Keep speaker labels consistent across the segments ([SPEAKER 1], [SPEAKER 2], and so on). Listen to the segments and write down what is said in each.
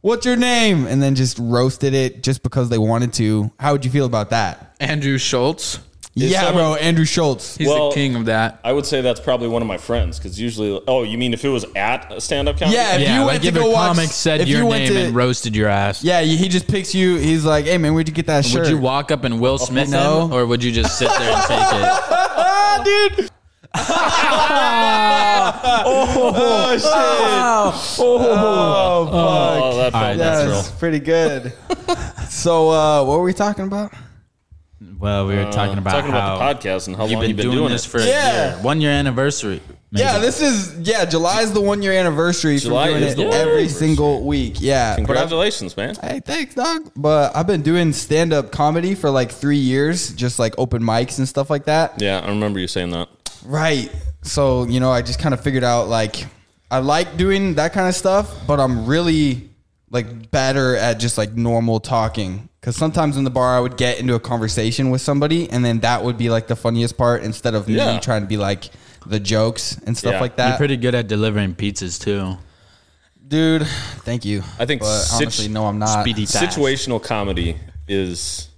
[SPEAKER 1] what's your name? And then just roasted it just because they wanted to. How would you feel about that?
[SPEAKER 2] Andrew Schultz.
[SPEAKER 1] yeah,
[SPEAKER 3] someone-
[SPEAKER 1] bro, Andrew Schultz.
[SPEAKER 2] He's
[SPEAKER 3] Well-
[SPEAKER 2] the king of that.
[SPEAKER 3] I would say that's probably one of my friends because usually, oh, you mean if it was at a stand up comedy?
[SPEAKER 1] Yeah, if you went
[SPEAKER 4] like
[SPEAKER 1] to
[SPEAKER 4] if a
[SPEAKER 1] go watch,
[SPEAKER 4] comic said
[SPEAKER 1] if
[SPEAKER 4] your
[SPEAKER 1] you went
[SPEAKER 4] name
[SPEAKER 1] to-
[SPEAKER 4] and roasted your ass,
[SPEAKER 1] yeah, he just picks you. He's like, hey man, where'd you get that shirt?
[SPEAKER 4] would you walk up and
[SPEAKER 3] Uh-huh.
[SPEAKER 4] Will Smith
[SPEAKER 1] no.
[SPEAKER 4] him, or would you just sit there and take it?
[SPEAKER 1] ah, dude. oh, shit! Oh, fuck!
[SPEAKER 3] Oh, that felt
[SPEAKER 4] right,
[SPEAKER 1] That's
[SPEAKER 4] that's
[SPEAKER 3] natural.
[SPEAKER 1] pretty good. so, uh, what were we talking about?
[SPEAKER 4] Well, we were talking about
[SPEAKER 3] Uh, Talking
[SPEAKER 4] how
[SPEAKER 3] about the podcast and how
[SPEAKER 4] you've
[SPEAKER 3] long
[SPEAKER 4] been,
[SPEAKER 3] you've been
[SPEAKER 4] doing,
[SPEAKER 3] doing,
[SPEAKER 4] this
[SPEAKER 3] it.
[SPEAKER 4] for
[SPEAKER 1] Yeah.
[SPEAKER 4] a year, one year anniversary. maybe.
[SPEAKER 1] Yeah, this is yeah. July is the one year anniversary
[SPEAKER 3] July
[SPEAKER 1] from doing
[SPEAKER 3] is
[SPEAKER 1] it
[SPEAKER 3] the one-year
[SPEAKER 1] every
[SPEAKER 3] anniversary.
[SPEAKER 1] single week. Yeah, but I've-
[SPEAKER 3] Congratulations, man.
[SPEAKER 1] Hey, thanks, dog. But I've been doing stand up comedy for like three years, just like open mics and stuff like that.
[SPEAKER 3] Yeah, I remember you saying that.
[SPEAKER 1] Right. So, you know, I just kind of figured out like I like doing that kind of stuff, but I'm really like better at just like normal talking. Cause sometimes in the bar, I would get into a conversation with somebody and then that would be like the funniest part instead of
[SPEAKER 3] Yeah.
[SPEAKER 1] me trying to be like the jokes and stuff
[SPEAKER 3] Yeah.
[SPEAKER 1] like
[SPEAKER 4] You're
[SPEAKER 1] that.
[SPEAKER 4] pretty good at delivering pizzas too.
[SPEAKER 1] Dude, thank you.
[SPEAKER 3] I think
[SPEAKER 1] but
[SPEAKER 3] situ-
[SPEAKER 1] honestly, no, I'm not.
[SPEAKER 4] Speedy fast.
[SPEAKER 3] Situational comedy is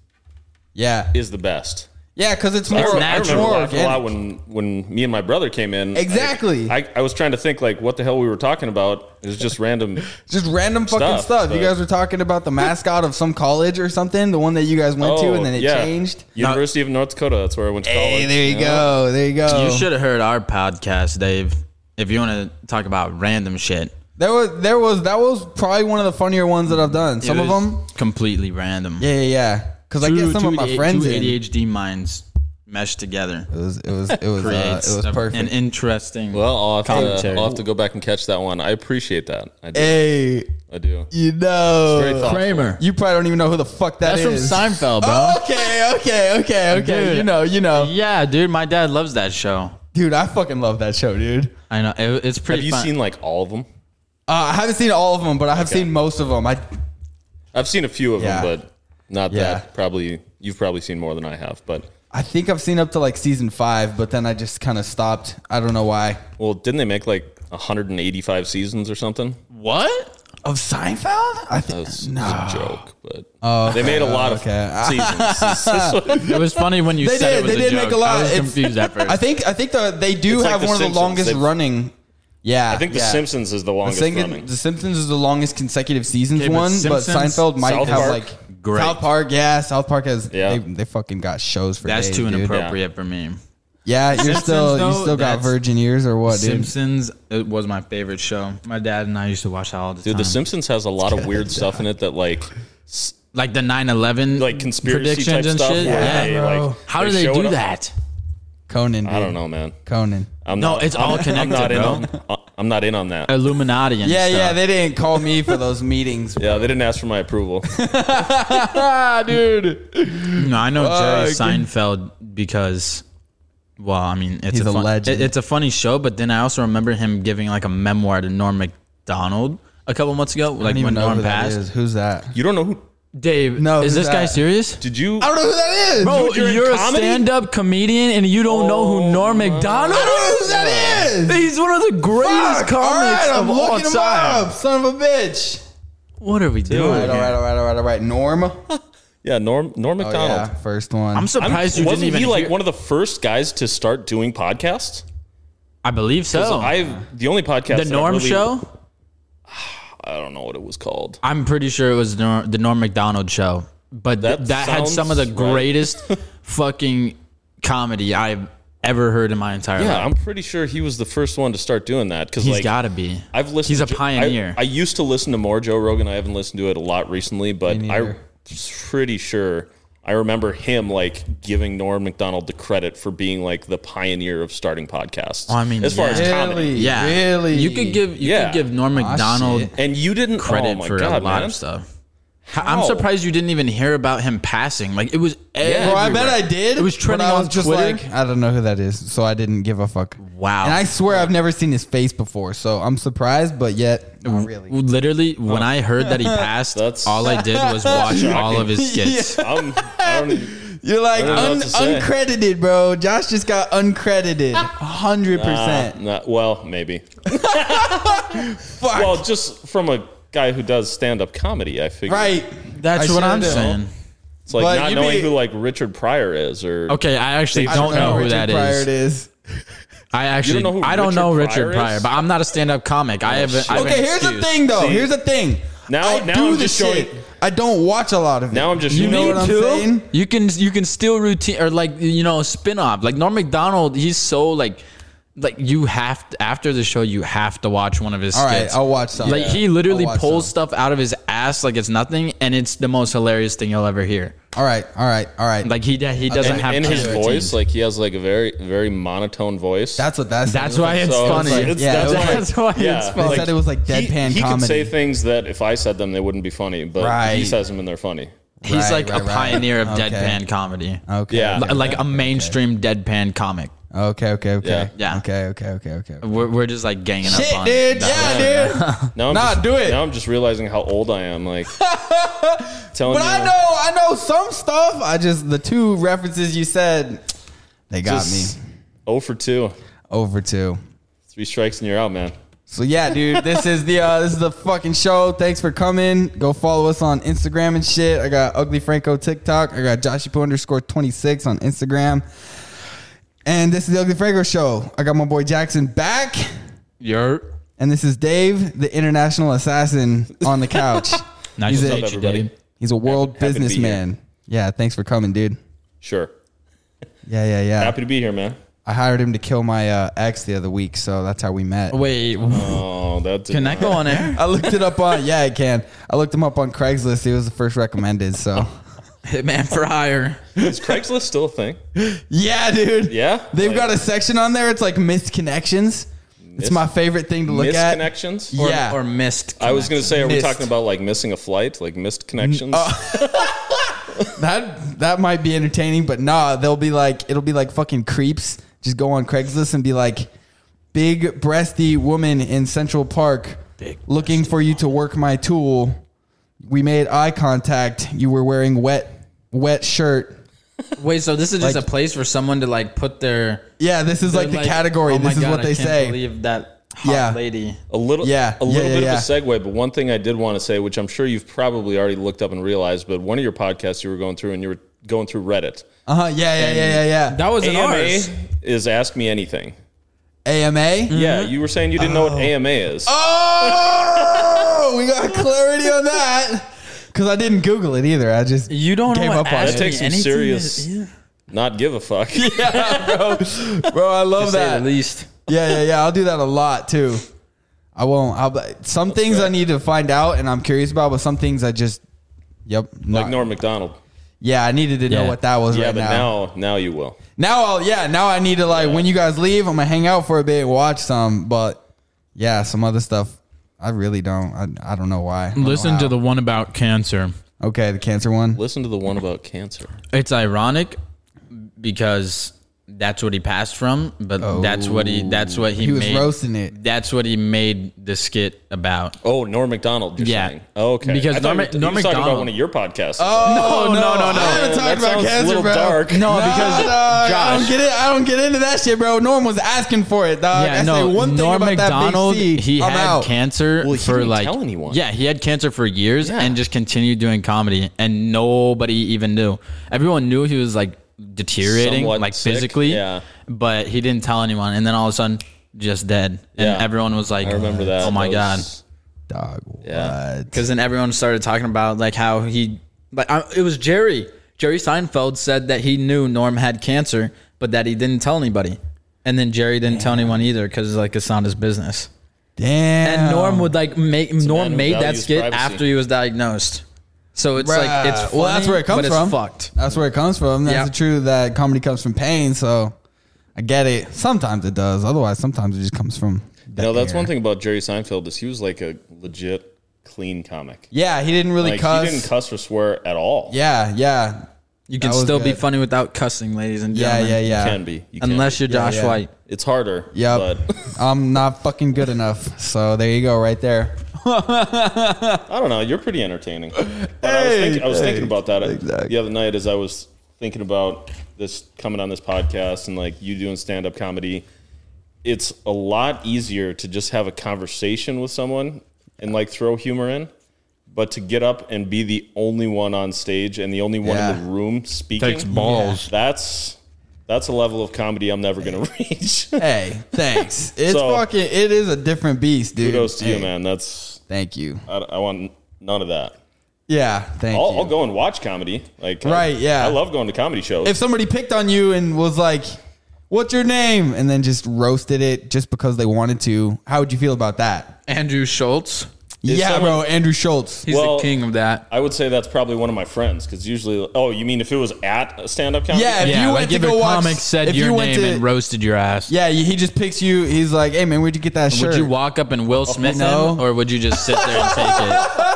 [SPEAKER 1] Yeah.
[SPEAKER 3] is the best.
[SPEAKER 1] Yeah. Cause it's more,
[SPEAKER 3] I, I
[SPEAKER 4] natural.
[SPEAKER 1] it's
[SPEAKER 3] remember
[SPEAKER 1] more
[SPEAKER 3] laughing a lot
[SPEAKER 1] organic.
[SPEAKER 3] when when me and my brother came in.
[SPEAKER 1] Exactly.
[SPEAKER 3] I, I, I was trying to think like what the hell we were talking about. It was just random.
[SPEAKER 1] Just random fucking
[SPEAKER 3] Stuff,
[SPEAKER 1] stuff. You
[SPEAKER 3] but-
[SPEAKER 1] guys were talking about the mascot of some college or something, the one that you guys went to, and then it
[SPEAKER 3] Oh, yeah.
[SPEAKER 1] changed.
[SPEAKER 3] University of North Dakota. That's where I went to college.
[SPEAKER 1] Hey, there you go. There you
[SPEAKER 3] Oh.
[SPEAKER 1] go.
[SPEAKER 4] You should have heard our podcast, Dave. If you want to talk about random shit,
[SPEAKER 1] There was there was that was probably one of the funnier ones that I've done. Some
[SPEAKER 4] It
[SPEAKER 1] of
[SPEAKER 4] was
[SPEAKER 1] them,
[SPEAKER 4] completely random.
[SPEAKER 1] yeah, yeah, yeah. Because I get some of my friends
[SPEAKER 4] Two
[SPEAKER 1] in. It
[SPEAKER 4] ADHD minds meshed together.
[SPEAKER 1] was it was it was uh,
[SPEAKER 4] Creates
[SPEAKER 1] it was
[SPEAKER 4] a- an
[SPEAKER 1] perfect.
[SPEAKER 4] interesting.
[SPEAKER 3] Well, I'll have, to,
[SPEAKER 4] Commentary.
[SPEAKER 3] I'll have to go back and catch that one. I appreciate that. I do.
[SPEAKER 1] Hey,
[SPEAKER 3] I do.
[SPEAKER 1] you
[SPEAKER 3] Very
[SPEAKER 1] know,
[SPEAKER 3] thoughtful.
[SPEAKER 4] Kramer.
[SPEAKER 1] you probably don't even know who the fuck that
[SPEAKER 4] That's from
[SPEAKER 1] is.
[SPEAKER 4] Seinfeld, bro.
[SPEAKER 1] Okay, okay, okay, okay.
[SPEAKER 4] Dude.
[SPEAKER 1] You know, you know,
[SPEAKER 4] Yeah, dude. My dad loves that show.
[SPEAKER 1] dude. I fucking love that show, dude.
[SPEAKER 4] I know it, it's pretty.
[SPEAKER 3] Have you
[SPEAKER 4] fun.
[SPEAKER 3] seen like all of them?
[SPEAKER 1] Uh, I haven't seen all of them, but I have seen most of them. I
[SPEAKER 3] I've seen a few of
[SPEAKER 1] Yeah.
[SPEAKER 3] them, but not
[SPEAKER 1] Yeah.
[SPEAKER 3] that. Probably you've probably seen more than I have. But
[SPEAKER 1] I think I've seen up to like season five, but then I just kind of stopped. I don't know why.
[SPEAKER 3] well, didn't they make like 185 seasons or something?
[SPEAKER 4] what?
[SPEAKER 1] Of Seinfeld, I think
[SPEAKER 3] It's,
[SPEAKER 1] no. Oh,
[SPEAKER 3] it's a joke, but they made a lot of
[SPEAKER 1] okay.
[SPEAKER 3] seasons.
[SPEAKER 4] It was funny when you
[SPEAKER 1] They did-
[SPEAKER 4] said it was
[SPEAKER 1] they
[SPEAKER 4] a
[SPEAKER 1] did make
[SPEAKER 4] joke.
[SPEAKER 1] a lot.
[SPEAKER 4] I was
[SPEAKER 1] It's-
[SPEAKER 4] confused at first.
[SPEAKER 1] I think I think the, they do
[SPEAKER 3] It's like
[SPEAKER 1] have
[SPEAKER 3] The
[SPEAKER 1] one of
[SPEAKER 3] Simpsons.
[SPEAKER 1] the longest
[SPEAKER 3] They've-
[SPEAKER 1] running. Yeah,
[SPEAKER 3] I think The Simpsons is the
[SPEAKER 1] The,
[SPEAKER 3] longest
[SPEAKER 1] Sing-
[SPEAKER 3] running.
[SPEAKER 1] the Simpsons is the longest consecutive seasons
[SPEAKER 4] Okay, but
[SPEAKER 1] one, but
[SPEAKER 4] Simpsons,
[SPEAKER 1] Seinfeld might
[SPEAKER 3] South
[SPEAKER 1] have
[SPEAKER 3] Park,
[SPEAKER 1] like
[SPEAKER 4] great.
[SPEAKER 1] South Park. Yeah, South Park has.
[SPEAKER 3] Yeah.
[SPEAKER 1] They, they fucking got shows for
[SPEAKER 4] That's
[SPEAKER 1] days,
[SPEAKER 4] too
[SPEAKER 1] dude.
[SPEAKER 4] inappropriate for me.
[SPEAKER 1] Yeah, you're
[SPEAKER 4] Simpsons,
[SPEAKER 1] still you
[SPEAKER 4] though,
[SPEAKER 1] still got
[SPEAKER 4] that's-
[SPEAKER 1] virgin ears or what, dude?
[SPEAKER 4] Simpsons it was my favorite show. My dad and I used to watch that all the
[SPEAKER 3] Dude,
[SPEAKER 4] time.
[SPEAKER 3] The Simpsons has a lot of weird stuff in it that like s-
[SPEAKER 4] like the 9/11
[SPEAKER 3] like conspiracy type
[SPEAKER 4] predictions and
[SPEAKER 3] stuff.
[SPEAKER 4] shit.
[SPEAKER 3] where
[SPEAKER 4] Yeah.
[SPEAKER 3] they,
[SPEAKER 1] bro.
[SPEAKER 3] like,
[SPEAKER 4] How do they
[SPEAKER 3] show it
[SPEAKER 4] do
[SPEAKER 3] on-
[SPEAKER 4] that?
[SPEAKER 1] Conan. Dude.
[SPEAKER 3] I don't know, man.
[SPEAKER 1] Conan.
[SPEAKER 3] I'm
[SPEAKER 4] No,
[SPEAKER 3] not,
[SPEAKER 4] it's all
[SPEAKER 3] I'm not
[SPEAKER 4] connected,
[SPEAKER 3] in
[SPEAKER 4] bro.
[SPEAKER 3] on, uh, I'm not in on that.
[SPEAKER 4] Illuminati and
[SPEAKER 1] Yeah,
[SPEAKER 4] stuff.
[SPEAKER 1] yeah. They didn't call me for those meetings.
[SPEAKER 3] Yeah, they didn't ask for my approval.
[SPEAKER 1] ah, dude.
[SPEAKER 4] no, I know Jerry
[SPEAKER 1] Fucking-
[SPEAKER 4] Seinfeld because well, I mean, it's
[SPEAKER 1] He's
[SPEAKER 4] a,
[SPEAKER 1] a
[SPEAKER 4] fun,
[SPEAKER 1] legend.
[SPEAKER 4] it- it's a funny show, but then I also remember him giving like a memoir to Norm Macdonald a couple months ago,
[SPEAKER 1] I
[SPEAKER 4] like
[SPEAKER 1] don't even
[SPEAKER 4] when
[SPEAKER 1] know
[SPEAKER 4] Norm
[SPEAKER 1] who that
[SPEAKER 4] passed.
[SPEAKER 1] is. Who's that?
[SPEAKER 3] You don't know who?
[SPEAKER 4] Dave,
[SPEAKER 1] No,
[SPEAKER 4] no, is
[SPEAKER 1] who's
[SPEAKER 4] this guy
[SPEAKER 1] that?
[SPEAKER 4] serious?
[SPEAKER 3] Did you?
[SPEAKER 1] I don't know who that is.
[SPEAKER 4] Bro,
[SPEAKER 3] Dude, you're
[SPEAKER 4] you're,
[SPEAKER 3] in
[SPEAKER 4] a
[SPEAKER 3] comedy? Oh
[SPEAKER 4] stand-up comedian and you don't know who Norm Macdonald
[SPEAKER 1] I don't know
[SPEAKER 4] is?
[SPEAKER 1] who that is.
[SPEAKER 4] He's one of the greatest comics of all
[SPEAKER 1] him
[SPEAKER 4] time.
[SPEAKER 1] son of a bitch.
[SPEAKER 4] What are we doing?
[SPEAKER 1] All right, all right, all right, all right, all right. Norm. Oh,
[SPEAKER 3] Yeah, Norm Norm Macdonald.
[SPEAKER 1] yeah, first one.
[SPEAKER 4] I'm
[SPEAKER 3] I'm-
[SPEAKER 4] surprised you
[SPEAKER 3] wasn't
[SPEAKER 4] didn't even.
[SPEAKER 3] he like
[SPEAKER 4] hear-
[SPEAKER 3] one of the first guys to start doing podcasts?
[SPEAKER 4] I believe so.
[SPEAKER 3] I the only podcast
[SPEAKER 4] Oh. the
[SPEAKER 3] that I
[SPEAKER 4] Norm
[SPEAKER 3] really-
[SPEAKER 4] Show.
[SPEAKER 3] I don't know what it was called.
[SPEAKER 4] I'm pretty sure it was the Norm, the Norm Macdonald Show, but th-
[SPEAKER 3] That
[SPEAKER 4] that, had
[SPEAKER 3] sounds
[SPEAKER 4] some of the
[SPEAKER 3] right.
[SPEAKER 4] greatest fucking comedy I've ever heard in my entire
[SPEAKER 3] Yeah,
[SPEAKER 4] life.
[SPEAKER 3] I'm pretty sure he was the first one to start doing that because
[SPEAKER 4] He's
[SPEAKER 3] like
[SPEAKER 4] got to be.
[SPEAKER 3] I've listened.
[SPEAKER 4] He's a
[SPEAKER 3] to- I-
[SPEAKER 4] pioneer.
[SPEAKER 3] I, used to listen to more Joe Rogan. I haven't listened to it a lot recently, but I'm
[SPEAKER 1] neither.
[SPEAKER 3] pretty sure I remember him like giving Norm Macdonald the credit for being like the pioneer of starting podcasts.
[SPEAKER 4] I mean,
[SPEAKER 3] as far
[SPEAKER 4] yeah.
[SPEAKER 3] as comedy,
[SPEAKER 1] really,
[SPEAKER 4] yeah,
[SPEAKER 1] really. Ah,
[SPEAKER 4] You could give you
[SPEAKER 3] Yeah.
[SPEAKER 4] could give Norm Macdonald
[SPEAKER 1] shit.
[SPEAKER 3] and you didn't
[SPEAKER 4] credit
[SPEAKER 3] oh my
[SPEAKER 4] for
[SPEAKER 3] God,
[SPEAKER 4] a lot
[SPEAKER 3] man.
[SPEAKER 4] of stuff. H- I'm
[SPEAKER 3] How?
[SPEAKER 4] surprised you didn't even hear about him passing. Like it was.
[SPEAKER 1] Bro, I bet
[SPEAKER 4] everywhere.
[SPEAKER 1] I did.
[SPEAKER 4] It was
[SPEAKER 1] but
[SPEAKER 4] trending
[SPEAKER 1] I was
[SPEAKER 4] on
[SPEAKER 1] just
[SPEAKER 4] Twitter.
[SPEAKER 1] like, I don't know who that is, so I didn't give a fuck.
[SPEAKER 4] Wow.
[SPEAKER 1] And I swear I've never seen his face before, so I'm surprised, but yet, not really.
[SPEAKER 4] Literally, when I heard that he passed,
[SPEAKER 3] That's-
[SPEAKER 4] all I did was watch all of his skits.
[SPEAKER 3] I'm, I don't,
[SPEAKER 1] You're like
[SPEAKER 3] don't know
[SPEAKER 1] un-
[SPEAKER 3] what to say.
[SPEAKER 1] uncredited, bro. Josh just got uncredited, hundred
[SPEAKER 3] uh,
[SPEAKER 1] percent.
[SPEAKER 3] not, well, maybe.
[SPEAKER 1] Fuck.
[SPEAKER 3] Well, just from a guy who does stand up comedy. I figure
[SPEAKER 1] Right.
[SPEAKER 4] That's
[SPEAKER 1] I
[SPEAKER 4] what
[SPEAKER 1] sure
[SPEAKER 4] I'm
[SPEAKER 1] do.
[SPEAKER 4] saying.
[SPEAKER 3] It's like
[SPEAKER 1] But
[SPEAKER 3] not
[SPEAKER 1] you'd
[SPEAKER 3] knowing
[SPEAKER 1] be-
[SPEAKER 3] who like Richard Pryor is, or
[SPEAKER 4] Okay, I actually
[SPEAKER 1] I
[SPEAKER 4] don't know, who
[SPEAKER 1] Richard
[SPEAKER 4] that is.
[SPEAKER 1] Pryor it is.
[SPEAKER 4] I actually
[SPEAKER 3] know who
[SPEAKER 4] I don't
[SPEAKER 3] Richard
[SPEAKER 4] know
[SPEAKER 3] Pryor
[SPEAKER 4] Richard
[SPEAKER 3] is?
[SPEAKER 4] Pryor, but I'm not a stand-up comic. I have
[SPEAKER 3] shit.
[SPEAKER 4] I have an
[SPEAKER 1] Okay, here's the
[SPEAKER 4] excuse.
[SPEAKER 1] thing, though. Here's the thing.
[SPEAKER 3] Now-
[SPEAKER 1] I
[SPEAKER 3] now
[SPEAKER 1] do
[SPEAKER 3] I'm
[SPEAKER 1] the
[SPEAKER 3] just showing-
[SPEAKER 1] shit. I don't watch a lot of it.
[SPEAKER 3] Now I'm just
[SPEAKER 1] You
[SPEAKER 3] showing
[SPEAKER 1] know
[SPEAKER 3] you
[SPEAKER 1] what I'm
[SPEAKER 3] too?
[SPEAKER 1] saying?
[SPEAKER 4] You can you can still routine or like you know spin off like Norm Macdonald. He's so like like you have to, after the show you have to watch one of his.
[SPEAKER 1] All right,
[SPEAKER 4] skits.
[SPEAKER 1] I'll watch some.
[SPEAKER 4] Like
[SPEAKER 1] Yeah.
[SPEAKER 4] he literally
[SPEAKER 1] I'll watch
[SPEAKER 4] pulls
[SPEAKER 1] some.
[SPEAKER 4] stuff out of his ass like it's nothing, and it's the most hilarious thing you'll ever hear.
[SPEAKER 1] All right, all right, all right.
[SPEAKER 4] Like he he doesn't
[SPEAKER 3] and
[SPEAKER 4] have
[SPEAKER 3] in
[SPEAKER 4] to
[SPEAKER 3] his
[SPEAKER 4] do it.
[SPEAKER 3] voice, like he has like a very very monotone voice.
[SPEAKER 1] that's what that's.
[SPEAKER 4] That's why it's
[SPEAKER 3] So it's
[SPEAKER 4] funny.
[SPEAKER 3] like- it's-
[SPEAKER 1] Yeah,
[SPEAKER 4] that's,
[SPEAKER 1] that's why-
[SPEAKER 4] why it's
[SPEAKER 3] yeah,
[SPEAKER 4] funny.
[SPEAKER 1] They said it was like
[SPEAKER 3] he-
[SPEAKER 1] deadpan
[SPEAKER 3] He, could
[SPEAKER 1] comedy.
[SPEAKER 3] say things that if I said them, they wouldn't be funny, but he
[SPEAKER 1] Right.
[SPEAKER 3] says them and they're funny.
[SPEAKER 4] He's
[SPEAKER 1] Right,
[SPEAKER 4] like
[SPEAKER 1] right,
[SPEAKER 4] a
[SPEAKER 1] right.
[SPEAKER 4] pioneer of
[SPEAKER 1] Okay.
[SPEAKER 4] deadpan comedy.
[SPEAKER 1] Okay.
[SPEAKER 3] Yeah.
[SPEAKER 4] L- like a mainstream deadpan comic.
[SPEAKER 1] Okay. Okay. Okay.
[SPEAKER 4] Yeah. Yeah.
[SPEAKER 1] Okay. Okay. Okay. Okay.
[SPEAKER 4] We're, we're just like ganging up
[SPEAKER 1] Shit,
[SPEAKER 4] on
[SPEAKER 1] dude.
[SPEAKER 4] that.
[SPEAKER 1] Yeah, dude.
[SPEAKER 3] Now I'm
[SPEAKER 1] Nah,
[SPEAKER 3] just,
[SPEAKER 1] do it.
[SPEAKER 3] Now I'm just realizing how old I am. Like telling
[SPEAKER 1] But
[SPEAKER 3] you,
[SPEAKER 1] I know, I know some stuff. I just the two references you said, they got
[SPEAKER 3] just
[SPEAKER 1] me
[SPEAKER 3] oh for two,
[SPEAKER 1] over two.
[SPEAKER 3] three strikes and you're out, man.
[SPEAKER 1] So yeah, dude, this is the uh, this is the fucking show. Thanks for coming. Go follow us on Instagram and shit. I got Ugly Franco TikTok. I got Joshipo underscore twenty six on Instagram. And this is the Ugly Franco show. I got my boy Jackson back,
[SPEAKER 4] You're
[SPEAKER 1] and this is Dave, the international assassin, on the couch.
[SPEAKER 4] nice
[SPEAKER 1] What's
[SPEAKER 4] to
[SPEAKER 1] up,
[SPEAKER 4] meet you,
[SPEAKER 3] everybody?
[SPEAKER 4] dude.
[SPEAKER 1] He's a world
[SPEAKER 3] Happy- happy to be
[SPEAKER 1] businessman. Yeah, thanks for coming, dude.
[SPEAKER 3] Sure,
[SPEAKER 1] Yeah, yeah, yeah.
[SPEAKER 3] happy to be here, man.
[SPEAKER 1] I hired him to kill my uh, ex the other week, so that's how we met.
[SPEAKER 4] Wait,
[SPEAKER 3] Oh, that's
[SPEAKER 4] can that go on air?
[SPEAKER 1] I looked it up on yeah, I can. I looked him up on Craigslist. He was the first recommended, so.
[SPEAKER 4] Hitman for hire.
[SPEAKER 3] Is Craigslist still a thing?
[SPEAKER 1] Yeah, dude.
[SPEAKER 3] Yeah?
[SPEAKER 1] They've
[SPEAKER 3] Like-
[SPEAKER 1] got a section on there. It's like missed connections.
[SPEAKER 3] Missed-
[SPEAKER 1] it's my favorite thing to look
[SPEAKER 3] Missed
[SPEAKER 1] at.
[SPEAKER 3] connections.
[SPEAKER 1] Or- Yeah.
[SPEAKER 4] Or missed.
[SPEAKER 3] I was gonna say, are we
[SPEAKER 1] Missed. uh,
[SPEAKER 3] talking about like missing a flight, like missed connections?
[SPEAKER 1] That that might be entertaining, but nah, they'll be like it'll be like fucking creeps. Just go on Craigslist and be like big breasty woman in Central Park
[SPEAKER 4] Big
[SPEAKER 1] looking for you to work my tool. We made eye contact. You were wearing wet wet shirt.
[SPEAKER 4] Wait, so this is just
[SPEAKER 1] Like-
[SPEAKER 4] a place for someone to like put their.
[SPEAKER 1] Yeah, this is
[SPEAKER 4] their,
[SPEAKER 1] like the category.
[SPEAKER 4] oh my
[SPEAKER 1] this is
[SPEAKER 4] God,
[SPEAKER 1] what
[SPEAKER 4] I
[SPEAKER 1] they
[SPEAKER 4] can't
[SPEAKER 1] say.
[SPEAKER 4] Believe that hot
[SPEAKER 1] Yeah.
[SPEAKER 4] lady.
[SPEAKER 3] a little,
[SPEAKER 1] Yeah,
[SPEAKER 3] a
[SPEAKER 1] yeah,
[SPEAKER 3] little
[SPEAKER 1] yeah,
[SPEAKER 3] bit
[SPEAKER 1] yeah.
[SPEAKER 3] of a segue, but one thing I did want to say, which I'm sure you've probably already looked up and realized, but one of your podcasts you were going through and you were going through Reddit.
[SPEAKER 1] Uh-huh. Yeah, yeah, yeah, yeah, yeah.
[SPEAKER 4] That was an
[SPEAKER 3] AMA
[SPEAKER 4] ours.
[SPEAKER 3] is Ask Me Anything.
[SPEAKER 1] Mm-hmm. AMA?
[SPEAKER 4] Mm-hmm.
[SPEAKER 3] Yeah, you were saying you didn't know what AMA is.
[SPEAKER 1] Oh, we got clarity on that. Because I didn't Google it either. I just
[SPEAKER 4] You don't
[SPEAKER 1] Came
[SPEAKER 4] know
[SPEAKER 1] up
[SPEAKER 4] what
[SPEAKER 1] on it.
[SPEAKER 4] ask
[SPEAKER 1] That
[SPEAKER 3] takes some
[SPEAKER 4] me anything
[SPEAKER 3] serious-
[SPEAKER 4] is either,
[SPEAKER 3] Not give a fuck.
[SPEAKER 1] bro. I love
[SPEAKER 4] to say the
[SPEAKER 1] that.
[SPEAKER 4] least.
[SPEAKER 1] Yeah, yeah, yeah. I'll do that a lot too. I won't. I'll, but some things
[SPEAKER 3] right.
[SPEAKER 1] I need to find out and I'm curious about, but some things I just. Yep.
[SPEAKER 3] like
[SPEAKER 1] not-
[SPEAKER 3] Norm Macdonald.
[SPEAKER 1] yeah, I needed to know
[SPEAKER 4] Yeah.
[SPEAKER 1] what that was
[SPEAKER 3] Yeah,
[SPEAKER 1] right
[SPEAKER 3] but
[SPEAKER 1] now.
[SPEAKER 3] now. now you will.
[SPEAKER 1] Now I'll. Yeah, now I need to like when you guys leave, I'm gonna hang out for a bit, and watch some, but yeah, some other stuff. I really don't. I, I don't know why. I don't know
[SPEAKER 5] Listen
[SPEAKER 1] how.
[SPEAKER 5] to the one about cancer.
[SPEAKER 1] Okay, the cancer one.
[SPEAKER 3] Listen to the one about cancer.
[SPEAKER 4] It's ironic because that's what he passed from, but that's what he that's what he,
[SPEAKER 1] He was
[SPEAKER 4] made,
[SPEAKER 1] roasting it.
[SPEAKER 4] That's what he made the skit about.
[SPEAKER 3] Oh, Norm Macdonald. You're
[SPEAKER 4] Yeah.
[SPEAKER 3] saying. Okay.
[SPEAKER 4] Because
[SPEAKER 3] I thought
[SPEAKER 4] Norm-
[SPEAKER 3] you were- you
[SPEAKER 4] Norm
[SPEAKER 3] were talking about
[SPEAKER 4] Macdonald-
[SPEAKER 3] one of your podcasts.
[SPEAKER 1] Oh
[SPEAKER 4] No, no, no, no.
[SPEAKER 1] I haven't talked
[SPEAKER 3] Yeah, that
[SPEAKER 1] about
[SPEAKER 3] sounds a
[SPEAKER 1] cancer,
[SPEAKER 3] little
[SPEAKER 1] bro.
[SPEAKER 3] dark.
[SPEAKER 1] No,
[SPEAKER 4] because-
[SPEAKER 1] dog, I
[SPEAKER 4] Josh.
[SPEAKER 1] don't get it. I don't get into that shit, bro. Norm was asking for it, dog. I say one
[SPEAKER 4] Norm
[SPEAKER 1] thing about
[SPEAKER 4] Macdonald,
[SPEAKER 1] that big C,
[SPEAKER 4] he
[SPEAKER 1] I'm
[SPEAKER 4] had
[SPEAKER 1] out.
[SPEAKER 4] cancer
[SPEAKER 3] Well, he
[SPEAKER 4] for
[SPEAKER 3] didn't
[SPEAKER 4] like
[SPEAKER 3] tell anyone.
[SPEAKER 4] Yeah, he had cancer for years
[SPEAKER 3] Yeah.
[SPEAKER 4] and just continued doing comedy and nobody even knew. Everyone knew he was like deteriorating
[SPEAKER 3] Somewhat
[SPEAKER 4] like
[SPEAKER 3] sick,
[SPEAKER 4] physically.
[SPEAKER 3] yeah.
[SPEAKER 4] But he didn't tell anyone and then all of a sudden just dead. And
[SPEAKER 3] Yeah.
[SPEAKER 4] everyone was like
[SPEAKER 3] I remember that.
[SPEAKER 4] Oh my
[SPEAKER 3] That
[SPEAKER 4] god.
[SPEAKER 3] was-
[SPEAKER 1] Dog,
[SPEAKER 3] Yeah.
[SPEAKER 1] what?
[SPEAKER 4] Because then everyone started talking about like how he, like I, it was Jerry. Jerry Seinfeld said that he knew Norm had cancer, but that he didn't tell anybody. And then Jerry didn't tell anyone either because like it's not his business.
[SPEAKER 1] Damn.
[SPEAKER 4] And Norm would like make
[SPEAKER 3] man
[SPEAKER 4] Norm
[SPEAKER 3] who
[SPEAKER 4] made that
[SPEAKER 3] values
[SPEAKER 4] skit
[SPEAKER 3] privacy.
[SPEAKER 4] after he was diagnosed. So it's like it's
[SPEAKER 1] Bruh. well, that's
[SPEAKER 4] funny,
[SPEAKER 1] where it comes
[SPEAKER 4] but it's
[SPEAKER 1] from.
[SPEAKER 4] fucked.
[SPEAKER 1] That's where it comes from. That's
[SPEAKER 4] Yeah.
[SPEAKER 1] the truth. That comedy comes from pain. So I get it. Sometimes it does. Otherwise, sometimes it just comes from. the
[SPEAKER 3] No, that's
[SPEAKER 1] air.
[SPEAKER 3] one thing about Jerry Seinfeld is he was like a legit clean comic.
[SPEAKER 1] Yeah, he didn't really
[SPEAKER 3] Like
[SPEAKER 1] cuss.
[SPEAKER 3] he didn't cuss or swear at all.
[SPEAKER 1] Yeah, yeah,
[SPEAKER 4] You can
[SPEAKER 1] That was
[SPEAKER 4] still be
[SPEAKER 1] good.
[SPEAKER 4] funny without cussing, ladies and
[SPEAKER 1] yeah,
[SPEAKER 4] gentlemen.
[SPEAKER 1] yeah, yeah.
[SPEAKER 3] can be. You can
[SPEAKER 4] Unless
[SPEAKER 3] be.
[SPEAKER 4] you're Josh
[SPEAKER 1] yeah.
[SPEAKER 4] White.
[SPEAKER 3] it's harder. Yeah,
[SPEAKER 1] Yep.
[SPEAKER 3] But
[SPEAKER 1] I'm not fucking good enough. So there you go, right there.
[SPEAKER 3] I don't know. You're pretty entertaining. But I was, think, I was thinking about that uh,
[SPEAKER 1] Exactly.
[SPEAKER 3] the other night as I was thinking about this coming on this podcast and like you doing stand up comedy. It's a lot easier to just have a conversation with someone and like throw humor in. But to get up and be the only one on stage and the only one in
[SPEAKER 1] Yeah.
[SPEAKER 3] the room speaking
[SPEAKER 6] Takes balls.
[SPEAKER 3] That's that's a level of comedy I'm never gonna reach.
[SPEAKER 1] Hey, thanks. It's
[SPEAKER 3] So-
[SPEAKER 1] fucking. It is a different beast, dude.
[SPEAKER 3] Kudos to you,
[SPEAKER 1] Hey,
[SPEAKER 3] man. That's
[SPEAKER 1] Thank you.
[SPEAKER 3] I, I want none of that.
[SPEAKER 1] Yeah, thank
[SPEAKER 3] I'll,
[SPEAKER 1] you.
[SPEAKER 3] I'll go and watch comedy. Like I-
[SPEAKER 1] Right, yeah.
[SPEAKER 3] I love going to comedy shows.
[SPEAKER 1] if somebody picked on you and was like, "What's your name?" and then just roasted it just because they wanted to, how would you feel about that?
[SPEAKER 4] Andrew Schultz.
[SPEAKER 1] yeah,
[SPEAKER 3] someone-
[SPEAKER 1] bro, Andrew Schultz.
[SPEAKER 4] He's
[SPEAKER 3] Well-
[SPEAKER 4] the king of that.
[SPEAKER 3] I would say that's probably one of my friends because usually, oh, you mean if it was at a stand-up comedy?
[SPEAKER 1] Yeah, if
[SPEAKER 4] yeah,
[SPEAKER 1] you went
[SPEAKER 4] like
[SPEAKER 1] to
[SPEAKER 4] if
[SPEAKER 1] go
[SPEAKER 4] a
[SPEAKER 1] watch-
[SPEAKER 4] comic said
[SPEAKER 1] if you
[SPEAKER 4] your
[SPEAKER 1] went
[SPEAKER 4] name
[SPEAKER 1] to-
[SPEAKER 4] and roasted your ass,
[SPEAKER 1] Yeah, he just picks you. He's like, "Hey, man, where'd you get that shirt?"
[SPEAKER 4] would you walk up and Will Smith
[SPEAKER 1] no.
[SPEAKER 4] him, or would you just sit there and take it?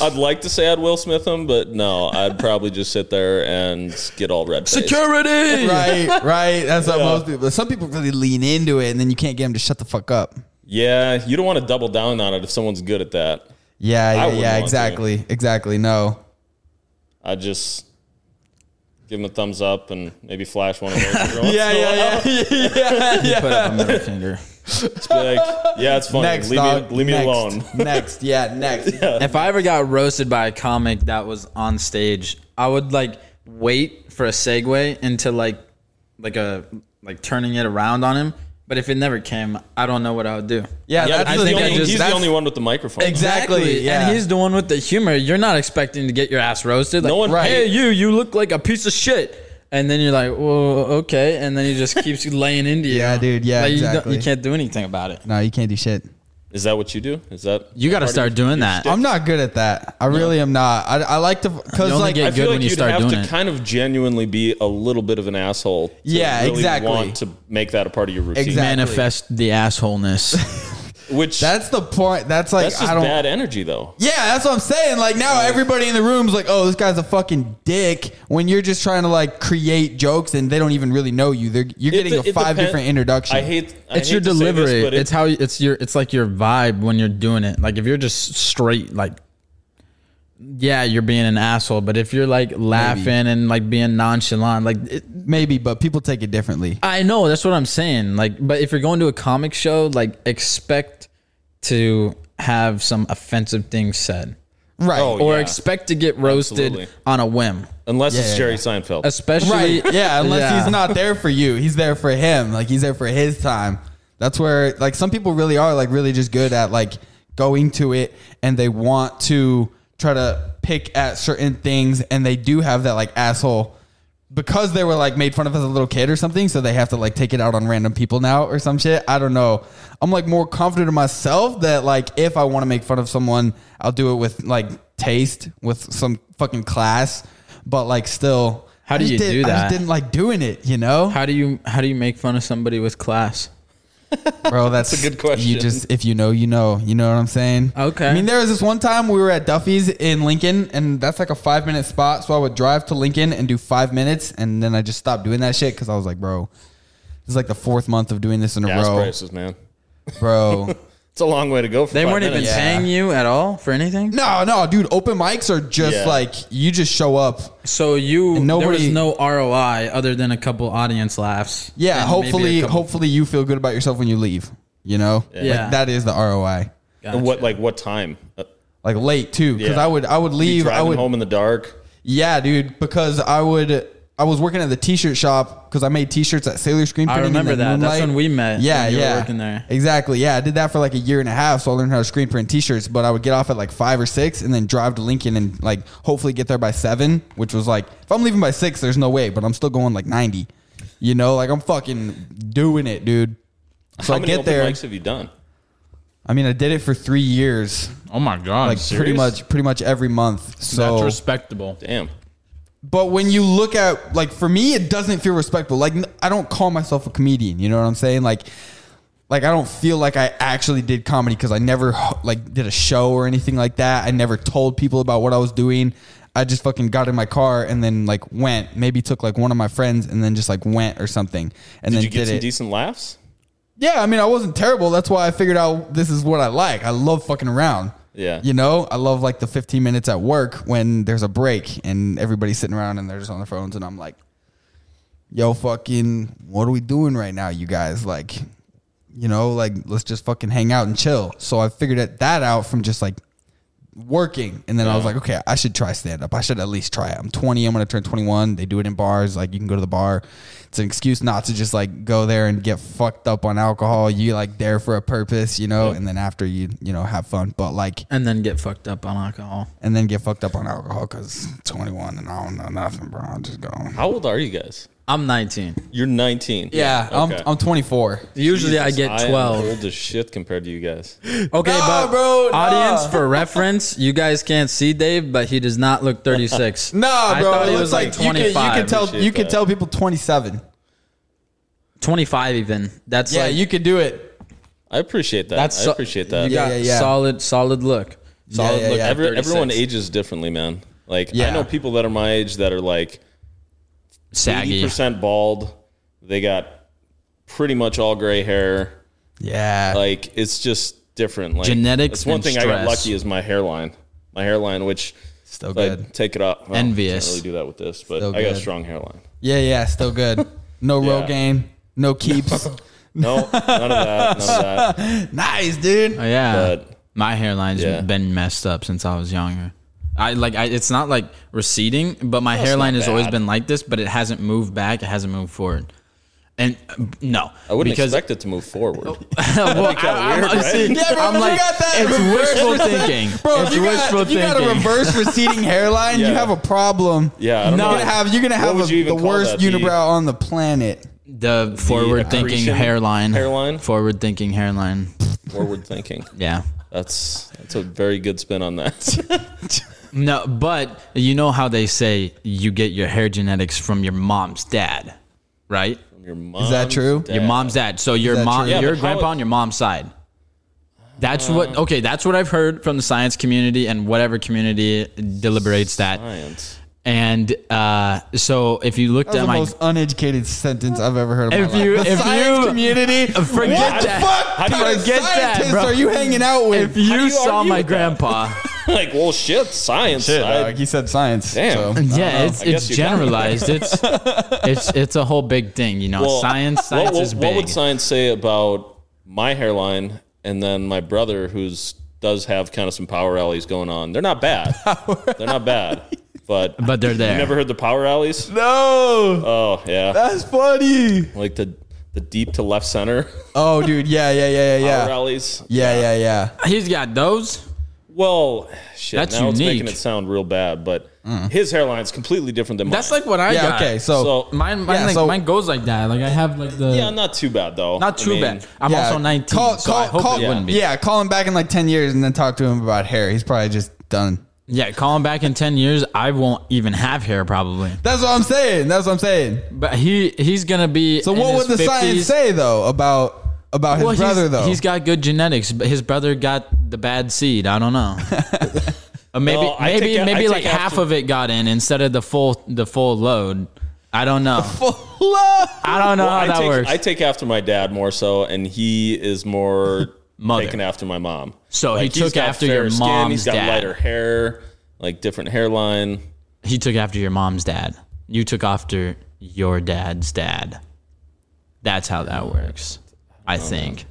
[SPEAKER 3] I'd like to say I'd Will Smith him, but no, I'd probably just sit there and get all red faced.
[SPEAKER 4] Security.
[SPEAKER 1] right, right. That's what most people. Some people really lean into it, and then you can't get them to shut the fuck up.
[SPEAKER 3] Yeah, you don't want to double down on it if someone's good at that.
[SPEAKER 1] Yeah, yeah,
[SPEAKER 3] wouldn't
[SPEAKER 1] yeah.
[SPEAKER 3] want to.
[SPEAKER 1] Exactly, exactly. No,
[SPEAKER 3] I just give him a thumbs up and maybe flash one of those. every once in a while.
[SPEAKER 1] yeah, yeah, yeah.
[SPEAKER 4] Put up a middle finger.
[SPEAKER 3] Just be like, yeah, it's funny.
[SPEAKER 1] Next,
[SPEAKER 3] leave
[SPEAKER 1] dog.
[SPEAKER 3] me, leave me
[SPEAKER 1] Next.
[SPEAKER 3] alone.
[SPEAKER 1] Next, yeah, next.
[SPEAKER 4] If I ever got roasted by a comic that was on stage, I would like wait for a segue into like like a like turning it around on him. But if it never came, I don't know what I would do.
[SPEAKER 1] Yeah,
[SPEAKER 3] Yeah,
[SPEAKER 1] that's
[SPEAKER 3] he's,
[SPEAKER 1] the
[SPEAKER 3] the
[SPEAKER 1] thing.
[SPEAKER 3] only,
[SPEAKER 4] I just-
[SPEAKER 3] he's the
[SPEAKER 1] that's-
[SPEAKER 3] only one with the microphone.
[SPEAKER 1] Exactly, yeah.
[SPEAKER 4] And he's the one with the humor. You're not expecting to get your ass roasted. Like,
[SPEAKER 3] No one- Right.
[SPEAKER 4] Hey, you, you look like a piece of shit. And then you're like, well, okay. And then he just keeps laying into you.
[SPEAKER 1] Yeah, dude, yeah,
[SPEAKER 4] Like, you don't-
[SPEAKER 1] exactly.
[SPEAKER 4] You, can't do anything about it.
[SPEAKER 1] No, you can't do shit.
[SPEAKER 3] Is that what you do? Is that
[SPEAKER 4] You got to start doing that.
[SPEAKER 1] I'm not good at that. I really am not. I, I like to because
[SPEAKER 4] You only
[SPEAKER 1] like
[SPEAKER 4] get
[SPEAKER 3] I feel
[SPEAKER 4] good
[SPEAKER 3] like
[SPEAKER 4] when you
[SPEAKER 3] you'd
[SPEAKER 4] start
[SPEAKER 3] have
[SPEAKER 4] doing
[SPEAKER 3] to
[SPEAKER 4] it.
[SPEAKER 3] kind of genuinely be a little bit of an asshole. to
[SPEAKER 1] Yeah,
[SPEAKER 3] really
[SPEAKER 1] exactly.
[SPEAKER 3] Want to make that a part of your routine,
[SPEAKER 1] Exact-
[SPEAKER 4] Manifest the assholeness.
[SPEAKER 3] which
[SPEAKER 1] that's the point. That's like
[SPEAKER 3] that's just
[SPEAKER 1] I don't.
[SPEAKER 3] bad energy, though.
[SPEAKER 1] Yeah, that's what I'm saying. Like now, everybody in the room's like, "Oh, this guy's a fucking dick." When you're just trying to like create jokes and they don't even really know you, they're you're
[SPEAKER 3] It-
[SPEAKER 1] getting
[SPEAKER 3] it
[SPEAKER 1] a five
[SPEAKER 3] depen-
[SPEAKER 1] different introduction.
[SPEAKER 3] I hate. I
[SPEAKER 4] it's
[SPEAKER 3] hate
[SPEAKER 4] your
[SPEAKER 3] to say this,
[SPEAKER 4] delivery.
[SPEAKER 3] but it-
[SPEAKER 4] it's how it's your it's like your vibe when you're doing it. Like if you're just straight like yeah, you're being an asshole, but if you're like laughing and like being nonchalant, like it,
[SPEAKER 1] maybe, but people take it differently.
[SPEAKER 4] I know that's what I'm saying. Like, but if you're going to a comic show, like expect to have some offensive things said,
[SPEAKER 1] Right.
[SPEAKER 3] Oh,
[SPEAKER 4] or
[SPEAKER 3] yeah.
[SPEAKER 4] expect to get roasted
[SPEAKER 3] Absolutely.
[SPEAKER 4] on a whim,
[SPEAKER 3] unless
[SPEAKER 1] Yeah,
[SPEAKER 3] it's
[SPEAKER 1] yeah,
[SPEAKER 3] Jerry
[SPEAKER 1] yeah.
[SPEAKER 3] Seinfeld.
[SPEAKER 4] especially
[SPEAKER 1] Right. Yeah. Unless
[SPEAKER 4] Yeah.
[SPEAKER 1] he's not there for you, he's there for him. Like he's there for his time. That's where like some people really are like really just good at like going to it and they want to try to pick at certain things and they do have that like asshole because they were like made fun of as a little kid or something, so they have to like take it out on random people now or some shit. I don't know. I'm like more confident in myself that like if I want to make fun of someone, I'll do it with like taste, with some fucking class, but like still.
[SPEAKER 4] How
[SPEAKER 1] I
[SPEAKER 4] do
[SPEAKER 1] just
[SPEAKER 4] you
[SPEAKER 1] did-
[SPEAKER 4] do
[SPEAKER 1] I just
[SPEAKER 4] that?
[SPEAKER 1] didn't like doing it, you know,
[SPEAKER 4] How do you how do you make fun of somebody with class?
[SPEAKER 1] bro. That's,
[SPEAKER 3] a good question.
[SPEAKER 1] You just if you know, you know. You know what I'm saying?
[SPEAKER 4] Okay.
[SPEAKER 1] I mean, there was this one time we were at Duffy's in Lincoln, and that's like a five minute spot. So I would drive to Lincoln and do five minutes, and then I just stopped doing that shit because I was like, bro, this is like the fourth month of doing this in a
[SPEAKER 3] gas
[SPEAKER 1] row,
[SPEAKER 3] prices, man.
[SPEAKER 1] bro.
[SPEAKER 3] It's a long way to go. For
[SPEAKER 4] They
[SPEAKER 3] were
[SPEAKER 4] weren't even
[SPEAKER 1] minutes. Yeah.
[SPEAKER 4] paying you at all for anything.
[SPEAKER 1] no, no, dude. Open mics are just
[SPEAKER 3] Yeah.
[SPEAKER 1] like you just show up.
[SPEAKER 4] So you
[SPEAKER 1] And
[SPEAKER 4] nobody, there
[SPEAKER 1] nobody-
[SPEAKER 4] was no ROI other than a couple audience laughs.
[SPEAKER 1] Yeah,
[SPEAKER 4] and maybe a
[SPEAKER 1] hopefully,
[SPEAKER 4] couple-
[SPEAKER 1] hopefully you feel good about yourself when you leave. You know,
[SPEAKER 4] Yeah.
[SPEAKER 1] like, that is the ROI.
[SPEAKER 3] And what like what time? Uh,
[SPEAKER 1] Like late too, because
[SPEAKER 3] Yeah.
[SPEAKER 1] I would I would
[SPEAKER 3] be
[SPEAKER 1] leave. I
[SPEAKER 3] driving
[SPEAKER 1] would
[SPEAKER 3] home in the dark.
[SPEAKER 1] Yeah, dude, because I would I was working at the t-shirt shop because I made t-shirts at Sailor Screen
[SPEAKER 4] I
[SPEAKER 1] Printing. in
[SPEAKER 4] remember
[SPEAKER 1] the
[SPEAKER 4] that. That's
[SPEAKER 1] moonlight.
[SPEAKER 4] when we met,
[SPEAKER 1] Yeah,
[SPEAKER 4] when you were
[SPEAKER 1] yeah,
[SPEAKER 4] working there.
[SPEAKER 1] Exactly. Yeah, I did that for like a year and a half, so I learned how to screen print t-shirts. But I would get off at like five or six, and then drive to Lincoln and like hopefully get there by seven, which was like if I'm leaving by six, there's no way, but I'm still going like ninety. You know, like I'm fucking doing it, dude. So
[SPEAKER 3] How
[SPEAKER 1] I
[SPEAKER 3] many
[SPEAKER 1] get
[SPEAKER 3] open
[SPEAKER 1] there.
[SPEAKER 3] mics have you done?
[SPEAKER 1] I mean, I did it for three years,
[SPEAKER 6] Oh my god!
[SPEAKER 1] like pretty
[SPEAKER 3] serious?
[SPEAKER 1] much, pretty much every month. So
[SPEAKER 6] that's respectable.
[SPEAKER 3] Damn.
[SPEAKER 1] but when you look at like for me it doesn't feel respectful like n- i don't call myself a comedian you know what i'm saying like like i don't feel like i actually did comedy because i never h- like did a show or anything like that i never told people about what i was doing i just fucking got in my car and then like went maybe took like one of my friends and then just like went or something and then
[SPEAKER 3] Did you get
[SPEAKER 1] did
[SPEAKER 3] some
[SPEAKER 1] it
[SPEAKER 3] decent laughs?
[SPEAKER 1] yeah i mean i wasn't terrible that's why i figured out this is what i like i love fucking around
[SPEAKER 3] Yeah.
[SPEAKER 1] you know i love like the 15 minutes at work when there's a break and everybody's sitting around and they're just on their phones and i'm like yo fucking what are we doing right now you guys like you know, like let's just fucking hang out and chill. So I figured that that out from just like working, and then I was like, okay, I should try stand up. I should at least try it. I'm 20. I'm gonna turn 21. They do it in bars. Like you can go to the bar. It's an excuse not to just like go there and get fucked up on alcohol. You like there for a purpose, you know, and then after you you know have fun, but like
[SPEAKER 4] and then get fucked up on alcohol.
[SPEAKER 1] and then get fucked up on alcohol because 21 and I don't know nothing, bro. I'm just going.
[SPEAKER 3] How old are you guys?
[SPEAKER 4] I'm 19.
[SPEAKER 3] You're 19.
[SPEAKER 1] Yeah,
[SPEAKER 3] Okay.
[SPEAKER 1] I'm I'm 24.
[SPEAKER 4] Usually I
[SPEAKER 3] Jesus,
[SPEAKER 4] get
[SPEAKER 3] am
[SPEAKER 4] 12.
[SPEAKER 3] old as shit compared to you guys.
[SPEAKER 4] Okay,
[SPEAKER 1] Nah,
[SPEAKER 4] but
[SPEAKER 1] bro, nah.
[SPEAKER 4] audience for reference, you guys can't see Dave, but he does not look 36.
[SPEAKER 1] No,
[SPEAKER 4] I
[SPEAKER 1] bro.
[SPEAKER 4] thought
[SPEAKER 1] it
[SPEAKER 4] he
[SPEAKER 1] looks
[SPEAKER 4] was like
[SPEAKER 1] you can-
[SPEAKER 4] 25.
[SPEAKER 1] You can tell
[SPEAKER 3] Appreciate
[SPEAKER 1] you can
[SPEAKER 3] that.
[SPEAKER 1] tell people 27.
[SPEAKER 4] 25 even. That's
[SPEAKER 1] Yeah,
[SPEAKER 4] like
[SPEAKER 1] you can do it.
[SPEAKER 3] I appreciate that.
[SPEAKER 4] That's
[SPEAKER 3] I
[SPEAKER 4] so-
[SPEAKER 3] appreciate that.
[SPEAKER 4] You
[SPEAKER 1] Yeah,
[SPEAKER 4] got
[SPEAKER 1] yeah, yeah.
[SPEAKER 4] solid, solid look. Solid
[SPEAKER 1] yeah,
[SPEAKER 4] look.
[SPEAKER 1] yeah.
[SPEAKER 4] at
[SPEAKER 3] Every,
[SPEAKER 4] 36.
[SPEAKER 3] everyone ages differently, man. Like I
[SPEAKER 1] Yeah.
[SPEAKER 3] know people that are my age that are like eighty
[SPEAKER 4] saggy.
[SPEAKER 3] percent bald. They got pretty much all gray hair.
[SPEAKER 1] Yeah.
[SPEAKER 3] Like it's just different. Like
[SPEAKER 4] Genetics
[SPEAKER 3] That's one
[SPEAKER 4] and
[SPEAKER 3] thing I got
[SPEAKER 4] stress.
[SPEAKER 3] lucky is my hairline. My hairline, which
[SPEAKER 1] Still
[SPEAKER 3] if I
[SPEAKER 1] good.
[SPEAKER 3] take it off. well,
[SPEAKER 4] Envious.
[SPEAKER 3] Can't really do that with this, but
[SPEAKER 1] Still
[SPEAKER 3] I got a
[SPEAKER 1] good.
[SPEAKER 3] strong hairline.
[SPEAKER 1] yeah, yeah, still good. No
[SPEAKER 3] Yeah.
[SPEAKER 1] Rogaine, no keeps.
[SPEAKER 3] No, none of that. None of that.
[SPEAKER 1] nice, dude.
[SPEAKER 4] Oh, yeah.
[SPEAKER 3] But-
[SPEAKER 4] My hairline's
[SPEAKER 3] Yeah.
[SPEAKER 4] been messed up since I was younger. I like I, it's not like receding, but my hairline has always
[SPEAKER 3] bad.
[SPEAKER 4] been like this, but it hasn't moved back, it hasn't moved forward. And uh, no,
[SPEAKER 3] I wouldn't
[SPEAKER 4] because
[SPEAKER 3] expect it to move forward.
[SPEAKER 4] Well, I- I'm-
[SPEAKER 3] weird, right?
[SPEAKER 4] see,
[SPEAKER 1] Yeah, bro, but
[SPEAKER 4] I'm
[SPEAKER 1] you
[SPEAKER 4] like,
[SPEAKER 1] got that
[SPEAKER 4] it's
[SPEAKER 1] reverse-
[SPEAKER 4] wishful thinking.
[SPEAKER 1] Bro,
[SPEAKER 4] it's
[SPEAKER 1] if you,
[SPEAKER 4] wishful
[SPEAKER 1] got, if you got
[SPEAKER 4] thinking.
[SPEAKER 1] a reverse receding hairline,
[SPEAKER 3] Yeah.
[SPEAKER 1] you have a problem.
[SPEAKER 3] Yeah, I don't
[SPEAKER 1] you're
[SPEAKER 3] know.
[SPEAKER 1] gonna have you're gonna
[SPEAKER 3] What
[SPEAKER 1] have
[SPEAKER 3] would
[SPEAKER 1] a-
[SPEAKER 3] you even
[SPEAKER 1] the
[SPEAKER 3] call
[SPEAKER 1] worst
[SPEAKER 3] that? The-
[SPEAKER 1] unibrow on the planet.
[SPEAKER 4] the forward thinking
[SPEAKER 3] accretion
[SPEAKER 4] hairline.
[SPEAKER 3] hairline?
[SPEAKER 4] Forward thinking hairline.
[SPEAKER 3] Forward thinking.
[SPEAKER 4] Yeah.
[SPEAKER 3] That's that's a very good spin on that.
[SPEAKER 4] No, but you know how they say you get your hair genetics from your mom's dad, right?
[SPEAKER 3] Your mom.
[SPEAKER 1] true?
[SPEAKER 4] Your mom's dad. So your
[SPEAKER 1] that
[SPEAKER 4] mom,
[SPEAKER 1] true?
[SPEAKER 3] Yeah,
[SPEAKER 4] your
[SPEAKER 3] but how Uh,
[SPEAKER 4] grandpa
[SPEAKER 3] it-
[SPEAKER 4] on your mom's side. That's what okay. That's what I've heard from the science community and whatever community deliberates that.
[SPEAKER 3] Science.
[SPEAKER 4] And uh, so if you looked
[SPEAKER 1] That's
[SPEAKER 4] at
[SPEAKER 1] the
[SPEAKER 4] my
[SPEAKER 1] most uneducated sentence I've ever heard. In
[SPEAKER 4] If
[SPEAKER 1] my
[SPEAKER 4] you-
[SPEAKER 1] life. The
[SPEAKER 4] if
[SPEAKER 1] science
[SPEAKER 4] you-
[SPEAKER 1] community,
[SPEAKER 4] forget
[SPEAKER 1] what
[SPEAKER 4] that.
[SPEAKER 3] How
[SPEAKER 1] the fuck
[SPEAKER 3] do you-
[SPEAKER 1] kind of
[SPEAKER 4] forget that,
[SPEAKER 1] scientists
[SPEAKER 4] bro.
[SPEAKER 1] are you hanging out
[SPEAKER 4] if
[SPEAKER 1] with?
[SPEAKER 4] you,
[SPEAKER 3] you
[SPEAKER 4] saw
[SPEAKER 3] argue
[SPEAKER 4] my
[SPEAKER 3] with that?
[SPEAKER 4] grandpa.
[SPEAKER 3] like, well, shit, science. I-
[SPEAKER 1] Dog, he said science.
[SPEAKER 3] Damn.
[SPEAKER 1] so-
[SPEAKER 4] Yeah, it's
[SPEAKER 3] I guess
[SPEAKER 4] it's
[SPEAKER 3] you got me.
[SPEAKER 4] generalized. It's it's it's a whole big thing, you know.
[SPEAKER 3] well,
[SPEAKER 4] science
[SPEAKER 3] what-
[SPEAKER 4] science
[SPEAKER 3] what,
[SPEAKER 4] is
[SPEAKER 3] what
[SPEAKER 4] big.
[SPEAKER 3] would science say about my hairline and then my brother, who's does have kind of some power alleys going on? They're not bad. They're not bad, but
[SPEAKER 4] but they're there.
[SPEAKER 3] you never heard the power alleys?
[SPEAKER 1] No,
[SPEAKER 3] Oh yeah,
[SPEAKER 1] that's funny.
[SPEAKER 3] like the the deep to left center
[SPEAKER 1] Oh, dude, yeah, yeah, yeah, yeah,
[SPEAKER 3] power
[SPEAKER 1] yeah,
[SPEAKER 3] alleys.
[SPEAKER 1] yeah, yeah, yeah.
[SPEAKER 4] He's got those.
[SPEAKER 3] Well, shit.
[SPEAKER 4] That's
[SPEAKER 3] now it's making
[SPEAKER 4] unique.
[SPEAKER 3] it sound real bad, but
[SPEAKER 4] Mm.
[SPEAKER 3] his hairline's completely different than mine.
[SPEAKER 4] That's like what I
[SPEAKER 1] Yeah,
[SPEAKER 4] got.
[SPEAKER 1] okay, so,
[SPEAKER 3] So-
[SPEAKER 4] mine mine
[SPEAKER 1] Yeah,
[SPEAKER 4] like
[SPEAKER 1] so-
[SPEAKER 4] mine goes like that. Like I have like the
[SPEAKER 3] yeah, not too bad though.
[SPEAKER 4] not
[SPEAKER 3] I
[SPEAKER 4] too
[SPEAKER 3] mean,
[SPEAKER 4] bad. I'm
[SPEAKER 1] yeah.
[SPEAKER 4] also 19,
[SPEAKER 1] Call,
[SPEAKER 4] so I
[SPEAKER 1] call,
[SPEAKER 4] hope
[SPEAKER 1] call,
[SPEAKER 4] it wouldn't be.
[SPEAKER 1] Yeah, call him back in like ten years and then talk to him about hair. He's probably just done.
[SPEAKER 4] yeah. Call him back in ten years. I won't even have hair probably.
[SPEAKER 1] That's what I'm saying. That's what I'm saying.
[SPEAKER 4] But he he's gonna be.
[SPEAKER 1] So,
[SPEAKER 4] in
[SPEAKER 1] what
[SPEAKER 4] his
[SPEAKER 1] would the
[SPEAKER 4] 50s.
[SPEAKER 1] science say though about about his
[SPEAKER 4] Well,
[SPEAKER 1] brother
[SPEAKER 4] he's,
[SPEAKER 1] though?
[SPEAKER 4] he's got good genetics, but his brother got the bad seed. I don't know. Or maybe
[SPEAKER 3] No, I
[SPEAKER 4] maybe
[SPEAKER 3] take a- I
[SPEAKER 4] maybe
[SPEAKER 3] take
[SPEAKER 4] like half
[SPEAKER 3] after-
[SPEAKER 4] of it got in instead of the full the full load. I don't know. I don't know
[SPEAKER 3] Well,
[SPEAKER 4] how
[SPEAKER 3] I
[SPEAKER 4] Ah, that
[SPEAKER 3] take,
[SPEAKER 4] works.
[SPEAKER 3] I take after my dad more so, and he is more
[SPEAKER 4] Mother.
[SPEAKER 3] taken after my mom.
[SPEAKER 4] So he
[SPEAKER 3] he's
[SPEAKER 4] took
[SPEAKER 3] got
[SPEAKER 4] after your
[SPEAKER 3] fairer
[SPEAKER 4] mom's
[SPEAKER 3] He's got
[SPEAKER 4] dad.
[SPEAKER 3] lighter hair, like different hairline.
[SPEAKER 4] he took after your mom's dad. You took after your dad's dad. That's how that works.
[SPEAKER 1] Oh,
[SPEAKER 4] I think.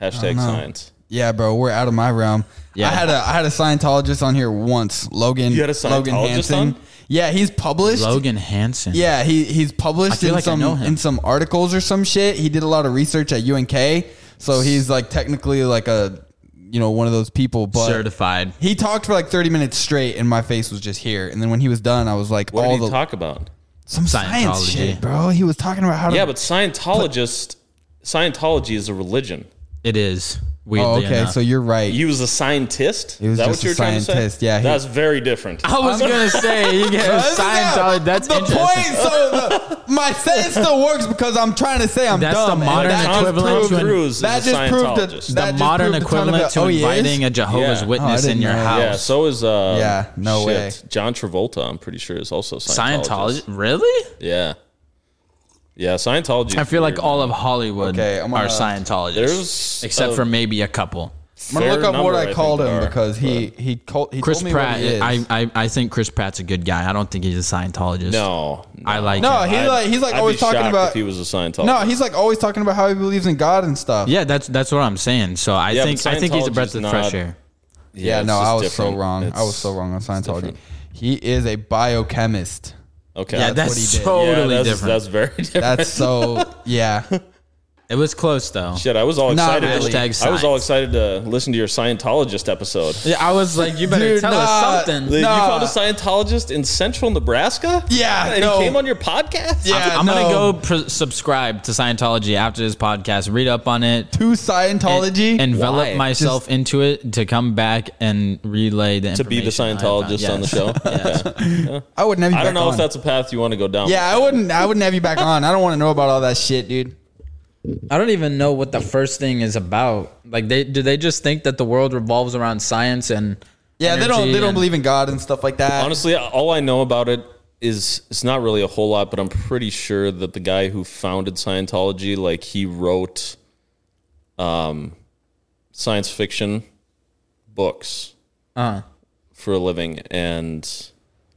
[SPEAKER 3] Hashtag science.
[SPEAKER 1] Yeah, bro, we're out of my realm.
[SPEAKER 4] Yeah.
[SPEAKER 1] I had a I had a Scientologist on here once, Logan.
[SPEAKER 3] You had a
[SPEAKER 1] Logan
[SPEAKER 3] Scientologist
[SPEAKER 1] Hansen.
[SPEAKER 3] on?
[SPEAKER 1] Yeah, he's published.
[SPEAKER 4] Logan Hansen.
[SPEAKER 1] Yeah, he he's published
[SPEAKER 4] feel
[SPEAKER 1] in
[SPEAKER 4] like I
[SPEAKER 1] some
[SPEAKER 4] know him.
[SPEAKER 1] in some articles or some shit. He did a lot of research at UNK, so he's like technically like a you know one of those people. But
[SPEAKER 4] Certified.
[SPEAKER 1] he talked for like thirty minutes straight, and my face was just here. And then when he was done, I was like,
[SPEAKER 3] What
[SPEAKER 1] all
[SPEAKER 3] did he
[SPEAKER 1] the
[SPEAKER 3] talk about?
[SPEAKER 1] some science
[SPEAKER 4] Scientology.
[SPEAKER 1] shit, bro. He was talking about how to
[SPEAKER 3] Yeah, but Scientologist, Scientology is a religion.
[SPEAKER 4] It is. Weirdly
[SPEAKER 1] Oh, okay,
[SPEAKER 4] enough.
[SPEAKER 1] so you're right.
[SPEAKER 3] He was a scientist.
[SPEAKER 1] was
[SPEAKER 3] is that
[SPEAKER 1] just
[SPEAKER 3] what you
[SPEAKER 1] a
[SPEAKER 3] were trying to
[SPEAKER 1] scientist,
[SPEAKER 3] say?
[SPEAKER 1] yeah, he-
[SPEAKER 3] that's very different.
[SPEAKER 4] I was gonna say you get a
[SPEAKER 1] This is
[SPEAKER 4] Scientology.
[SPEAKER 1] it.
[SPEAKER 4] That's
[SPEAKER 1] the
[SPEAKER 4] interesting.
[SPEAKER 1] point. So the, my sentence still works because I'm trying to say I'm
[SPEAKER 4] That's the
[SPEAKER 1] dumb. and
[SPEAKER 4] modern
[SPEAKER 1] that just
[SPEAKER 4] equivalent
[SPEAKER 1] proved-
[SPEAKER 4] to an-
[SPEAKER 3] Cruise is
[SPEAKER 1] that
[SPEAKER 3] a
[SPEAKER 1] just proved that,
[SPEAKER 3] Scientologist.
[SPEAKER 1] that
[SPEAKER 4] the
[SPEAKER 1] just
[SPEAKER 4] modern
[SPEAKER 1] proved a ton of
[SPEAKER 4] equivalent
[SPEAKER 1] it.
[SPEAKER 4] to
[SPEAKER 1] oh, he is?
[SPEAKER 4] inviting a Jehovah's
[SPEAKER 3] Yeah.
[SPEAKER 4] Witness
[SPEAKER 1] Oh, I
[SPEAKER 4] in your
[SPEAKER 1] didn't know.
[SPEAKER 3] yeah,
[SPEAKER 4] house.
[SPEAKER 3] so is uh
[SPEAKER 1] Yeah, no way.
[SPEAKER 3] John Travolta, I'm pretty sure is also a
[SPEAKER 4] Scientology?
[SPEAKER 3] Scientologist.
[SPEAKER 4] Really?
[SPEAKER 3] Yeah. Yeah, Scientology.
[SPEAKER 4] I feel like
[SPEAKER 3] weird.
[SPEAKER 4] all of Hollywood
[SPEAKER 1] Okay, I'm
[SPEAKER 4] are
[SPEAKER 1] gonna-
[SPEAKER 4] Scientologists,
[SPEAKER 3] There's
[SPEAKER 4] except
[SPEAKER 3] a-
[SPEAKER 4] for maybe a couple.
[SPEAKER 1] I'm gonna
[SPEAKER 3] Fair
[SPEAKER 1] look up what
[SPEAKER 3] number,
[SPEAKER 1] I
[SPEAKER 3] think,
[SPEAKER 1] called him
[SPEAKER 3] Gar.
[SPEAKER 1] because he he called, he
[SPEAKER 4] Chris
[SPEAKER 1] told me
[SPEAKER 4] Pratt.
[SPEAKER 1] What he is.
[SPEAKER 4] I, I I think Chris Pratt's a good guy. I don't think he's a Scientologist.
[SPEAKER 3] No,
[SPEAKER 4] I like.
[SPEAKER 1] no,
[SPEAKER 4] him.
[SPEAKER 1] he's
[SPEAKER 3] I'd-
[SPEAKER 1] like he's like
[SPEAKER 3] I'd
[SPEAKER 1] always
[SPEAKER 3] be
[SPEAKER 1] talking
[SPEAKER 3] shocked
[SPEAKER 1] about.
[SPEAKER 3] if he was a Scientologist.
[SPEAKER 1] no, he's like always talking about how he believes in God and stuff.
[SPEAKER 4] Yeah, that's that's what I'm saying. So I
[SPEAKER 3] Yeah, but
[SPEAKER 4] think I think he's a breath
[SPEAKER 3] Scientologist
[SPEAKER 4] of
[SPEAKER 3] not-
[SPEAKER 4] fresh air.
[SPEAKER 1] Yeah,
[SPEAKER 3] it's
[SPEAKER 1] no,
[SPEAKER 3] just
[SPEAKER 1] I was so
[SPEAKER 3] different.
[SPEAKER 1] wrong. I
[SPEAKER 3] It's-
[SPEAKER 1] was so wrong on Scientology.
[SPEAKER 3] different.
[SPEAKER 1] He is a biochemist.
[SPEAKER 3] Okay,
[SPEAKER 4] Yeah,
[SPEAKER 1] that's
[SPEAKER 4] that's,
[SPEAKER 1] what he did.
[SPEAKER 4] totally
[SPEAKER 3] yeah, that's,
[SPEAKER 4] different.
[SPEAKER 3] That's very different.
[SPEAKER 1] That's so yeah.
[SPEAKER 4] it was close though.
[SPEAKER 3] Shit, I was all
[SPEAKER 1] Nah,
[SPEAKER 3] excited.
[SPEAKER 1] really.
[SPEAKER 4] Hashtag
[SPEAKER 3] I was all
[SPEAKER 4] science.
[SPEAKER 3] excited to listen to your Scientologist episode.
[SPEAKER 7] Yeah, I was like, you better
[SPEAKER 1] Dude,
[SPEAKER 7] tell
[SPEAKER 1] nah.
[SPEAKER 7] us something.
[SPEAKER 3] You
[SPEAKER 1] Nah.
[SPEAKER 3] found a Scientologist in Central Nebraska?
[SPEAKER 1] Yeah,
[SPEAKER 3] and
[SPEAKER 1] no.
[SPEAKER 3] he came on your podcast.
[SPEAKER 1] Yeah.
[SPEAKER 4] I'm
[SPEAKER 1] no.
[SPEAKER 4] gonna go pr- subscribe to Scientology after this podcast. Read up on it.
[SPEAKER 1] To Scientology.
[SPEAKER 4] and envelop
[SPEAKER 3] Why?
[SPEAKER 4] myself into it to come back and relay the
[SPEAKER 3] to be the
[SPEAKER 4] information I found.
[SPEAKER 3] Scientologist on the
[SPEAKER 4] Yes.
[SPEAKER 3] show.
[SPEAKER 1] I would never.
[SPEAKER 3] I don't know
[SPEAKER 1] on.
[SPEAKER 3] if that's a path you want to go down.
[SPEAKER 1] Yeah, I wouldn't. I wouldn't have you back on. I don't want to know about all that shit, dude.
[SPEAKER 7] I don't even know what the first thing is about. Like, they do they just think that the world revolves around science and
[SPEAKER 1] Yeah, they don't.
[SPEAKER 7] energy
[SPEAKER 1] They don't
[SPEAKER 7] and-
[SPEAKER 1] believe in God and stuff like that.
[SPEAKER 3] Honestly, all I know about it is it's not really a whole lot, but I'm pretty sure that the guy who founded Scientology, like he wrote um, science fiction books for a living, and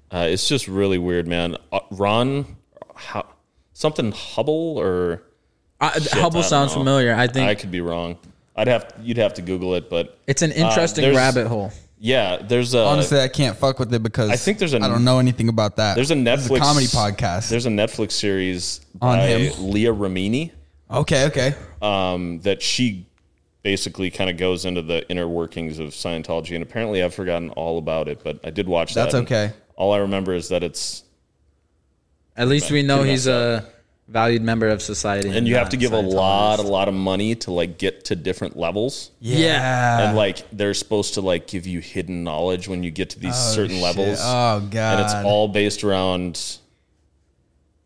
[SPEAKER 3] uh, it's just really weird, man. Uh, Ron, how, something Hubble or
[SPEAKER 7] I,
[SPEAKER 3] shit, I
[SPEAKER 7] Hubble
[SPEAKER 3] don't
[SPEAKER 7] sounds
[SPEAKER 3] know.
[SPEAKER 7] familiar. I think
[SPEAKER 3] I could be wrong. I'd have you'd have to Google it, but
[SPEAKER 7] it's an interesting
[SPEAKER 3] there's-
[SPEAKER 7] rabbit hole.
[SPEAKER 3] yeah, there's a
[SPEAKER 1] Honestly, I can't fuck with it because I
[SPEAKER 3] uh, think there's a-
[SPEAKER 1] I don't know anything about that.
[SPEAKER 3] there's a
[SPEAKER 1] It's
[SPEAKER 3] Netflix
[SPEAKER 1] a comedy podcast.
[SPEAKER 3] There's a Netflix series
[SPEAKER 1] On
[SPEAKER 3] by
[SPEAKER 1] him.
[SPEAKER 3] Leah Ramini
[SPEAKER 1] okay, okay.
[SPEAKER 3] um, that she basically kind of goes into the inner workings of Scientology, and apparently I've forgotten all about it, but I did watch that.
[SPEAKER 1] That's
[SPEAKER 3] and
[SPEAKER 1] okay.
[SPEAKER 3] All I remember is that it's
[SPEAKER 7] At least we know
[SPEAKER 3] pretty
[SPEAKER 7] he's a valued member of society.
[SPEAKER 3] and you have
[SPEAKER 7] not
[SPEAKER 3] to give a
[SPEAKER 7] Scientologist.
[SPEAKER 3] lot, a lot of money to like get to different levels.
[SPEAKER 1] Yeah. Ah.
[SPEAKER 3] and like they're supposed to like give you hidden knowledge when you get to these certain
[SPEAKER 1] Oh, shit.
[SPEAKER 3] levels.
[SPEAKER 1] Oh,
[SPEAKER 3] And it's
[SPEAKER 1] God.
[SPEAKER 3] all based around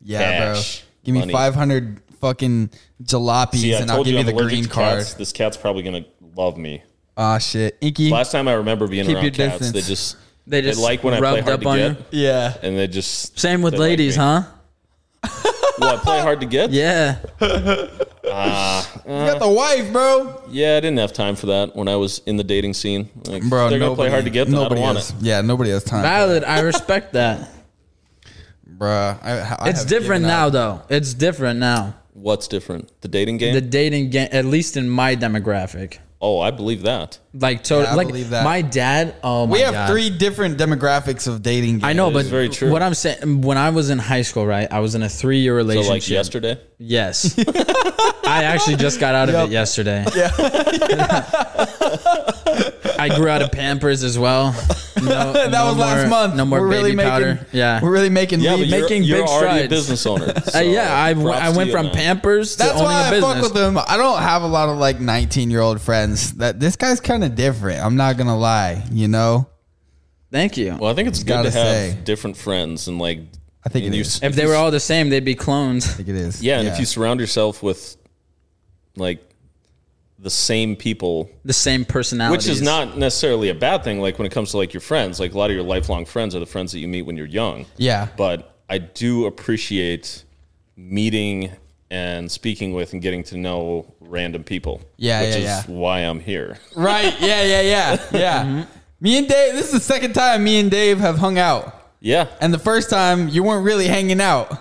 [SPEAKER 1] yeah, bro.
[SPEAKER 3] Cash,
[SPEAKER 1] Give me
[SPEAKER 3] money.
[SPEAKER 1] five hundred fucking jalopies,
[SPEAKER 3] See, I
[SPEAKER 1] and I'll
[SPEAKER 3] told
[SPEAKER 1] give
[SPEAKER 3] you,
[SPEAKER 1] you
[SPEAKER 3] I'm
[SPEAKER 1] the
[SPEAKER 3] allergic
[SPEAKER 1] green
[SPEAKER 3] to
[SPEAKER 1] card.
[SPEAKER 3] Cats. This cat's probably gonna love me.
[SPEAKER 1] Ah, shit, Inky.
[SPEAKER 3] Last time I remember being
[SPEAKER 1] Keep your
[SPEAKER 3] around cats,
[SPEAKER 1] distance.
[SPEAKER 3] they just
[SPEAKER 7] They just
[SPEAKER 3] like when I play
[SPEAKER 7] rubbed
[SPEAKER 3] hard
[SPEAKER 7] up
[SPEAKER 3] to
[SPEAKER 7] on
[SPEAKER 3] get,
[SPEAKER 7] you?
[SPEAKER 1] yeah,
[SPEAKER 3] and they just
[SPEAKER 7] Same with
[SPEAKER 3] they like
[SPEAKER 7] ladies,
[SPEAKER 3] me.
[SPEAKER 7] huh?
[SPEAKER 3] Well, I play hard to get.
[SPEAKER 7] Yeah.
[SPEAKER 1] you got the wife, bro.
[SPEAKER 3] Yeah, I didn't have time for that when I was in the dating scene. Like,
[SPEAKER 1] Bro,
[SPEAKER 3] they're gonna play
[SPEAKER 1] nobody-
[SPEAKER 3] hard to get. Then I don't
[SPEAKER 1] nobody
[SPEAKER 3] want
[SPEAKER 1] has-
[SPEAKER 3] it.
[SPEAKER 1] Yeah, nobody has time,
[SPEAKER 7] Valid. I respect that.
[SPEAKER 1] Bruh, I- I
[SPEAKER 7] It's
[SPEAKER 1] have
[SPEAKER 7] different
[SPEAKER 1] given
[SPEAKER 7] now,
[SPEAKER 1] up.
[SPEAKER 7] though. It's different now.
[SPEAKER 3] What's different? The dating game?
[SPEAKER 7] The dating game, at least in my demographic,
[SPEAKER 3] oh, I believe that.
[SPEAKER 7] like totally.
[SPEAKER 1] Yeah, I
[SPEAKER 7] like
[SPEAKER 1] believe that.
[SPEAKER 7] my dad. Oh my
[SPEAKER 1] We have
[SPEAKER 7] God.
[SPEAKER 1] three different demographics of dating. Games.
[SPEAKER 7] I know,
[SPEAKER 3] It
[SPEAKER 7] but
[SPEAKER 3] is very true.
[SPEAKER 7] what I'm saying, when I was in high school, right, I was in a three-year
[SPEAKER 3] So
[SPEAKER 7] relationship.
[SPEAKER 3] like yesterday,
[SPEAKER 7] Yes. I actually just got out of it yesterday. Yeah. I grew out of Pampers as well. No,
[SPEAKER 1] That was last month.
[SPEAKER 7] No more
[SPEAKER 1] we're
[SPEAKER 7] baby
[SPEAKER 1] really making,
[SPEAKER 7] powder. Yeah.
[SPEAKER 1] we're really making.
[SPEAKER 3] yeah,
[SPEAKER 1] leaps.
[SPEAKER 3] but you're,
[SPEAKER 7] making
[SPEAKER 3] you're
[SPEAKER 7] big
[SPEAKER 3] already a
[SPEAKER 7] strides.
[SPEAKER 3] business owner.
[SPEAKER 7] Uh,
[SPEAKER 3] so
[SPEAKER 7] yeah, I, w-
[SPEAKER 3] props
[SPEAKER 7] I
[SPEAKER 3] to
[SPEAKER 7] went
[SPEAKER 3] you,
[SPEAKER 7] from
[SPEAKER 3] man.
[SPEAKER 7] Pampers to
[SPEAKER 1] That's
[SPEAKER 7] owning
[SPEAKER 1] why
[SPEAKER 7] a
[SPEAKER 1] I fuck
[SPEAKER 7] business.
[SPEAKER 1] with them. I don't have a lot of like 19 year old friends. That this guy's kind of different. I'm not gonna lie. You know,
[SPEAKER 7] Thank you.
[SPEAKER 3] Well, I think it's good
[SPEAKER 1] Gotta
[SPEAKER 3] to have
[SPEAKER 1] say.
[SPEAKER 3] different friends and like.
[SPEAKER 1] I think
[SPEAKER 3] and
[SPEAKER 1] it
[SPEAKER 3] you
[SPEAKER 1] is.
[SPEAKER 3] s-
[SPEAKER 7] if they
[SPEAKER 3] you
[SPEAKER 7] were
[SPEAKER 3] s-
[SPEAKER 7] all the same, they'd be clones.
[SPEAKER 1] I think it is.
[SPEAKER 3] yeah, and if you surround yourself with like the same people,
[SPEAKER 7] The same personality.
[SPEAKER 3] which is not necessarily a bad thing. Like when it comes to like your friends, like a lot of your lifelong friends are the friends that you meet when you're young.
[SPEAKER 1] yeah,
[SPEAKER 3] But I do appreciate meeting and speaking with and getting to know random people.
[SPEAKER 1] Yeah, yeah,
[SPEAKER 3] which is
[SPEAKER 1] yeah.
[SPEAKER 3] why I'm here.
[SPEAKER 1] right. Yeah, yeah, yeah, yeah.
[SPEAKER 7] Mm-hmm.
[SPEAKER 1] Me and Dave. This is the second time me and Dave have hung out,
[SPEAKER 3] Yeah,
[SPEAKER 1] and the first time you weren't really hanging out.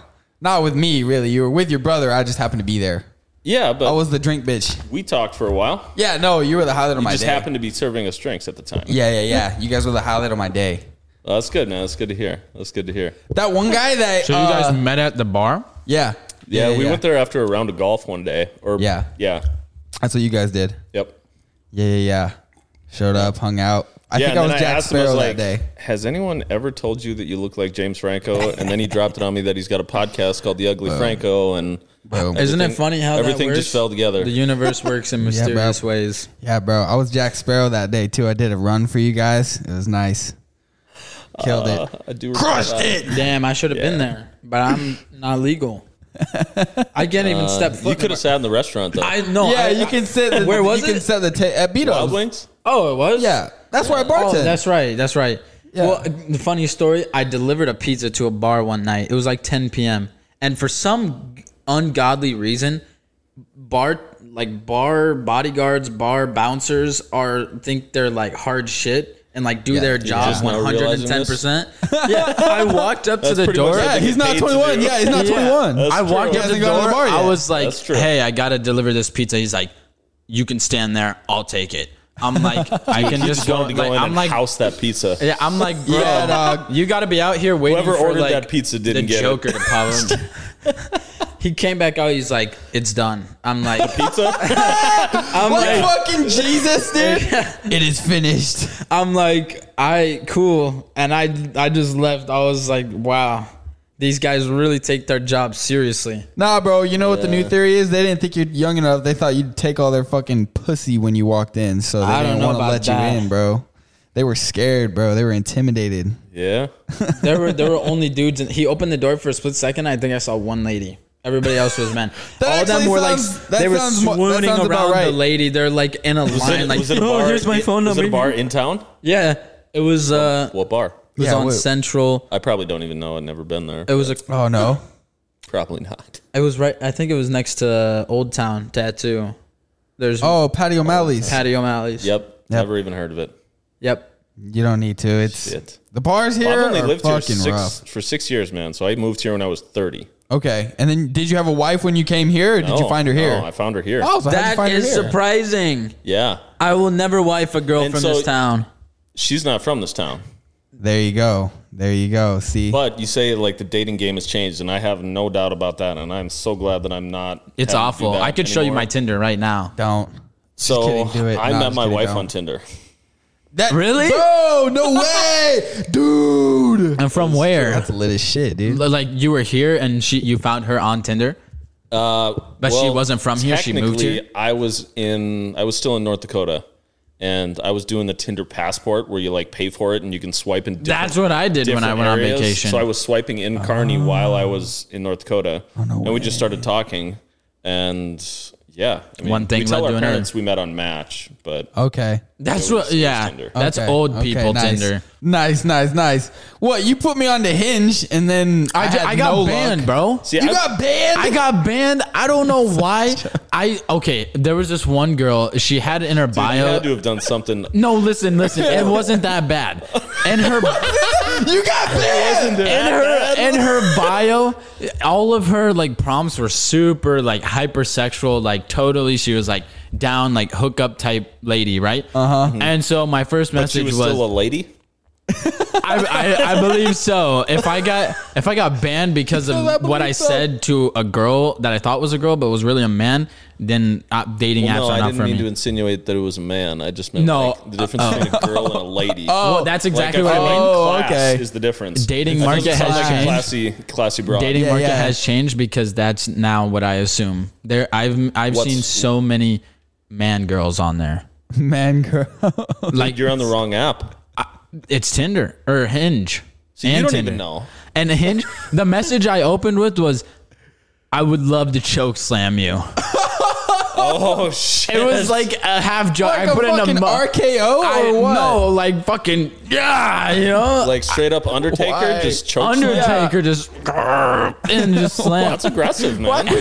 [SPEAKER 1] Not with me, really. You were with your brother. I just happened to be there.
[SPEAKER 3] yeah. But
[SPEAKER 1] I was the drink bitch.
[SPEAKER 3] we talked for a while.
[SPEAKER 1] Yeah, no, you were the highlight of my
[SPEAKER 3] Just
[SPEAKER 1] day.
[SPEAKER 3] happened to be serving us drinks at the time.
[SPEAKER 1] Yeah, yeah, yeah. You guys were the highlight of my day.
[SPEAKER 3] Well, that's good, man. That's good to hear. That's good to hear.
[SPEAKER 1] That one guy that.
[SPEAKER 4] So you
[SPEAKER 1] uh,
[SPEAKER 4] guys met at the bar?
[SPEAKER 1] Yeah.
[SPEAKER 3] Yeah, we went there after a round of golf one day. Or
[SPEAKER 1] Yeah.
[SPEAKER 3] yeah,
[SPEAKER 1] That's what you guys did.
[SPEAKER 3] yep.
[SPEAKER 1] Yeah, yeah, yeah. Showed up, hung out. I
[SPEAKER 3] yeah,
[SPEAKER 1] think I was Jack
[SPEAKER 3] him, I
[SPEAKER 1] Sparrow
[SPEAKER 3] was
[SPEAKER 1] that day.
[SPEAKER 3] Has anyone ever told you that you look like James Franco? And then he dropped it on me that he's got a podcast called The Ugly Franco, and
[SPEAKER 1] Boom.
[SPEAKER 7] Isn't it
[SPEAKER 3] everything-
[SPEAKER 7] funny how
[SPEAKER 3] everything
[SPEAKER 7] that works?
[SPEAKER 3] just fell together.
[SPEAKER 7] The universe works in
[SPEAKER 1] bro.
[SPEAKER 7] mysterious ways.
[SPEAKER 1] Yeah, bro. I was Jack Sparrow that day too. I did a run for you guys. It was nice. Killed it.
[SPEAKER 3] Uh, I do
[SPEAKER 1] Crushed
[SPEAKER 3] remember
[SPEAKER 1] it.
[SPEAKER 7] Damn, I should have been there, but I'm not legal. I can't even step
[SPEAKER 3] that. Uh, You
[SPEAKER 7] foot.
[SPEAKER 3] could have sat in the restaurant though.
[SPEAKER 7] I know.
[SPEAKER 1] Yeah,
[SPEAKER 7] I,
[SPEAKER 1] you can sit. The,
[SPEAKER 7] Where was
[SPEAKER 1] you Can
[SPEAKER 7] it?
[SPEAKER 1] set the ta- at
[SPEAKER 3] Wild
[SPEAKER 1] Beatles.
[SPEAKER 3] Wings.
[SPEAKER 7] Oh, it was.
[SPEAKER 1] Yeah, that's where I
[SPEAKER 7] Oh,
[SPEAKER 1] bartended.
[SPEAKER 7] that's right. That's right.
[SPEAKER 1] Yeah.
[SPEAKER 7] Well, the funny story. I delivered a pizza to a bar one night. It was like 10 p.m. and for some ungodly reason, bar like bar bodyguards, bar bouncers are think they're like hard shit and like do their job
[SPEAKER 3] just now
[SPEAKER 7] one hundred
[SPEAKER 3] realizing
[SPEAKER 7] and ten
[SPEAKER 3] this?
[SPEAKER 7] percent. Yeah, I walked up to the
[SPEAKER 3] pretty much
[SPEAKER 7] door.
[SPEAKER 3] it.
[SPEAKER 1] Yeah,
[SPEAKER 3] They
[SPEAKER 1] he's
[SPEAKER 3] paid
[SPEAKER 1] not
[SPEAKER 3] to
[SPEAKER 1] 21.
[SPEAKER 3] do it.
[SPEAKER 1] Yeah, he's not
[SPEAKER 7] Yeah.
[SPEAKER 1] 21.
[SPEAKER 3] That's
[SPEAKER 1] I
[SPEAKER 3] true.
[SPEAKER 1] walked up to the
[SPEAKER 3] Hasn't
[SPEAKER 1] door.
[SPEAKER 4] door, I was like,
[SPEAKER 3] That's true.
[SPEAKER 4] "Hey, I gotta deliver this pizza." He's like, "You can stand there. I'll take it." I'm like, "I can just go."
[SPEAKER 3] wanted to go
[SPEAKER 4] like,
[SPEAKER 3] in
[SPEAKER 4] I'm
[SPEAKER 3] and
[SPEAKER 4] like,
[SPEAKER 3] house that pizza.
[SPEAKER 4] yeah, I'm like, bro,
[SPEAKER 1] Yeah, dog.
[SPEAKER 4] you gotta be out here waiting
[SPEAKER 3] Whoever
[SPEAKER 4] for
[SPEAKER 3] ordered
[SPEAKER 4] like,
[SPEAKER 3] that pizza didn't
[SPEAKER 4] the
[SPEAKER 3] get it.
[SPEAKER 4] Joker to pop up.
[SPEAKER 7] He came back out. He's like, "It's done." I'm like,
[SPEAKER 3] Pizza?
[SPEAKER 7] I'm
[SPEAKER 1] What
[SPEAKER 7] like,
[SPEAKER 1] fucking Jesus, dude? it is finished.
[SPEAKER 7] I'm like, I cool, and I I just left. I was like, wow, these guys really take their job seriously.
[SPEAKER 1] Nah, bro. You know what the new
[SPEAKER 3] Yeah.
[SPEAKER 1] theory is? They didn't think you're young enough. They thought you'd take all their fucking pussy when you walked in, so they
[SPEAKER 7] I don't
[SPEAKER 1] didn't
[SPEAKER 7] know
[SPEAKER 1] want to
[SPEAKER 7] about
[SPEAKER 1] let
[SPEAKER 7] that.
[SPEAKER 1] you in, bro. They were scared, bro. They were intimidated.
[SPEAKER 3] yeah.
[SPEAKER 7] There were there were only dudes. And he opened the door for a split second. I think I saw one lady. Everybody else was men.
[SPEAKER 1] That
[SPEAKER 7] All of them
[SPEAKER 1] actually
[SPEAKER 7] were
[SPEAKER 1] sounds-
[SPEAKER 7] like
[SPEAKER 1] that
[SPEAKER 7] they were
[SPEAKER 1] sounds mo- that
[SPEAKER 7] swooning
[SPEAKER 1] sounds
[SPEAKER 7] around
[SPEAKER 1] about
[SPEAKER 7] the
[SPEAKER 1] right.
[SPEAKER 7] lady. They're like in a
[SPEAKER 3] Was
[SPEAKER 7] line,
[SPEAKER 3] it,
[SPEAKER 7] like
[SPEAKER 3] was it a bar?
[SPEAKER 7] oh, here's my
[SPEAKER 3] It-
[SPEAKER 7] phone
[SPEAKER 3] Was
[SPEAKER 7] number.
[SPEAKER 3] it a bar in town?
[SPEAKER 7] Yeah, it was uh, it
[SPEAKER 3] What bar?
[SPEAKER 7] was
[SPEAKER 1] Yeah,
[SPEAKER 7] on
[SPEAKER 1] what-
[SPEAKER 7] Central.
[SPEAKER 3] I probably don't even know. I've never been there.
[SPEAKER 7] It was a
[SPEAKER 1] Oh no.
[SPEAKER 3] Probably not.
[SPEAKER 7] it was right. I think it was next to Old Town Tattoo. There's oh.
[SPEAKER 1] Oh, Patty O'Malley's.
[SPEAKER 7] patio alleys.
[SPEAKER 3] Yep. Never even heard of it.
[SPEAKER 7] Yep.
[SPEAKER 1] You don't need to. It's
[SPEAKER 3] Shit.
[SPEAKER 1] the bars here
[SPEAKER 3] I've only
[SPEAKER 1] are
[SPEAKER 3] lived here
[SPEAKER 1] fucking
[SPEAKER 3] six,
[SPEAKER 1] rough.
[SPEAKER 3] for six years, man. So I moved here when I was 30.
[SPEAKER 1] Okay. And then, did you have a wife when you came here, or did you
[SPEAKER 3] No,
[SPEAKER 1] find her here?
[SPEAKER 3] Oh, No, I found her here.
[SPEAKER 1] oh, so how'd you
[SPEAKER 7] That
[SPEAKER 1] find her
[SPEAKER 7] is
[SPEAKER 1] here?
[SPEAKER 7] surprising.
[SPEAKER 3] Yeah.
[SPEAKER 7] I will never wife a girl
[SPEAKER 3] And
[SPEAKER 7] from
[SPEAKER 3] so-
[SPEAKER 7] this town.
[SPEAKER 3] She's not from this town.
[SPEAKER 1] There you go. There you go. See,
[SPEAKER 3] But you say like the dating game has changed, and I have no doubt about that. And I'm so glad that I'm not.
[SPEAKER 4] It's
[SPEAKER 3] having to do
[SPEAKER 4] awful.
[SPEAKER 3] that
[SPEAKER 4] I could show you
[SPEAKER 3] anymore.
[SPEAKER 4] my Tinder right now.
[SPEAKER 1] don't.
[SPEAKER 3] So
[SPEAKER 1] kidding, do it.
[SPEAKER 3] I
[SPEAKER 1] No,
[SPEAKER 3] met
[SPEAKER 1] just
[SPEAKER 3] my
[SPEAKER 1] kidding,
[SPEAKER 3] wife
[SPEAKER 1] don't.
[SPEAKER 3] on Tinder.
[SPEAKER 1] That
[SPEAKER 4] Really?
[SPEAKER 1] Bro, no way, dude.
[SPEAKER 4] And from where?
[SPEAKER 1] That's lit as shit, dude.
[SPEAKER 4] Like you were here and she you found her on Tinder.
[SPEAKER 3] Uh,
[SPEAKER 4] But she wasn't from here, she moved here?
[SPEAKER 3] technically, I was in. I was still in North Dakota, and I was doing the Tinder passport where you like pay for it and you can swipe and.
[SPEAKER 4] That's what I did when I went on vacation.
[SPEAKER 3] So I was swiping in Kearney while I was in North Dakota,
[SPEAKER 1] no
[SPEAKER 3] and we just started talking, and yeah, I mean,
[SPEAKER 4] One thing
[SPEAKER 3] we tell
[SPEAKER 4] led
[SPEAKER 3] our
[SPEAKER 4] to another. Oh.
[SPEAKER 3] parents we met on Match, but
[SPEAKER 1] Okay.
[SPEAKER 4] that's
[SPEAKER 3] it was
[SPEAKER 4] what. Yeah,
[SPEAKER 3] Tinder.
[SPEAKER 4] that's
[SPEAKER 1] Okay,
[SPEAKER 4] old
[SPEAKER 1] okay,
[SPEAKER 4] people
[SPEAKER 1] nice.
[SPEAKER 4] Tinder.
[SPEAKER 1] Nice, nice, nice. What you put me on the hinge and then I,
[SPEAKER 4] I, ju-
[SPEAKER 1] had
[SPEAKER 4] I got
[SPEAKER 1] no
[SPEAKER 4] banned,
[SPEAKER 1] luck.
[SPEAKER 4] bro.
[SPEAKER 3] See,
[SPEAKER 1] you
[SPEAKER 3] I-
[SPEAKER 1] got banned.
[SPEAKER 4] I got banned. I don't know why. I okay. There was this one girl. She had in her
[SPEAKER 3] I
[SPEAKER 4] bio.
[SPEAKER 3] had to have done something.
[SPEAKER 4] no, listen, listen. It wasn't that bad. And her
[SPEAKER 1] you got banned.
[SPEAKER 4] and her and her bio, all of her like prompts were super like hypersexual. Like totally, she was like down like hookup type lady, right? Uh huh. And so my first
[SPEAKER 3] Uh-huh. Mm-hmm. She
[SPEAKER 4] message
[SPEAKER 3] was
[SPEAKER 4] was,
[SPEAKER 3] still a lady.
[SPEAKER 4] I, I, I believe so. If I got if I got banned because
[SPEAKER 1] Still, I
[SPEAKER 4] of what I
[SPEAKER 1] believe so.
[SPEAKER 4] said to a girl that I thought was a girl but was really a man, then uh, dating apps
[SPEAKER 3] No,
[SPEAKER 4] are
[SPEAKER 3] I
[SPEAKER 4] not
[SPEAKER 3] didn't
[SPEAKER 4] for
[SPEAKER 3] mean to
[SPEAKER 4] me.
[SPEAKER 3] insinuate that it was a man. I just meant
[SPEAKER 4] No,
[SPEAKER 3] like, the difference between a girl and a lady.
[SPEAKER 4] Well, Oh, that's exactly
[SPEAKER 3] Oh, like,
[SPEAKER 4] what
[SPEAKER 3] I
[SPEAKER 4] I
[SPEAKER 3] feel
[SPEAKER 4] mean.
[SPEAKER 3] like
[SPEAKER 1] Oh,
[SPEAKER 3] class
[SPEAKER 1] okay.
[SPEAKER 3] Is the difference
[SPEAKER 4] Dating
[SPEAKER 3] It doesn't
[SPEAKER 4] market has
[SPEAKER 3] sound like a
[SPEAKER 4] changed.
[SPEAKER 3] classy, classy broad.
[SPEAKER 4] Dating
[SPEAKER 1] Yeah,
[SPEAKER 4] market
[SPEAKER 1] yeah.
[SPEAKER 4] has changed because that's now what I assume. There, I've I've
[SPEAKER 3] What's-
[SPEAKER 4] seen so many man girls on there.
[SPEAKER 1] Man, girl.
[SPEAKER 4] Like
[SPEAKER 3] You're on the wrong app.
[SPEAKER 4] it's Tinder or Hinge.
[SPEAKER 3] you
[SPEAKER 4] and
[SPEAKER 3] don't
[SPEAKER 4] Tinder.
[SPEAKER 3] even know.
[SPEAKER 4] And Hinge, the message I opened with was, "I would love to choke slam you."
[SPEAKER 3] Oh shit!
[SPEAKER 4] It was like a half joke.
[SPEAKER 1] Like
[SPEAKER 4] I
[SPEAKER 1] a
[SPEAKER 4] put in a
[SPEAKER 1] fucking
[SPEAKER 4] mo-
[SPEAKER 1] RKO
[SPEAKER 4] I
[SPEAKER 1] or what?
[SPEAKER 4] no, like fucking yeah, you know,
[SPEAKER 3] like straight up Undertaker
[SPEAKER 1] Why?
[SPEAKER 3] just chokes. Undertaker.
[SPEAKER 4] Undertaker just and just slam.
[SPEAKER 3] That's aggressive, man. Like,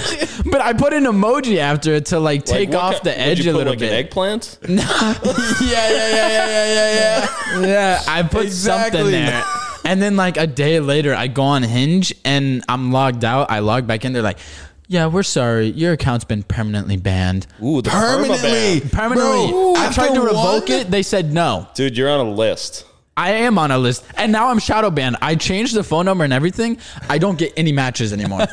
[SPEAKER 4] but I put an emoji after it to like take
[SPEAKER 3] what
[SPEAKER 4] off
[SPEAKER 3] ki-
[SPEAKER 4] the
[SPEAKER 3] would
[SPEAKER 4] edge
[SPEAKER 3] you
[SPEAKER 4] a
[SPEAKER 3] put,
[SPEAKER 4] little
[SPEAKER 3] like
[SPEAKER 4] bit.
[SPEAKER 3] An eggplant.
[SPEAKER 1] yeah, yeah, yeah, yeah, yeah, yeah, yeah.
[SPEAKER 4] Yeah, I put
[SPEAKER 1] Exactly.
[SPEAKER 4] something there. And then like a day later, I go on Hinge and I'm logged out. I log back in. They're like, "Yeah, we're sorry. Your account's been permanently banned.
[SPEAKER 3] Ooh, the
[SPEAKER 1] Permanently,
[SPEAKER 3] permaban.
[SPEAKER 4] Permanently.
[SPEAKER 1] Bro,
[SPEAKER 4] I tried
[SPEAKER 1] after
[SPEAKER 4] to revoke
[SPEAKER 1] one-
[SPEAKER 4] it. They said no.
[SPEAKER 3] Dude, you're on a list.
[SPEAKER 4] I am on a list, and now I'm shadow banned. I changed the phone number and everything. I don't get any matches anymore.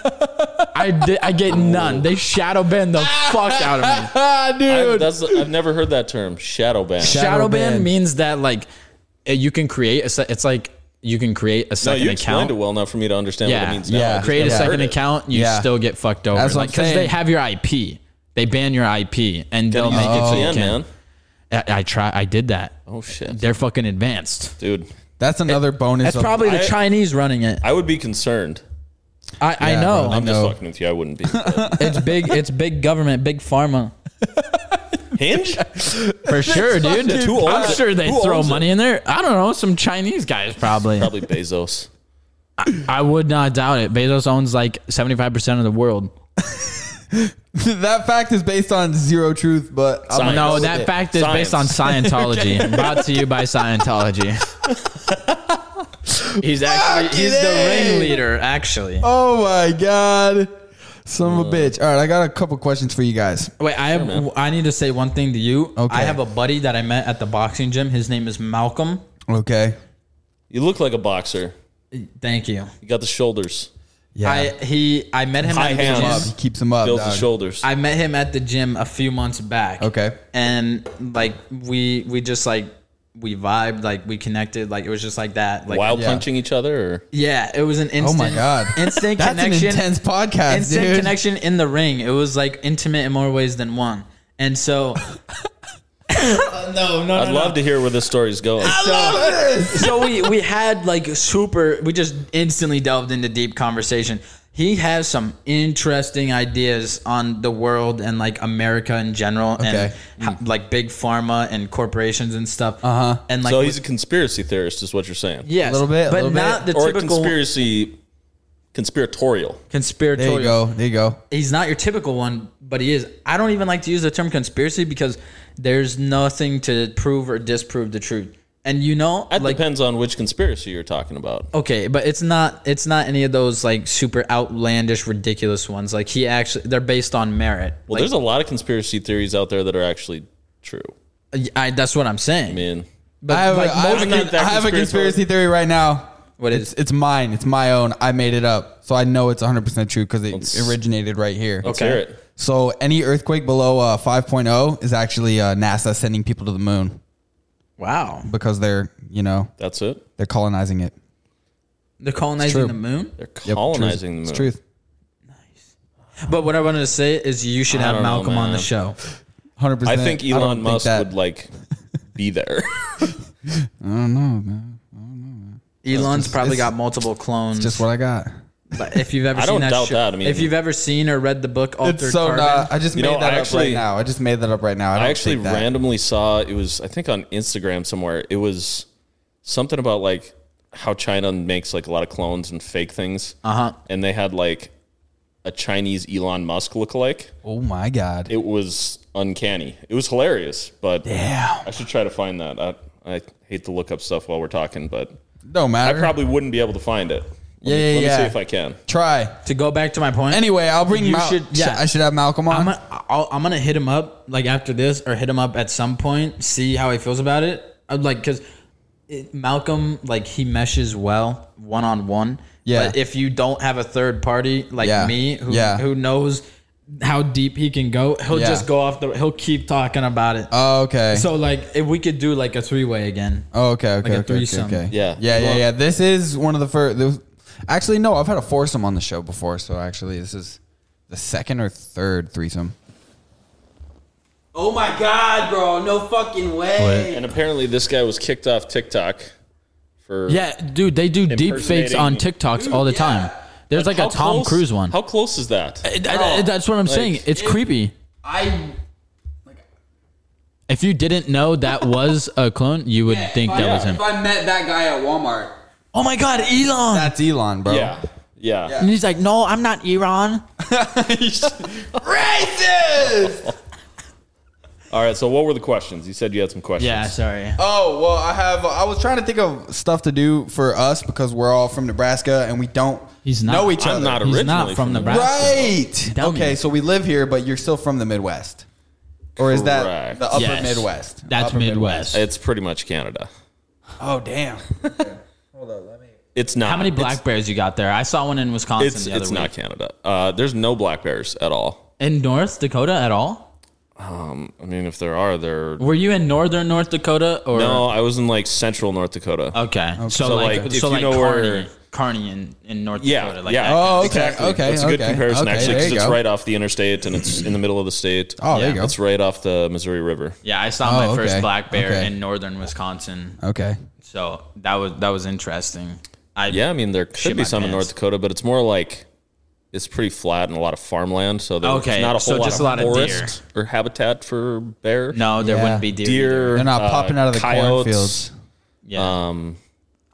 [SPEAKER 4] I di- I get none. They shadow ban the fuck out of me.
[SPEAKER 1] Ah,
[SPEAKER 3] I,
[SPEAKER 1] dude.
[SPEAKER 3] that's, I've never heard that term. Shadow ban.
[SPEAKER 1] Shadow
[SPEAKER 4] Shadow ban
[SPEAKER 1] ban.
[SPEAKER 4] means that like eh, you can create a. Se- it's like you can create a
[SPEAKER 3] no,
[SPEAKER 4] second
[SPEAKER 3] you explained
[SPEAKER 4] account.
[SPEAKER 3] it well enough for me to understand
[SPEAKER 4] yeah,
[SPEAKER 3] what it means.
[SPEAKER 1] Yeah.
[SPEAKER 3] now. I just
[SPEAKER 4] create a
[SPEAKER 3] never heard
[SPEAKER 4] second
[SPEAKER 3] it.
[SPEAKER 4] account. You
[SPEAKER 1] Yeah.
[SPEAKER 4] still get fucked over.
[SPEAKER 1] That's what
[SPEAKER 4] like,
[SPEAKER 1] I'm
[SPEAKER 4] they
[SPEAKER 1] saying.
[SPEAKER 4] have your IP. They ban your IP, and they'll make it so
[SPEAKER 3] Yeah,
[SPEAKER 4] you can.
[SPEAKER 3] man.
[SPEAKER 4] I, I try. I did that.
[SPEAKER 3] Oh shit,
[SPEAKER 4] They're fucking advanced.
[SPEAKER 3] dude.
[SPEAKER 1] That's another bonus.
[SPEAKER 7] That's
[SPEAKER 1] of-
[SPEAKER 7] probably the
[SPEAKER 3] I-
[SPEAKER 7] Chinese running it.
[SPEAKER 3] I would be concerned.
[SPEAKER 7] I, I
[SPEAKER 1] Yeah,
[SPEAKER 7] know.
[SPEAKER 1] bro.
[SPEAKER 3] I'm just
[SPEAKER 1] No.
[SPEAKER 3] fucking with you. I wouldn't be. but-
[SPEAKER 7] It's big. It's big government, big pharma.
[SPEAKER 3] Hinge.
[SPEAKER 4] For sure, dude.
[SPEAKER 3] fucking- Who
[SPEAKER 4] I'm
[SPEAKER 3] owns it?
[SPEAKER 4] sure they
[SPEAKER 3] Who
[SPEAKER 4] throw
[SPEAKER 3] owns it?
[SPEAKER 4] money in there. I don't know. Some Chinese guys probably.
[SPEAKER 3] Probably Bezos.
[SPEAKER 4] I would not doubt it. Bezos owns like 75% of the world.
[SPEAKER 1] that fact is based on zero truth, but I'm
[SPEAKER 3] Science.
[SPEAKER 1] gonna go
[SPEAKER 4] No,
[SPEAKER 1] with
[SPEAKER 4] that
[SPEAKER 1] it.
[SPEAKER 4] fact is based on Scientology. Brought to you by Scientology.
[SPEAKER 7] He's actually he's the
[SPEAKER 1] Fucking A.
[SPEAKER 7] ringleader. Actually,
[SPEAKER 1] Oh my god, son of a bitch! All right, I got a couple questions for you guys.
[SPEAKER 7] wait. I have, I need to say one thing to you.
[SPEAKER 1] Okay.
[SPEAKER 7] I have a buddy that I met at the boxing gym. His name is Malcolm.
[SPEAKER 1] Okay,
[SPEAKER 3] You look like a boxer.
[SPEAKER 7] Thank you.
[SPEAKER 3] You got the shoulders.
[SPEAKER 1] yeah,
[SPEAKER 7] I he I met him
[SPEAKER 3] High
[SPEAKER 7] at the
[SPEAKER 3] hands.
[SPEAKER 7] gym.
[SPEAKER 1] Up. he keeps them up.
[SPEAKER 3] Builds
[SPEAKER 1] dog.
[SPEAKER 3] the shoulders.
[SPEAKER 7] I met him at the gym a few months back.
[SPEAKER 1] Okay.
[SPEAKER 7] And like we we just like we vibed, like we connected, like it was just like that. Like
[SPEAKER 3] While
[SPEAKER 1] yeah.
[SPEAKER 3] punching each other, or
[SPEAKER 7] Yeah, it was an instant
[SPEAKER 1] God.
[SPEAKER 7] instant
[SPEAKER 1] That's
[SPEAKER 7] connection.
[SPEAKER 1] an intense podcast,
[SPEAKER 7] instant
[SPEAKER 1] dude.
[SPEAKER 7] connection in the ring. It was like intimate in more ways than one. And so Uh, No, no,
[SPEAKER 3] I'd love to hear where this story's going.
[SPEAKER 7] so we we had like super we just instantly delved into deep conversation he has some interesting ideas on the world and like america in general
[SPEAKER 1] Okay. Hmm.
[SPEAKER 7] and ho- like big pharma and corporations and stuff uh-huh and like
[SPEAKER 3] so he's a conspiracy theorist, is what you're saying?
[SPEAKER 7] yes,
[SPEAKER 1] A little bit, a
[SPEAKER 7] but
[SPEAKER 1] little bit.
[SPEAKER 7] not the
[SPEAKER 3] or a
[SPEAKER 7] typical
[SPEAKER 3] conspiracy, conspiratorial.
[SPEAKER 1] There
[SPEAKER 7] conspiratorial
[SPEAKER 1] you go. There you go.
[SPEAKER 7] he's not your typical one, but he is. I don't even like to use the term conspiracy because there's nothing to prove or disprove the truth. And you know,
[SPEAKER 3] That
[SPEAKER 7] like
[SPEAKER 3] depends on which conspiracy you're talking about.
[SPEAKER 7] okay, but it's not it's not any of those like super outlandish, ridiculous ones. Like he actually, they're based on merit.
[SPEAKER 3] Well, there's a lot of conspiracy theories out there that are actually true.
[SPEAKER 7] Like, I, that's what I'm
[SPEAKER 3] I
[SPEAKER 7] saying.
[SPEAKER 3] mean,
[SPEAKER 1] I have,
[SPEAKER 7] like,
[SPEAKER 1] a, I have
[SPEAKER 3] most-
[SPEAKER 1] a-
[SPEAKER 3] not that
[SPEAKER 1] I have a
[SPEAKER 3] conspiratorial.
[SPEAKER 1] conspiracy theory right now.
[SPEAKER 7] What
[SPEAKER 1] it's,
[SPEAKER 7] is-
[SPEAKER 1] It's mine. It's my own. I made it up, so I know it's 100 percent true because it originated right here.
[SPEAKER 3] let's hear it.
[SPEAKER 1] So any earthquake below uh, 5.0 is actually uh, NASA sending people to the moon
[SPEAKER 7] Wow,
[SPEAKER 1] because they're you know
[SPEAKER 3] That's it.
[SPEAKER 1] they're colonizing it.
[SPEAKER 7] they're
[SPEAKER 1] true.
[SPEAKER 7] colonizing the moon.
[SPEAKER 3] They're
[SPEAKER 1] Yep,
[SPEAKER 3] colonizing
[SPEAKER 1] truth.
[SPEAKER 3] the moon.
[SPEAKER 1] It's truth.
[SPEAKER 7] But what I wanted to say is, you should
[SPEAKER 3] I
[SPEAKER 7] have
[SPEAKER 3] don't know,
[SPEAKER 7] Malcolm on the
[SPEAKER 3] man.
[SPEAKER 7] show.
[SPEAKER 1] 100.
[SPEAKER 3] I
[SPEAKER 1] percent
[SPEAKER 3] think Elon Musk would like be there.
[SPEAKER 7] Elon's probably
[SPEAKER 1] it's-
[SPEAKER 7] got multiple clones.
[SPEAKER 1] just what I got.
[SPEAKER 7] but if you've ever
[SPEAKER 3] I
[SPEAKER 7] seen
[SPEAKER 3] don't
[SPEAKER 7] that
[SPEAKER 3] doubt
[SPEAKER 7] show-
[SPEAKER 3] that. I mean-
[SPEAKER 7] if you've ever seen or read the book Altered
[SPEAKER 1] It's so
[SPEAKER 7] Carbon,
[SPEAKER 1] not. I just
[SPEAKER 3] You
[SPEAKER 1] made
[SPEAKER 3] know,
[SPEAKER 1] that
[SPEAKER 3] I
[SPEAKER 1] up right
[SPEAKER 3] actually-
[SPEAKER 1] now. I just made that up right now. I, don't
[SPEAKER 3] I actually
[SPEAKER 1] think that.
[SPEAKER 3] randomly saw it was I think on Instagram somewhere. It was something about like how China makes like a lot of clones and fake things.
[SPEAKER 7] Uh-huh.
[SPEAKER 3] And they had like a Chinese Elon Musk lookalike.
[SPEAKER 1] Oh my god.
[SPEAKER 3] It was uncanny. It was hilarious, but
[SPEAKER 1] Damn.
[SPEAKER 3] I should try to find that. I, I hate to look up stuff while we're talking, but
[SPEAKER 1] No
[SPEAKER 3] I
[SPEAKER 1] matter.
[SPEAKER 3] probably wouldn't be able to find it.
[SPEAKER 1] Yeah,
[SPEAKER 3] Let me,
[SPEAKER 1] yeah,
[SPEAKER 3] let
[SPEAKER 1] yeah.
[SPEAKER 3] me see if I can.
[SPEAKER 1] Try.
[SPEAKER 7] to go back to my point.
[SPEAKER 1] Anyway, I'll bring.
[SPEAKER 7] You
[SPEAKER 1] Mal-
[SPEAKER 7] should- yeah.
[SPEAKER 1] I should have Malcolm on.
[SPEAKER 7] I'm gonna, I'll, I'm gonna hit him up like after this, or hit him up at some point, see how he feels about it. I'm like, cause it, Malcolm, like he meshes well one on one.
[SPEAKER 1] Yeah.
[SPEAKER 7] But if you don't have a third party like
[SPEAKER 1] Yeah.
[SPEAKER 7] me, who
[SPEAKER 1] Yeah.
[SPEAKER 7] who knows how deep he can go, he'll
[SPEAKER 1] Yeah.
[SPEAKER 7] just go off the. He'll keep talking about it.
[SPEAKER 1] oh, okay.
[SPEAKER 7] so like, if we could do like a three way again,
[SPEAKER 1] Oh, okay, okay,
[SPEAKER 7] a
[SPEAKER 1] okay, okay,
[SPEAKER 7] threesome.
[SPEAKER 1] okay.
[SPEAKER 3] Yeah.
[SPEAKER 1] yeah, yeah,
[SPEAKER 3] Well-
[SPEAKER 1] yeah. This is one of the first. Actually, no, I've had a foursome on the show before, so actually, this is the second or third threesome.
[SPEAKER 8] Oh my god, bro. No fucking way.
[SPEAKER 3] And apparently, this guy was kicked off TikTok for
[SPEAKER 4] Yeah, dude, they do deep fakes
[SPEAKER 3] Impersonating-
[SPEAKER 4] on TikToks all the
[SPEAKER 8] yeah.
[SPEAKER 4] time. There's like,
[SPEAKER 3] How
[SPEAKER 4] a Tom
[SPEAKER 3] close-
[SPEAKER 4] Cruise one. Uh,
[SPEAKER 3] How close is that?
[SPEAKER 4] I- I- I- that's what I'm saying. It's creepy.
[SPEAKER 8] I
[SPEAKER 4] If you didn't know that was a clone, you would think
[SPEAKER 8] if
[SPEAKER 4] that
[SPEAKER 8] I,
[SPEAKER 4] was him.
[SPEAKER 8] If I met that guy at Walmart,
[SPEAKER 4] Oh my God, Elon!
[SPEAKER 1] That's Elon, bro.
[SPEAKER 3] Yeah. Yeah.
[SPEAKER 4] and he's like, "No, I'm not Elon."
[SPEAKER 1] Racist.
[SPEAKER 3] All right. So, what were the questions? You said you had some questions.
[SPEAKER 7] yeah, sorry.
[SPEAKER 1] Oh well, I have. I was trying to think of stuff to do for us because we're all from Nebraska and we don't
[SPEAKER 4] He's not.
[SPEAKER 1] know each
[SPEAKER 3] I'm
[SPEAKER 1] other.
[SPEAKER 3] not
[SPEAKER 4] He's
[SPEAKER 3] originally
[SPEAKER 4] not from Nebraska.
[SPEAKER 1] right.
[SPEAKER 4] Dummy.
[SPEAKER 1] Okay, so we live here, but you're still from the Midwest, or is that
[SPEAKER 3] Correct.
[SPEAKER 1] the upper
[SPEAKER 4] Yes.
[SPEAKER 1] Midwest?
[SPEAKER 4] That's
[SPEAKER 1] Upper
[SPEAKER 4] Midwest.
[SPEAKER 3] It's pretty much Canada.
[SPEAKER 1] Oh damn.
[SPEAKER 3] It's not.
[SPEAKER 4] How many black
[SPEAKER 3] It's,
[SPEAKER 4] bears you got there? I saw one in Wisconsin
[SPEAKER 3] it's,
[SPEAKER 4] the other
[SPEAKER 3] it's
[SPEAKER 4] week.
[SPEAKER 3] not Canada. Uh, there's no black bears at all.
[SPEAKER 4] In North Dakota at all?
[SPEAKER 3] I mean, if there are, there.
[SPEAKER 4] Were you in northern North Dakota or
[SPEAKER 3] No, I was in like central North Dakota.
[SPEAKER 4] Okay. So,
[SPEAKER 3] So,
[SPEAKER 4] like,
[SPEAKER 3] like, if
[SPEAKER 4] so
[SPEAKER 3] you
[SPEAKER 4] like
[SPEAKER 3] know where-
[SPEAKER 4] Carney, Carney in, in North
[SPEAKER 3] Yeah,
[SPEAKER 4] Dakota. Like
[SPEAKER 3] yeah.
[SPEAKER 4] that.
[SPEAKER 1] Oh, okay,
[SPEAKER 3] exactly.
[SPEAKER 1] okay,
[SPEAKER 3] It's a good
[SPEAKER 1] okay,
[SPEAKER 3] comparison
[SPEAKER 1] okay,
[SPEAKER 3] actually
[SPEAKER 1] there
[SPEAKER 3] because
[SPEAKER 1] you
[SPEAKER 3] it's
[SPEAKER 1] go.
[SPEAKER 3] right off the interstate and it's in the middle of the state.
[SPEAKER 1] Oh, there you go.
[SPEAKER 3] It's right off the Missouri River.
[SPEAKER 4] Yeah, I saw
[SPEAKER 1] Oh,
[SPEAKER 4] my first
[SPEAKER 1] okay.
[SPEAKER 4] black bear
[SPEAKER 1] Okay.
[SPEAKER 4] in northern Wisconsin.
[SPEAKER 1] Okay.
[SPEAKER 4] So that was that was interesting. I
[SPEAKER 3] Yeah, I mean there
[SPEAKER 4] Shit
[SPEAKER 3] could
[SPEAKER 4] my
[SPEAKER 3] be some in
[SPEAKER 4] pants.
[SPEAKER 3] North Dakota, but it's more like it's pretty flat and a lot of farmland, so there's
[SPEAKER 4] Okay,
[SPEAKER 3] not a whole
[SPEAKER 4] so
[SPEAKER 3] lot
[SPEAKER 4] just
[SPEAKER 3] of
[SPEAKER 4] a lot of deer.
[SPEAKER 3] forest or habitat for bear.
[SPEAKER 4] no, there
[SPEAKER 1] Yeah.
[SPEAKER 4] wouldn't be deer.
[SPEAKER 3] deer.
[SPEAKER 4] either.
[SPEAKER 1] They're not
[SPEAKER 3] uh,
[SPEAKER 1] popping out of the
[SPEAKER 3] coyotes,
[SPEAKER 1] cornfields.
[SPEAKER 4] Yeah.
[SPEAKER 3] Um,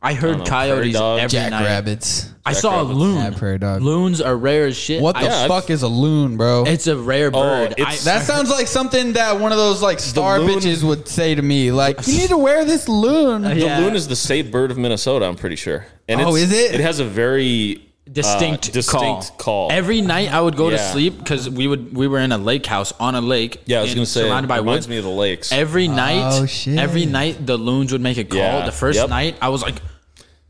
[SPEAKER 4] I heard
[SPEAKER 3] know, prairie
[SPEAKER 4] coyotes
[SPEAKER 3] dogs.
[SPEAKER 4] every night.
[SPEAKER 1] Jackrabbits.
[SPEAKER 4] I saw a
[SPEAKER 3] Jackrabbits.
[SPEAKER 4] loon.
[SPEAKER 1] Yeah, prairie dog.
[SPEAKER 4] Loons are rare as shit.
[SPEAKER 1] What the
[SPEAKER 4] I-
[SPEAKER 3] I've-
[SPEAKER 1] fuck is a loon, bro?
[SPEAKER 4] It's a rare bird. I-
[SPEAKER 3] Oh, it's- uh,
[SPEAKER 1] that sounds like something that one of those like star
[SPEAKER 3] loon-
[SPEAKER 1] bitches would say to me. Like, you need to wear this loon.
[SPEAKER 3] The
[SPEAKER 4] Uh, Yeah.
[SPEAKER 3] loon is the state bird of Minnesota, I'm pretty sure. And
[SPEAKER 1] Oh,
[SPEAKER 3] it's-
[SPEAKER 1] is it?
[SPEAKER 3] It has a very
[SPEAKER 4] distinct,
[SPEAKER 3] uh, distinct call.
[SPEAKER 4] Every night I would go to
[SPEAKER 3] Yeah.
[SPEAKER 4] sleep because we would we were in a lake house on a lake.
[SPEAKER 3] yeah, I was
[SPEAKER 4] and
[SPEAKER 3] gonna say
[SPEAKER 4] surrounded by
[SPEAKER 3] reminds
[SPEAKER 4] woods.
[SPEAKER 3] me of the lakes.
[SPEAKER 4] Every night,
[SPEAKER 1] Oh, shit.
[SPEAKER 4] every night the loons would make a call.
[SPEAKER 3] Yeah,
[SPEAKER 4] The first
[SPEAKER 3] yep.
[SPEAKER 4] night I was like,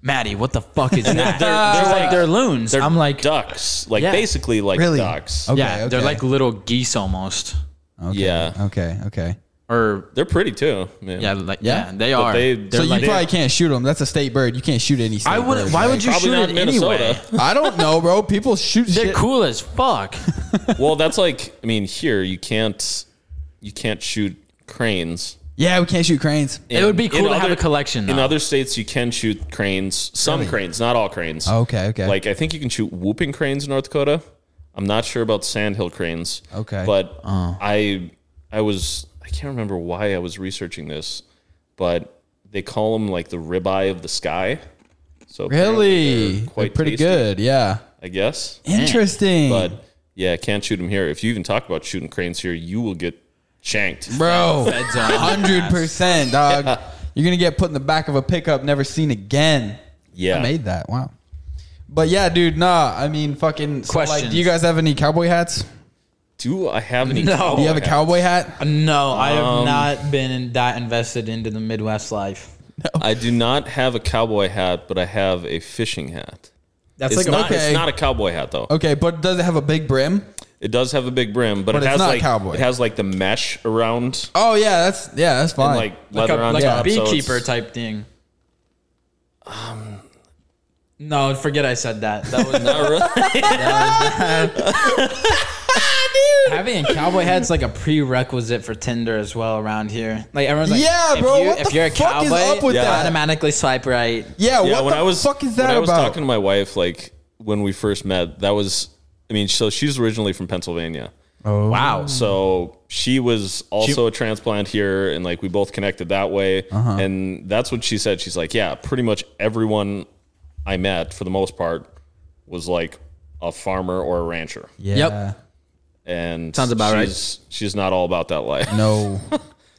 [SPEAKER 4] Maddie, what the fuck is that?
[SPEAKER 3] they're- they're
[SPEAKER 4] She's
[SPEAKER 3] like-
[SPEAKER 4] they're loons.
[SPEAKER 3] They're
[SPEAKER 4] I'm like,
[SPEAKER 3] ducks, like
[SPEAKER 4] Yeah.
[SPEAKER 3] basically like
[SPEAKER 1] Really? Oh.
[SPEAKER 3] ducks.
[SPEAKER 1] Okay,
[SPEAKER 4] yeah, they're
[SPEAKER 1] okay.
[SPEAKER 4] like little geese almost,
[SPEAKER 3] Yeah,
[SPEAKER 1] Okay, okay.
[SPEAKER 4] or
[SPEAKER 3] they're pretty too. man.
[SPEAKER 4] yeah, like
[SPEAKER 1] Yeah?
[SPEAKER 4] yeah, they are.
[SPEAKER 3] they-
[SPEAKER 4] They're
[SPEAKER 3] So
[SPEAKER 1] So
[SPEAKER 4] like-
[SPEAKER 1] you probably can't shoot them. That's a state bird. You can't shoot any. State
[SPEAKER 4] I would.
[SPEAKER 1] bird,
[SPEAKER 4] Why
[SPEAKER 1] right?
[SPEAKER 4] would you
[SPEAKER 3] Probably
[SPEAKER 4] shoot
[SPEAKER 3] not
[SPEAKER 4] it
[SPEAKER 3] in Minnesota.
[SPEAKER 4] anyway?
[SPEAKER 1] I don't know, bro. People shoot
[SPEAKER 4] They're
[SPEAKER 1] shit.
[SPEAKER 4] cool as fuck.
[SPEAKER 3] well, that's like I mean, here you can't you can't shoot cranes.
[SPEAKER 1] Yeah, we can't shoot cranes.
[SPEAKER 4] It would be
[SPEAKER 3] In
[SPEAKER 4] cool to have
[SPEAKER 3] other-
[SPEAKER 4] a collection.
[SPEAKER 3] In
[SPEAKER 4] though.
[SPEAKER 3] other states, you can shoot cranes. Some cranes, not all cranes.
[SPEAKER 4] Oh,
[SPEAKER 1] Okay, okay.
[SPEAKER 3] Like I think you can shoot whooping cranes in North Dakota. I'm not sure about sandhill cranes.
[SPEAKER 1] Okay.
[SPEAKER 3] But
[SPEAKER 4] Uh.
[SPEAKER 3] I I was I can't remember why I was researching this, but they call them like the ribeye of the sky. So apparently
[SPEAKER 1] really,
[SPEAKER 3] they're
[SPEAKER 1] They're
[SPEAKER 3] quite
[SPEAKER 1] pretty
[SPEAKER 3] tasty,
[SPEAKER 1] good. Yeah,
[SPEAKER 3] I guess.
[SPEAKER 1] interesting,
[SPEAKER 3] But yeah, can't shoot them here. If you even talk about shooting cranes here, you will get shanked.
[SPEAKER 1] bro. Hundred percent, dog. You're gonna get put in the back of a pickup, never seen again.
[SPEAKER 3] Yeah.
[SPEAKER 1] I made that. Wow. But yeah, dude. Nah, I mean, fucking. So like,
[SPEAKER 4] Questions.
[SPEAKER 1] do you guys have any cowboy hats?
[SPEAKER 3] Do I have any?
[SPEAKER 4] No.
[SPEAKER 1] Do you have a
[SPEAKER 3] hats?
[SPEAKER 1] cowboy hat?
[SPEAKER 7] No, I have not been in, that invested into the Midwest life.
[SPEAKER 3] I do not have a cowboy hat, but I have a fishing hat.
[SPEAKER 7] That's
[SPEAKER 3] It's,
[SPEAKER 7] like
[SPEAKER 3] not,
[SPEAKER 1] okay.
[SPEAKER 3] it's not a cowboy hat though.
[SPEAKER 1] Okay, but does it have a big brim?
[SPEAKER 3] It does have a big brim, but,
[SPEAKER 1] But
[SPEAKER 3] it
[SPEAKER 1] it's
[SPEAKER 3] has
[SPEAKER 1] not
[SPEAKER 3] like
[SPEAKER 1] cowboy.
[SPEAKER 3] it has like the mesh around
[SPEAKER 1] Oh yeah, that's yeah, that's fine.
[SPEAKER 3] and like leather
[SPEAKER 7] a,
[SPEAKER 3] on
[SPEAKER 7] like
[SPEAKER 3] top.
[SPEAKER 7] a
[SPEAKER 3] so
[SPEAKER 7] beekeeper
[SPEAKER 3] it's-
[SPEAKER 7] type thing. Um, no, forget I said that. That was
[SPEAKER 3] Not really.
[SPEAKER 7] having a cowboy hat's like a prerequisite for Tinder as well around here. Like everyone's like,
[SPEAKER 1] Yeah,
[SPEAKER 7] if
[SPEAKER 1] bro,
[SPEAKER 7] You,
[SPEAKER 1] what
[SPEAKER 7] if
[SPEAKER 1] the
[SPEAKER 7] you're a
[SPEAKER 1] fuck
[SPEAKER 7] cowboy,
[SPEAKER 1] is up with
[SPEAKER 3] Yeah.
[SPEAKER 7] you
[SPEAKER 1] that?
[SPEAKER 7] automatically swipe right.
[SPEAKER 1] yeah,
[SPEAKER 3] yeah,
[SPEAKER 1] what
[SPEAKER 3] when
[SPEAKER 1] the
[SPEAKER 3] I was
[SPEAKER 1] fuck is that
[SPEAKER 3] when I was
[SPEAKER 1] about?
[SPEAKER 3] talking to my wife, like when we first met, that was I mean, so she's originally from Pennsylvania.
[SPEAKER 4] wow.
[SPEAKER 3] So she was also a transplant here, and like we both connected that way.
[SPEAKER 7] Uh-huh.
[SPEAKER 3] And that's what she said. She's like, yeah, pretty much everyone I met for the most part was like a farmer or a rancher.
[SPEAKER 1] yeah.
[SPEAKER 7] Yep.
[SPEAKER 3] And
[SPEAKER 7] Sounds about right.
[SPEAKER 3] she's, right. She's not all about that life.
[SPEAKER 1] No.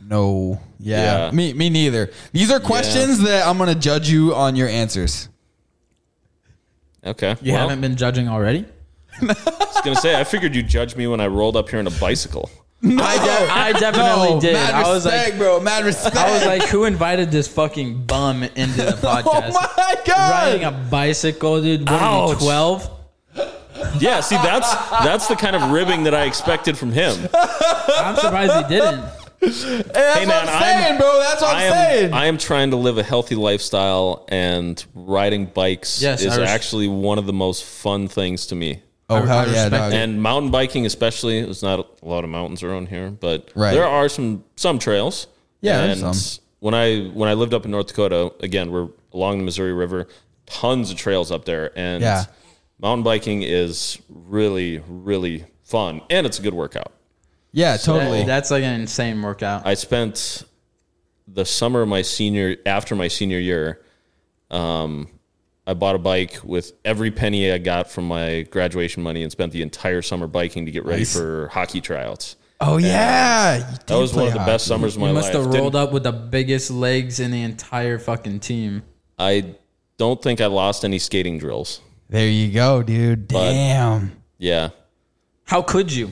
[SPEAKER 1] No. Yeah.
[SPEAKER 3] Yeah.
[SPEAKER 1] Me me neither. These are questions that I'm gonna judge you on your answers.
[SPEAKER 3] Okay.
[SPEAKER 7] You
[SPEAKER 3] well,
[SPEAKER 7] haven't been judging already.
[SPEAKER 3] I was gonna say, I figured you'd judge me when I rolled up here on a bicycle.
[SPEAKER 7] I, de- I definitely did.
[SPEAKER 1] Oh, Mad
[SPEAKER 7] I
[SPEAKER 1] respect,
[SPEAKER 7] was like,
[SPEAKER 1] bro. Mad respect.
[SPEAKER 7] I was like, who invited this fucking bum into the
[SPEAKER 1] oh
[SPEAKER 7] podcast?
[SPEAKER 1] my god.
[SPEAKER 7] Riding a bicycle, dude. What are you,
[SPEAKER 3] Ouch.
[SPEAKER 7] 12?
[SPEAKER 3] Yeah, see, that's that's the kind of ribbing that I expected from him.
[SPEAKER 7] I'm surprised he didn't.
[SPEAKER 1] Hey, that's
[SPEAKER 3] Hey,
[SPEAKER 1] what
[SPEAKER 3] man,
[SPEAKER 1] I'm
[SPEAKER 3] I'm-
[SPEAKER 1] saying, bro. That's what I'm
[SPEAKER 3] I am
[SPEAKER 1] saying.
[SPEAKER 3] I am trying to live a healthy lifestyle, and riding bikes
[SPEAKER 7] Yes,
[SPEAKER 3] is
[SPEAKER 7] I res-
[SPEAKER 3] actually one of the most fun things to me.
[SPEAKER 1] oh
[SPEAKER 7] I
[SPEAKER 1] hell yeah,
[SPEAKER 7] respect
[SPEAKER 1] dog.
[SPEAKER 3] And mountain biking, especially, there's not a lot of mountains around here, but
[SPEAKER 1] Right.
[SPEAKER 3] there are some some trails.
[SPEAKER 1] Yeah, there's
[SPEAKER 3] and
[SPEAKER 1] some.
[SPEAKER 3] when I when I lived up in North Dakota, again, we're along the Missouri River, tons of trails up there, and
[SPEAKER 1] Yeah.
[SPEAKER 3] mountain biking is really really fun, and it's a good workout.
[SPEAKER 1] Yeah, totally.
[SPEAKER 7] That's like an insane workout.
[SPEAKER 3] I spent the summer of my senior after my senior year. Um, I bought a bike with every penny I got from my graduation money and spent the entire summer biking to get ready for hockey tryouts.
[SPEAKER 1] oh yeah. You
[SPEAKER 3] That
[SPEAKER 1] did
[SPEAKER 3] was one
[SPEAKER 1] play
[SPEAKER 3] of the
[SPEAKER 1] hockey.
[SPEAKER 3] best summers of my
[SPEAKER 7] You must
[SPEAKER 3] life.
[SPEAKER 7] have rolled
[SPEAKER 3] Didn't-
[SPEAKER 7] up with the biggest legs in the entire fucking team.
[SPEAKER 3] I don't think I lost any skating drills.
[SPEAKER 1] There you go, dude. Damn.
[SPEAKER 3] Yeah.
[SPEAKER 7] How could you?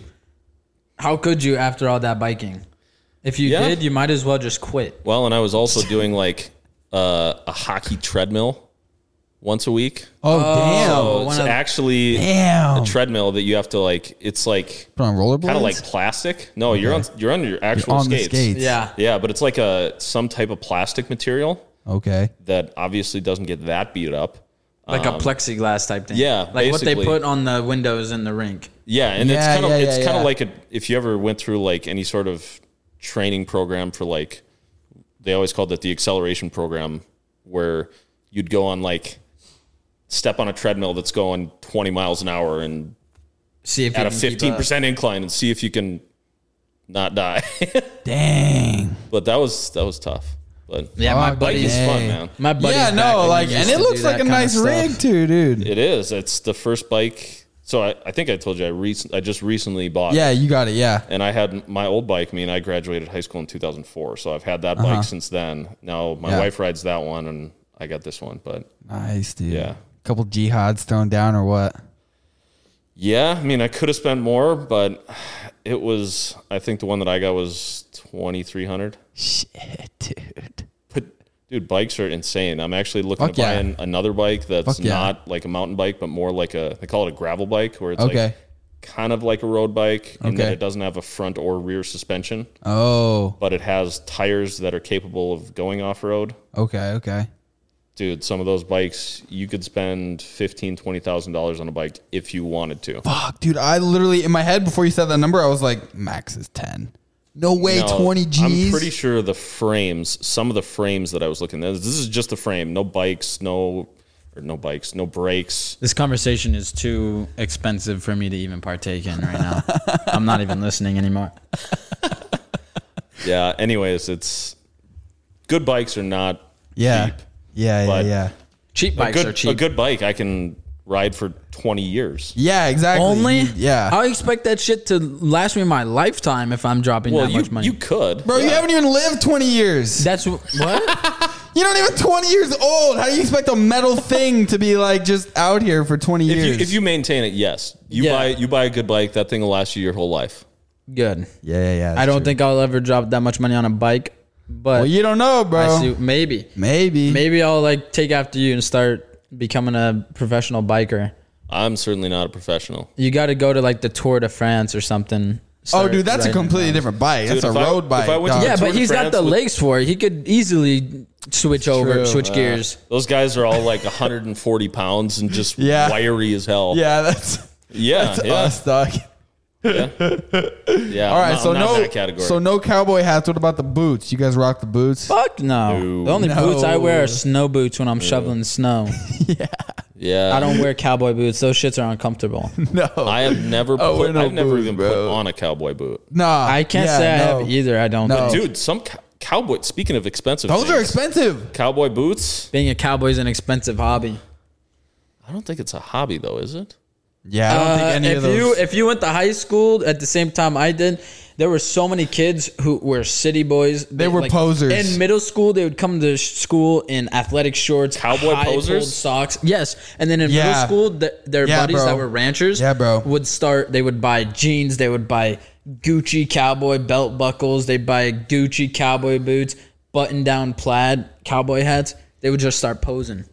[SPEAKER 7] How could you after all that biking? If you
[SPEAKER 3] Yeah.
[SPEAKER 7] did, you might as well just quit.
[SPEAKER 3] Well, and I was also doing like uh, a hockey treadmill once a week.
[SPEAKER 1] Oh,
[SPEAKER 3] So
[SPEAKER 7] one
[SPEAKER 3] it's
[SPEAKER 7] of-
[SPEAKER 3] actually
[SPEAKER 1] damn.
[SPEAKER 3] a
[SPEAKER 1] Damn.
[SPEAKER 3] treadmill that you have to like. It's like
[SPEAKER 1] Put on rollerblades.
[SPEAKER 3] kind of like plastic. No, you're on you're on your actual
[SPEAKER 1] on
[SPEAKER 3] skates.
[SPEAKER 1] the skates.
[SPEAKER 7] Yeah.
[SPEAKER 3] Yeah, but it's like a some type of plastic material
[SPEAKER 1] Okay.
[SPEAKER 3] that obviously doesn't get that beat up.
[SPEAKER 7] Like a plexiglass type thing.
[SPEAKER 3] Um, yeah,
[SPEAKER 7] Like what they
[SPEAKER 3] basically.
[SPEAKER 7] put on the windows in the rink.
[SPEAKER 3] Yeah, and it's
[SPEAKER 1] Yeah,
[SPEAKER 3] kind of
[SPEAKER 1] yeah,
[SPEAKER 3] it's
[SPEAKER 1] yeah,
[SPEAKER 3] kind of
[SPEAKER 1] yeah.
[SPEAKER 3] like a if you ever went through like any sort of training program for like they always called it the acceleration program where you'd go on like step on a treadmill that's going 20 miles an hour and
[SPEAKER 7] See if
[SPEAKER 3] at
[SPEAKER 7] you
[SPEAKER 3] a
[SPEAKER 7] can keep up.
[SPEAKER 3] 15% incline and see if you can not die.
[SPEAKER 1] Dang.
[SPEAKER 3] but that was that was tough. But
[SPEAKER 7] Yeah, my
[SPEAKER 3] bike
[SPEAKER 7] buddy.
[SPEAKER 3] is fun,
[SPEAKER 1] dang.
[SPEAKER 3] man.
[SPEAKER 7] My buddy.
[SPEAKER 1] yeah, no, like, and it looks like a nice rig too, dude.
[SPEAKER 3] It is. It's the first bike. So I, I think I told you I recent I just recently bought.
[SPEAKER 1] Yeah, you got it. Yeah,
[SPEAKER 3] And I had my old bike. I mean, I graduated high school in 2004, so I've had that
[SPEAKER 7] Uh-huh.
[SPEAKER 3] bike since then. Now my
[SPEAKER 1] Yeah.
[SPEAKER 3] wife rides that one, and I got this one. But
[SPEAKER 1] nice, dude.
[SPEAKER 3] Yeah.
[SPEAKER 1] couple jihads thrown down or what?
[SPEAKER 3] yeah, I mean, I could have spent more, but it was. I think the one that I got was 2,300.
[SPEAKER 1] Shit, dude.
[SPEAKER 3] But dude, bikes are insane. I'm actually looking
[SPEAKER 1] Fuck
[SPEAKER 3] to buy
[SPEAKER 1] yeah.
[SPEAKER 3] an, another bike that's
[SPEAKER 1] Fuck yeah.
[SPEAKER 3] not like a mountain bike, but more like a they call it a gravel bike, where it's
[SPEAKER 1] Okay.
[SPEAKER 3] like kind of like a road bike, and that
[SPEAKER 1] Okay.
[SPEAKER 3] it doesn't have a front or rear suspension,
[SPEAKER 1] Oh,
[SPEAKER 3] but it has tires that are capable of going off road.
[SPEAKER 1] okay, okay.
[SPEAKER 3] Dude, some of those bikes you could spend fifteen, twenty thousand dollars on a bike if you wanted to.
[SPEAKER 1] Fuck, dude. I literally in my head before you said that number, I was like, max is ten. No way,
[SPEAKER 3] Now,
[SPEAKER 1] twenty G's.
[SPEAKER 3] I'm pretty sure the frames, some of the frames that I was looking at, this is just the frame, no bikes, no, or no bikes, no brakes.
[SPEAKER 4] This conversation is too expensive for me to even partake in right now. I'm not even listening anymore.
[SPEAKER 3] yeah. Anyways, it's good bikes are not
[SPEAKER 1] yeah.
[SPEAKER 3] cheap.
[SPEAKER 1] yeah, yeah,
[SPEAKER 3] but-
[SPEAKER 1] yeah,
[SPEAKER 7] Cheap bikes
[SPEAKER 3] good,
[SPEAKER 7] are cheap.
[SPEAKER 3] A good bike I can ride for twenty years.
[SPEAKER 1] yeah. Exactly.
[SPEAKER 7] Only?
[SPEAKER 1] Yeah,
[SPEAKER 7] I expect that shit to last me my lifetime if I'm dropping
[SPEAKER 3] Well,
[SPEAKER 7] that
[SPEAKER 3] you
[SPEAKER 7] much money.
[SPEAKER 3] you could,
[SPEAKER 1] bro. You haven't even lived twenty years.
[SPEAKER 7] That's wh- what?
[SPEAKER 1] You're not even 20 years old. How do you expect a metal thing to be like just out here for 20
[SPEAKER 3] if
[SPEAKER 1] years?
[SPEAKER 3] you if you maintain it, yes. You
[SPEAKER 7] Yeah.
[SPEAKER 3] buy you buy a good bike, that thing will last you your whole life.
[SPEAKER 7] good.
[SPEAKER 1] yeah, yeah, yeah. that's
[SPEAKER 7] I don't
[SPEAKER 1] true.
[SPEAKER 7] think I'll ever drop that much money on a bike, but
[SPEAKER 1] Well, you don't know, bro.
[SPEAKER 7] I see, maybe.
[SPEAKER 1] Maybe.
[SPEAKER 7] Maybe I'll like take after you and start becoming a professional biker.
[SPEAKER 3] I'm certainly not a professional.
[SPEAKER 7] You got to go to like the Tour de France or something.
[SPEAKER 1] Oh,
[SPEAKER 7] Start
[SPEAKER 1] dude, that's a Uh,
[SPEAKER 7] riding
[SPEAKER 1] completely
[SPEAKER 7] around.
[SPEAKER 1] different bike. That's
[SPEAKER 3] Dude,
[SPEAKER 1] a
[SPEAKER 3] if I-
[SPEAKER 1] road
[SPEAKER 3] if
[SPEAKER 1] bike.
[SPEAKER 3] I went to
[SPEAKER 1] dog.
[SPEAKER 7] Yeah,
[SPEAKER 3] Tour
[SPEAKER 7] but
[SPEAKER 3] de
[SPEAKER 7] he's got
[SPEAKER 3] France
[SPEAKER 7] the
[SPEAKER 3] with-
[SPEAKER 7] legs for it. He could easily switch over,
[SPEAKER 1] true. Uh,
[SPEAKER 7] switch gears.
[SPEAKER 3] Those guys are all like 140 pounds and just
[SPEAKER 1] Yeah.
[SPEAKER 3] wiry as hell.
[SPEAKER 1] yeah, that's,
[SPEAKER 3] yeah,
[SPEAKER 1] that's
[SPEAKER 3] yeah,
[SPEAKER 1] us, dog.
[SPEAKER 3] yeah.
[SPEAKER 1] All right, so no,
[SPEAKER 3] that category.
[SPEAKER 1] so no cowboy hats. What about the boots? You guys rock the boots?
[SPEAKER 7] Fuck no.
[SPEAKER 3] No.
[SPEAKER 7] The only
[SPEAKER 1] No.
[SPEAKER 7] boots I wear are snow boots when I'm shoveling snow.
[SPEAKER 3] yeah,
[SPEAKER 7] I don't wear cowboy boots. Those shits are uncomfortable.
[SPEAKER 1] No,
[SPEAKER 3] I have never.
[SPEAKER 1] Oh, we're
[SPEAKER 3] put,
[SPEAKER 1] no
[SPEAKER 3] I've never
[SPEAKER 1] booze,
[SPEAKER 3] even put
[SPEAKER 1] bro.
[SPEAKER 3] on a cowboy boot.
[SPEAKER 1] nah.
[SPEAKER 7] I can't
[SPEAKER 1] yeah,
[SPEAKER 7] say I
[SPEAKER 1] no.
[SPEAKER 7] have either. I don't.
[SPEAKER 1] No.
[SPEAKER 7] think.
[SPEAKER 3] Dude, some cow- cowboy. Speaking of expensive,
[SPEAKER 1] Oh. Those are
[SPEAKER 3] things,
[SPEAKER 1] expensive.
[SPEAKER 3] cowboy boots.
[SPEAKER 7] Being a cowboy is an expensive hobby.
[SPEAKER 3] I don't think it's a hobby though, is it?
[SPEAKER 1] Yeah, I don't
[SPEAKER 7] Uh,
[SPEAKER 1] think any
[SPEAKER 7] if
[SPEAKER 1] of those.
[SPEAKER 7] you if you went to high school at the same time I did, there were so many kids who were city boys. They,
[SPEAKER 1] were posers.
[SPEAKER 7] In middle school, they would come to sh- school in athletic shorts,
[SPEAKER 3] Cowboy
[SPEAKER 7] high-pulled
[SPEAKER 3] posers?
[SPEAKER 7] socks. Yes, and then in middle
[SPEAKER 1] Yeah.
[SPEAKER 7] school, th- their
[SPEAKER 1] Yeah,
[SPEAKER 7] buddies
[SPEAKER 1] bro.
[SPEAKER 7] that were ranchers,
[SPEAKER 1] Yeah, bro.
[SPEAKER 7] would start. They would buy jeans. They would buy Gucci cowboy belt buckles. They would buy Gucci cowboy boots, button down plaid cowboy hats. They would just start posing.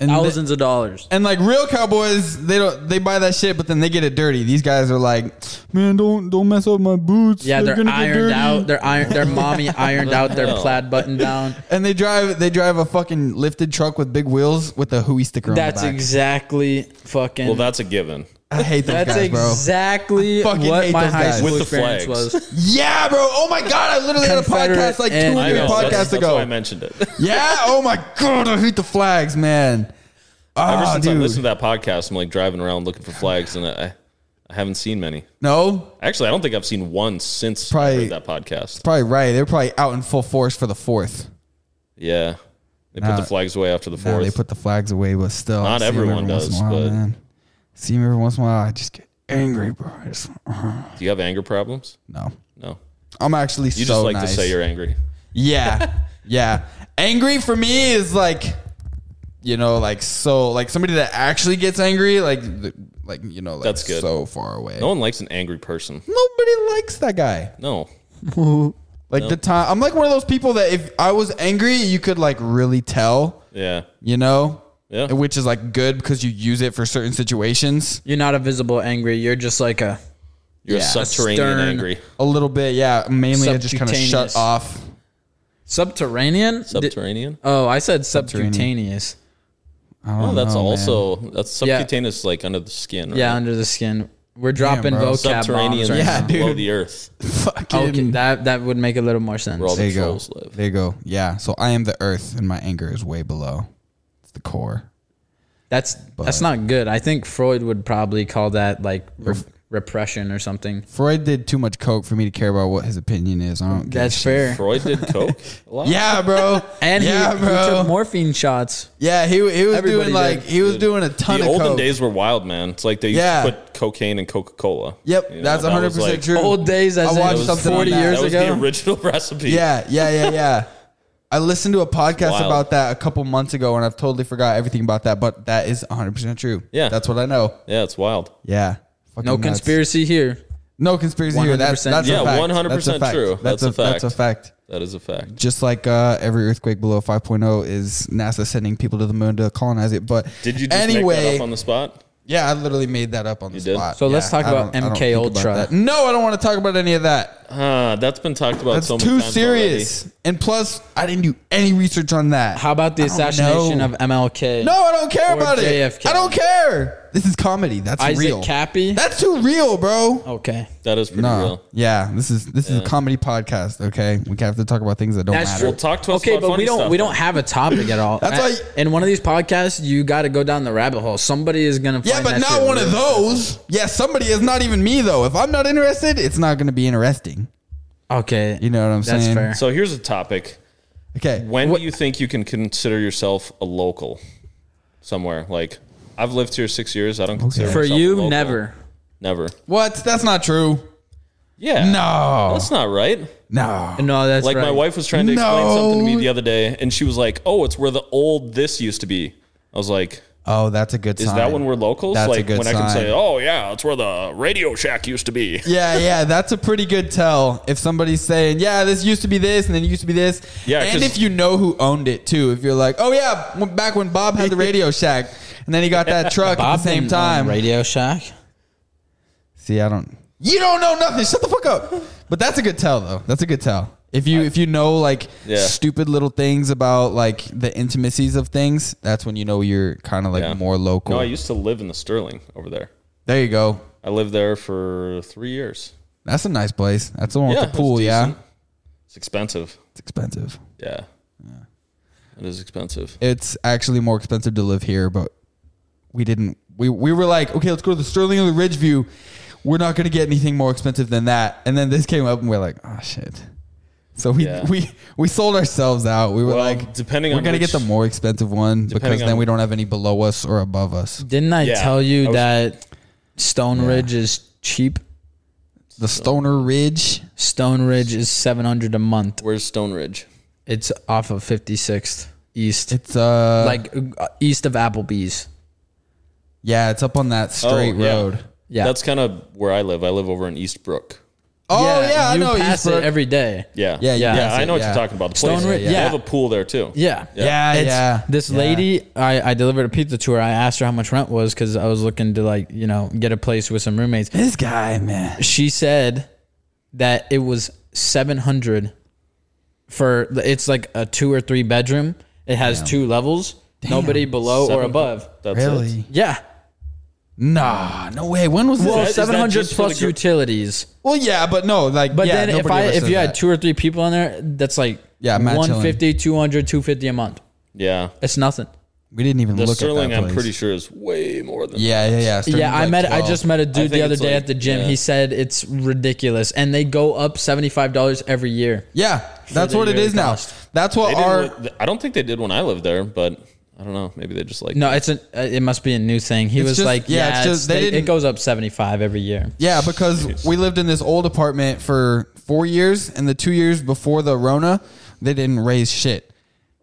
[SPEAKER 1] and, the-
[SPEAKER 7] Thousands of dollars.
[SPEAKER 1] and like real cowboys, they don't they buy that shit, but then they get it dirty. These guys are like, man, don't don't mess up my boots.
[SPEAKER 7] Yeah, they're,
[SPEAKER 1] gonna get
[SPEAKER 7] ironed
[SPEAKER 1] dirty."
[SPEAKER 7] out. They're iron. Their mommy ironed out their
[SPEAKER 3] hell?
[SPEAKER 7] plaid button down.
[SPEAKER 1] And they drive they drive a fucking lifted truck with big wheels with a hooey sticker on
[SPEAKER 7] That's
[SPEAKER 1] the back.
[SPEAKER 7] exactly fucking.
[SPEAKER 3] Well, that's a given.
[SPEAKER 1] I hate those
[SPEAKER 7] that's
[SPEAKER 1] guys, bro.
[SPEAKER 7] exactly
[SPEAKER 1] I fucking
[SPEAKER 7] what
[SPEAKER 1] hate
[SPEAKER 7] my
[SPEAKER 1] those
[SPEAKER 7] high
[SPEAKER 1] guys.
[SPEAKER 7] school
[SPEAKER 3] With the
[SPEAKER 7] experience
[SPEAKER 3] flags.
[SPEAKER 7] was.
[SPEAKER 1] yeah, bro. Oh my god, I literally had a
[SPEAKER 7] Confederate
[SPEAKER 1] podcast like two
[SPEAKER 7] and-
[SPEAKER 1] or
[SPEAKER 7] I
[SPEAKER 1] three
[SPEAKER 7] know,
[SPEAKER 1] podcasts
[SPEAKER 3] that's, that's
[SPEAKER 1] ago.
[SPEAKER 3] why I mentioned it.
[SPEAKER 1] yeah. Oh my god, I hate the flags, man.
[SPEAKER 3] Ever
[SPEAKER 1] Ah,
[SPEAKER 3] since I listened
[SPEAKER 1] dude.
[SPEAKER 3] to that podcast, I'm like driving around looking for flags, and I, I haven't seen many.
[SPEAKER 1] No,
[SPEAKER 3] Actually, I don't think I've seen one since I
[SPEAKER 1] Probably-
[SPEAKER 3] heard that podcast.
[SPEAKER 1] probably right. They're probably out in full force for the fourth.
[SPEAKER 3] Yeah, they put
[SPEAKER 1] Nah.
[SPEAKER 3] the flags away after the
[SPEAKER 1] Nah,
[SPEAKER 3] fourth.
[SPEAKER 1] they put the flags away, but still, I
[SPEAKER 3] Not
[SPEAKER 1] see 'em every
[SPEAKER 3] everyone
[SPEAKER 1] once in
[SPEAKER 3] does,
[SPEAKER 1] a while,
[SPEAKER 3] but-
[SPEAKER 1] man. see him every once in a while. I just get angry, bro. I just-
[SPEAKER 3] Do you have anger problems?
[SPEAKER 1] no,
[SPEAKER 3] No.
[SPEAKER 1] I'm actually so
[SPEAKER 3] You just like
[SPEAKER 1] nice.
[SPEAKER 3] to say you're angry.
[SPEAKER 1] Yeah. yeah. Angry for me is like you know, like so like somebody that actually gets angry, like th- like you know, like
[SPEAKER 3] That's good.
[SPEAKER 1] so far away.
[SPEAKER 3] No one likes an angry person.
[SPEAKER 1] Nobody likes that guy.
[SPEAKER 3] No.
[SPEAKER 1] Like the time I'm like one of those people that if I was angry, you could like really tell,
[SPEAKER 3] Yeah.
[SPEAKER 1] you know?
[SPEAKER 3] Yeah.
[SPEAKER 1] Which is like good because you use it for certain situations.
[SPEAKER 7] You're not a visible angry. You're just like a.
[SPEAKER 3] You're
[SPEAKER 1] Yeah.
[SPEAKER 3] a subterranean
[SPEAKER 7] Stern.
[SPEAKER 3] angry.
[SPEAKER 1] A little bit, yeah. Mainly I just kind of
[SPEAKER 7] Subcutaneous.
[SPEAKER 1] shut off.
[SPEAKER 7] Subterranean? Di-
[SPEAKER 3] Subterranean?
[SPEAKER 7] oh, I said subcutaneous.
[SPEAKER 1] I don't
[SPEAKER 3] Oh, that's
[SPEAKER 1] know, man.
[SPEAKER 3] also that's
[SPEAKER 7] Yeah.
[SPEAKER 3] subcutaneous, like under the skin. Right?
[SPEAKER 7] Yeah, under the skin. We're dropping
[SPEAKER 1] bro.
[SPEAKER 7] vocab bombs
[SPEAKER 3] subterranean,
[SPEAKER 7] right
[SPEAKER 1] Yeah,
[SPEAKER 7] now.
[SPEAKER 1] dude.
[SPEAKER 3] below the earth,
[SPEAKER 1] fucking
[SPEAKER 7] Okay, that that would make a little more sense.
[SPEAKER 3] where all
[SPEAKER 1] There
[SPEAKER 3] the
[SPEAKER 1] you go.
[SPEAKER 3] trolls live.
[SPEAKER 1] There you go. Yeah. So I am the earth and my anger is way below. It's the core.
[SPEAKER 7] That's that's not good. I think Freud would probably call that like re- repression or something.
[SPEAKER 1] Freud did too much coke for me to care about what his opinion is. I don't. give a
[SPEAKER 7] That's
[SPEAKER 1] shit.
[SPEAKER 7] fair.
[SPEAKER 3] Freud did coke a lot.
[SPEAKER 1] Yeah, bro.
[SPEAKER 7] And he,
[SPEAKER 1] yeah,
[SPEAKER 7] he
[SPEAKER 1] bro.
[SPEAKER 7] took morphine shots.
[SPEAKER 1] yeah, he he was
[SPEAKER 7] Everybody
[SPEAKER 1] doing like
[SPEAKER 7] did.
[SPEAKER 1] he was doing a ton
[SPEAKER 3] the
[SPEAKER 1] of
[SPEAKER 3] olden
[SPEAKER 1] coke.
[SPEAKER 3] days were wild, man. It's like they used
[SPEAKER 1] Yeah.
[SPEAKER 3] to put cocaine and Coca Cola.
[SPEAKER 1] Yep, that's one hundred percent true.
[SPEAKER 7] Old days, as
[SPEAKER 1] I
[SPEAKER 7] in
[SPEAKER 1] watched
[SPEAKER 7] it was
[SPEAKER 1] something on
[SPEAKER 7] 40
[SPEAKER 1] that.
[SPEAKER 7] years
[SPEAKER 3] That was
[SPEAKER 7] ago.
[SPEAKER 3] the original recipe.
[SPEAKER 1] Yeah, yeah, yeah, yeah. I listened to a podcast
[SPEAKER 3] Wild.
[SPEAKER 1] about that a couple months ago, and I've totally forgot everything about that. But that is one hundred percent true.
[SPEAKER 3] Yeah.
[SPEAKER 1] that's what I know.
[SPEAKER 3] yeah, it's wild.
[SPEAKER 1] Yeah. Fucking
[SPEAKER 7] no
[SPEAKER 1] nuts.
[SPEAKER 7] conspiracy here.
[SPEAKER 1] No conspiracy here. That's
[SPEAKER 7] 100%.
[SPEAKER 1] that's
[SPEAKER 3] Yeah,
[SPEAKER 1] a fact.
[SPEAKER 3] 100%
[SPEAKER 1] That's a fact.
[SPEAKER 3] true.
[SPEAKER 1] That's,
[SPEAKER 3] That's
[SPEAKER 1] a,
[SPEAKER 3] a fact.
[SPEAKER 1] That's a fact.
[SPEAKER 3] That is a fact.
[SPEAKER 1] Just like uh, every earthquake below 5.0 is NASA sending people to the moon to colonize it. But
[SPEAKER 3] Did you just
[SPEAKER 1] anyway?
[SPEAKER 3] make that up on the spot?
[SPEAKER 1] yeah, I literally made that up on the
[SPEAKER 3] did?
[SPEAKER 1] spot.
[SPEAKER 7] So let's
[SPEAKER 1] Yeah,
[SPEAKER 7] talk
[SPEAKER 1] I
[SPEAKER 7] about
[SPEAKER 1] don't- I don't
[SPEAKER 7] MK
[SPEAKER 1] think about
[SPEAKER 7] Ultra.
[SPEAKER 1] that. No, I don't want to talk about any of that.
[SPEAKER 3] Ah, that's been talked about
[SPEAKER 1] That's
[SPEAKER 3] so many
[SPEAKER 1] too
[SPEAKER 3] times
[SPEAKER 1] serious. And plus, I didn't do any research on that.
[SPEAKER 7] How about the
[SPEAKER 1] I don't
[SPEAKER 7] assassination
[SPEAKER 1] know.
[SPEAKER 7] of MLK?
[SPEAKER 1] No, I don't care
[SPEAKER 7] Or
[SPEAKER 1] about it.
[SPEAKER 7] JFK.
[SPEAKER 1] I don't care. This is comedy. That's
[SPEAKER 7] Isaac Oh,
[SPEAKER 1] real.
[SPEAKER 7] Cappy.
[SPEAKER 1] That's too real, bro.
[SPEAKER 7] okay.
[SPEAKER 3] already. That is pretty
[SPEAKER 1] No.
[SPEAKER 3] real.
[SPEAKER 1] Yeah, this is this is a comedy podcast. Okay, we have to talk about things that don't
[SPEAKER 7] That's
[SPEAKER 1] matter.
[SPEAKER 3] Well, talk to us.
[SPEAKER 7] Okay,
[SPEAKER 3] about
[SPEAKER 7] but
[SPEAKER 3] funny
[SPEAKER 7] we don't
[SPEAKER 3] stuff,
[SPEAKER 7] we
[SPEAKER 3] then.
[SPEAKER 7] don't have a topic at all.
[SPEAKER 1] That's
[SPEAKER 7] I-
[SPEAKER 1] why-
[SPEAKER 7] in one of these podcasts you got to go down the rabbit hole. Somebody is gonna. Find
[SPEAKER 1] Yeah, but
[SPEAKER 7] that
[SPEAKER 1] not
[SPEAKER 7] shit
[SPEAKER 1] one of
[SPEAKER 7] weird.
[SPEAKER 1] those. Yeah, somebody is not even me though. If I'm not interested, it's not going to be interesting.
[SPEAKER 7] Okay,
[SPEAKER 1] You know what I'm
[SPEAKER 7] That's
[SPEAKER 1] saying?
[SPEAKER 7] fair.
[SPEAKER 3] So here's a topic.
[SPEAKER 1] Okay.
[SPEAKER 3] When do you think you can consider yourself a local somewhere? Like, I've lived here six years. I don't consider
[SPEAKER 7] For
[SPEAKER 3] myself a
[SPEAKER 7] you,
[SPEAKER 3] local.
[SPEAKER 7] never.
[SPEAKER 3] Never.
[SPEAKER 1] What? That's not true.
[SPEAKER 3] Yeah.
[SPEAKER 1] No.
[SPEAKER 3] That's not right.
[SPEAKER 1] No.
[SPEAKER 7] No, that's
[SPEAKER 3] like, my
[SPEAKER 7] right.
[SPEAKER 3] wife was trying to explain
[SPEAKER 1] No.
[SPEAKER 3] something to me the other day, and she was like, oh, it's where the old this used to be. I was like,
[SPEAKER 1] Oh, that's a good
[SPEAKER 3] is
[SPEAKER 1] sign.
[SPEAKER 3] that when we're locals?
[SPEAKER 1] That's a
[SPEAKER 3] like,
[SPEAKER 1] good
[SPEAKER 3] when I can
[SPEAKER 1] sign.
[SPEAKER 3] say, oh, yeah, it's where the Radio Shack used to be.
[SPEAKER 1] Yeah, yeah, that's a pretty good tell. If somebody's saying, "Yeah, this used to be this, and then it used to be this,"
[SPEAKER 3] Yeah,
[SPEAKER 1] and
[SPEAKER 3] 'cause-
[SPEAKER 1] if you know who owned it too, if you're like, "Oh yeah, w- back when Bob had the Radio Shack, and then he got that truck at the same time."
[SPEAKER 7] Radio Shack.
[SPEAKER 1] See, I don't. You don't know nothing. Shut the fuck up. But that's a good tell, though. That's a good tell. If you if you know like
[SPEAKER 3] Yeah.
[SPEAKER 1] stupid little things about like the intimacies of things, that's when you know you're kind of like
[SPEAKER 3] Yeah.
[SPEAKER 1] more local.
[SPEAKER 3] No, I used to live in the Sterling over there.
[SPEAKER 1] there you go.
[SPEAKER 3] I lived there for three years.
[SPEAKER 1] That's a nice place. That's the one
[SPEAKER 3] Yeah,
[SPEAKER 1] with the pool.
[SPEAKER 3] it's
[SPEAKER 1] Yeah,
[SPEAKER 3] decent. It's expensive.
[SPEAKER 1] it's expensive.
[SPEAKER 3] Yeah. It is expensive.
[SPEAKER 1] it's actually more expensive to live here, but we didn't. We, we were like, okay, let's go to the Sterling or the Ridgeview. We're not going to get anything more expensive than that. And then this came up, and we're like, oh shit. So we
[SPEAKER 3] Yeah.
[SPEAKER 1] we we sold ourselves out. We were
[SPEAKER 3] Well,
[SPEAKER 1] like,
[SPEAKER 3] depending
[SPEAKER 1] we're
[SPEAKER 3] on
[SPEAKER 1] gonna
[SPEAKER 3] which-
[SPEAKER 1] get the more expensive one because
[SPEAKER 3] Depending
[SPEAKER 1] then
[SPEAKER 3] on-
[SPEAKER 1] we don't have any below us or above us.
[SPEAKER 7] Didn't I
[SPEAKER 3] Yeah,
[SPEAKER 7] tell you
[SPEAKER 3] I was-
[SPEAKER 7] that Stone Ridge is cheap?
[SPEAKER 1] The Stoner Ridge.
[SPEAKER 7] Stone Ridge is seven hundred a month.
[SPEAKER 3] Where's Stone Ridge?
[SPEAKER 7] It's off of Fifty Sixth East,
[SPEAKER 1] It's uh like
[SPEAKER 7] like uh, east of Applebee's.
[SPEAKER 1] yeah, it's up on that straight
[SPEAKER 3] Oh, yeah.
[SPEAKER 1] road.
[SPEAKER 7] Yeah.
[SPEAKER 3] That's kind of where I live. I live over in Eastbrook.
[SPEAKER 1] Oh yeah, I
[SPEAKER 7] you
[SPEAKER 1] know.
[SPEAKER 7] Pass it
[SPEAKER 1] Eastbrook.
[SPEAKER 7] every day.
[SPEAKER 3] Yeah.
[SPEAKER 1] Yeah, you
[SPEAKER 3] Yeah.
[SPEAKER 1] pass
[SPEAKER 3] I
[SPEAKER 1] it,
[SPEAKER 3] know what
[SPEAKER 1] yeah.
[SPEAKER 3] you're talking about. The
[SPEAKER 7] Stone
[SPEAKER 3] place.
[SPEAKER 7] Ridge,
[SPEAKER 3] They
[SPEAKER 7] yeah.
[SPEAKER 3] have a pool there too.
[SPEAKER 7] Yeah.
[SPEAKER 1] yeah,
[SPEAKER 7] It's-
[SPEAKER 1] yeah.
[SPEAKER 7] This
[SPEAKER 1] yeah.
[SPEAKER 7] lady, I, I delivered a pizza to her. I asked her how much rent was because I was looking to like you know get a place with some roommates.
[SPEAKER 1] This guy, man.
[SPEAKER 7] She said that it was seven hundred for it's like a two or three bedroom. It has two levels. Nobody below or
[SPEAKER 3] Seven-
[SPEAKER 7] above.
[SPEAKER 3] That's it.
[SPEAKER 1] Really?
[SPEAKER 7] Yeah.
[SPEAKER 1] Nah, no way. When was this?
[SPEAKER 7] Well,
[SPEAKER 3] that- is that
[SPEAKER 7] seven hundred
[SPEAKER 3] just for the
[SPEAKER 7] plus
[SPEAKER 3] gr-
[SPEAKER 7] utilities.
[SPEAKER 1] Well, yeah, but no, like,
[SPEAKER 7] But
[SPEAKER 1] yeah,
[SPEAKER 7] then if
[SPEAKER 1] nobody
[SPEAKER 7] I
[SPEAKER 1] ever
[SPEAKER 7] if
[SPEAKER 1] said
[SPEAKER 7] you had
[SPEAKER 1] that.
[SPEAKER 7] two or three people in there, that's like
[SPEAKER 1] Yeah, Matt chilling.
[SPEAKER 7] 150, 200, 250 a month.
[SPEAKER 3] Yeah.
[SPEAKER 7] It's nothing.
[SPEAKER 1] we didn't even
[SPEAKER 3] The
[SPEAKER 1] look
[SPEAKER 3] Sterling,
[SPEAKER 1] at that
[SPEAKER 3] I'm
[SPEAKER 1] place.
[SPEAKER 3] pretty sure, is way more than
[SPEAKER 1] Yeah, yeah, yeah. Sterling's
[SPEAKER 7] yeah, I
[SPEAKER 1] like
[SPEAKER 7] met. I
[SPEAKER 1] 12.
[SPEAKER 7] just met a dude the
[SPEAKER 3] think
[SPEAKER 7] other
[SPEAKER 3] it's
[SPEAKER 7] day
[SPEAKER 3] like-
[SPEAKER 7] at the gym.
[SPEAKER 3] yeah.
[SPEAKER 7] He said it's ridiculous, and they go up seventy five dollars every year.
[SPEAKER 1] Yeah, that's
[SPEAKER 7] the
[SPEAKER 1] what it
[SPEAKER 7] yearly
[SPEAKER 1] is now.
[SPEAKER 7] cost.
[SPEAKER 1] That's what
[SPEAKER 3] They didn't
[SPEAKER 1] our.
[SPEAKER 3] li- I don't think they did when I lived there, but I don't know. Maybe they just like
[SPEAKER 7] No, it's an. uh, It must be a new thing. He
[SPEAKER 1] It's
[SPEAKER 7] was
[SPEAKER 1] just-
[SPEAKER 7] like,
[SPEAKER 1] yeah,
[SPEAKER 7] yeah,
[SPEAKER 1] it's just-
[SPEAKER 7] it's-
[SPEAKER 1] they
[SPEAKER 7] they-
[SPEAKER 1] didn't-
[SPEAKER 7] it goes up seventy five every year.
[SPEAKER 1] Yeah, because we lived in this old apartment for four years, and the two years before the Rona, they didn't raise shit.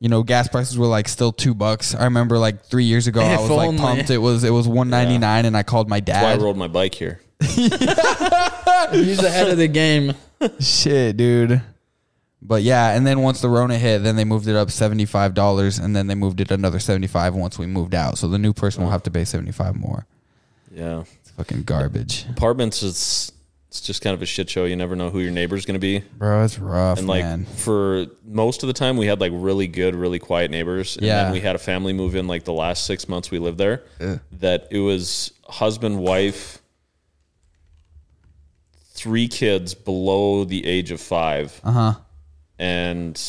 [SPEAKER 1] You know, gas prices were like still two bucks. I remember like three years ago, I
[SPEAKER 7] If
[SPEAKER 1] was like
[SPEAKER 7] only.
[SPEAKER 1] pumped. It was it was one ninety nine, and I called my
[SPEAKER 3] why I
[SPEAKER 1] dad.
[SPEAKER 3] rode my bike here.
[SPEAKER 7] He's ahead of the game.
[SPEAKER 1] Shit, dude. But yeah, and then once the Rona hit, then they moved it up seventy five dollars, and then they moved it another seventy five once we moved out. So the new person will have to pay seventy five more.
[SPEAKER 3] Yeah.
[SPEAKER 1] It's fucking garbage,
[SPEAKER 3] Apartments is it's just kind of a shit show. You never know who your neighbor's gonna be.
[SPEAKER 1] bro. It's rough,
[SPEAKER 3] And like
[SPEAKER 1] man.
[SPEAKER 3] for most of the time, we had like really good, really quiet neighbors. And
[SPEAKER 1] Yeah.
[SPEAKER 3] then we had a family move in like the last six months we lived there. That it was husband, wife, three
[SPEAKER 1] Uh-huh.
[SPEAKER 3] kids below the age of five. Uh huh. And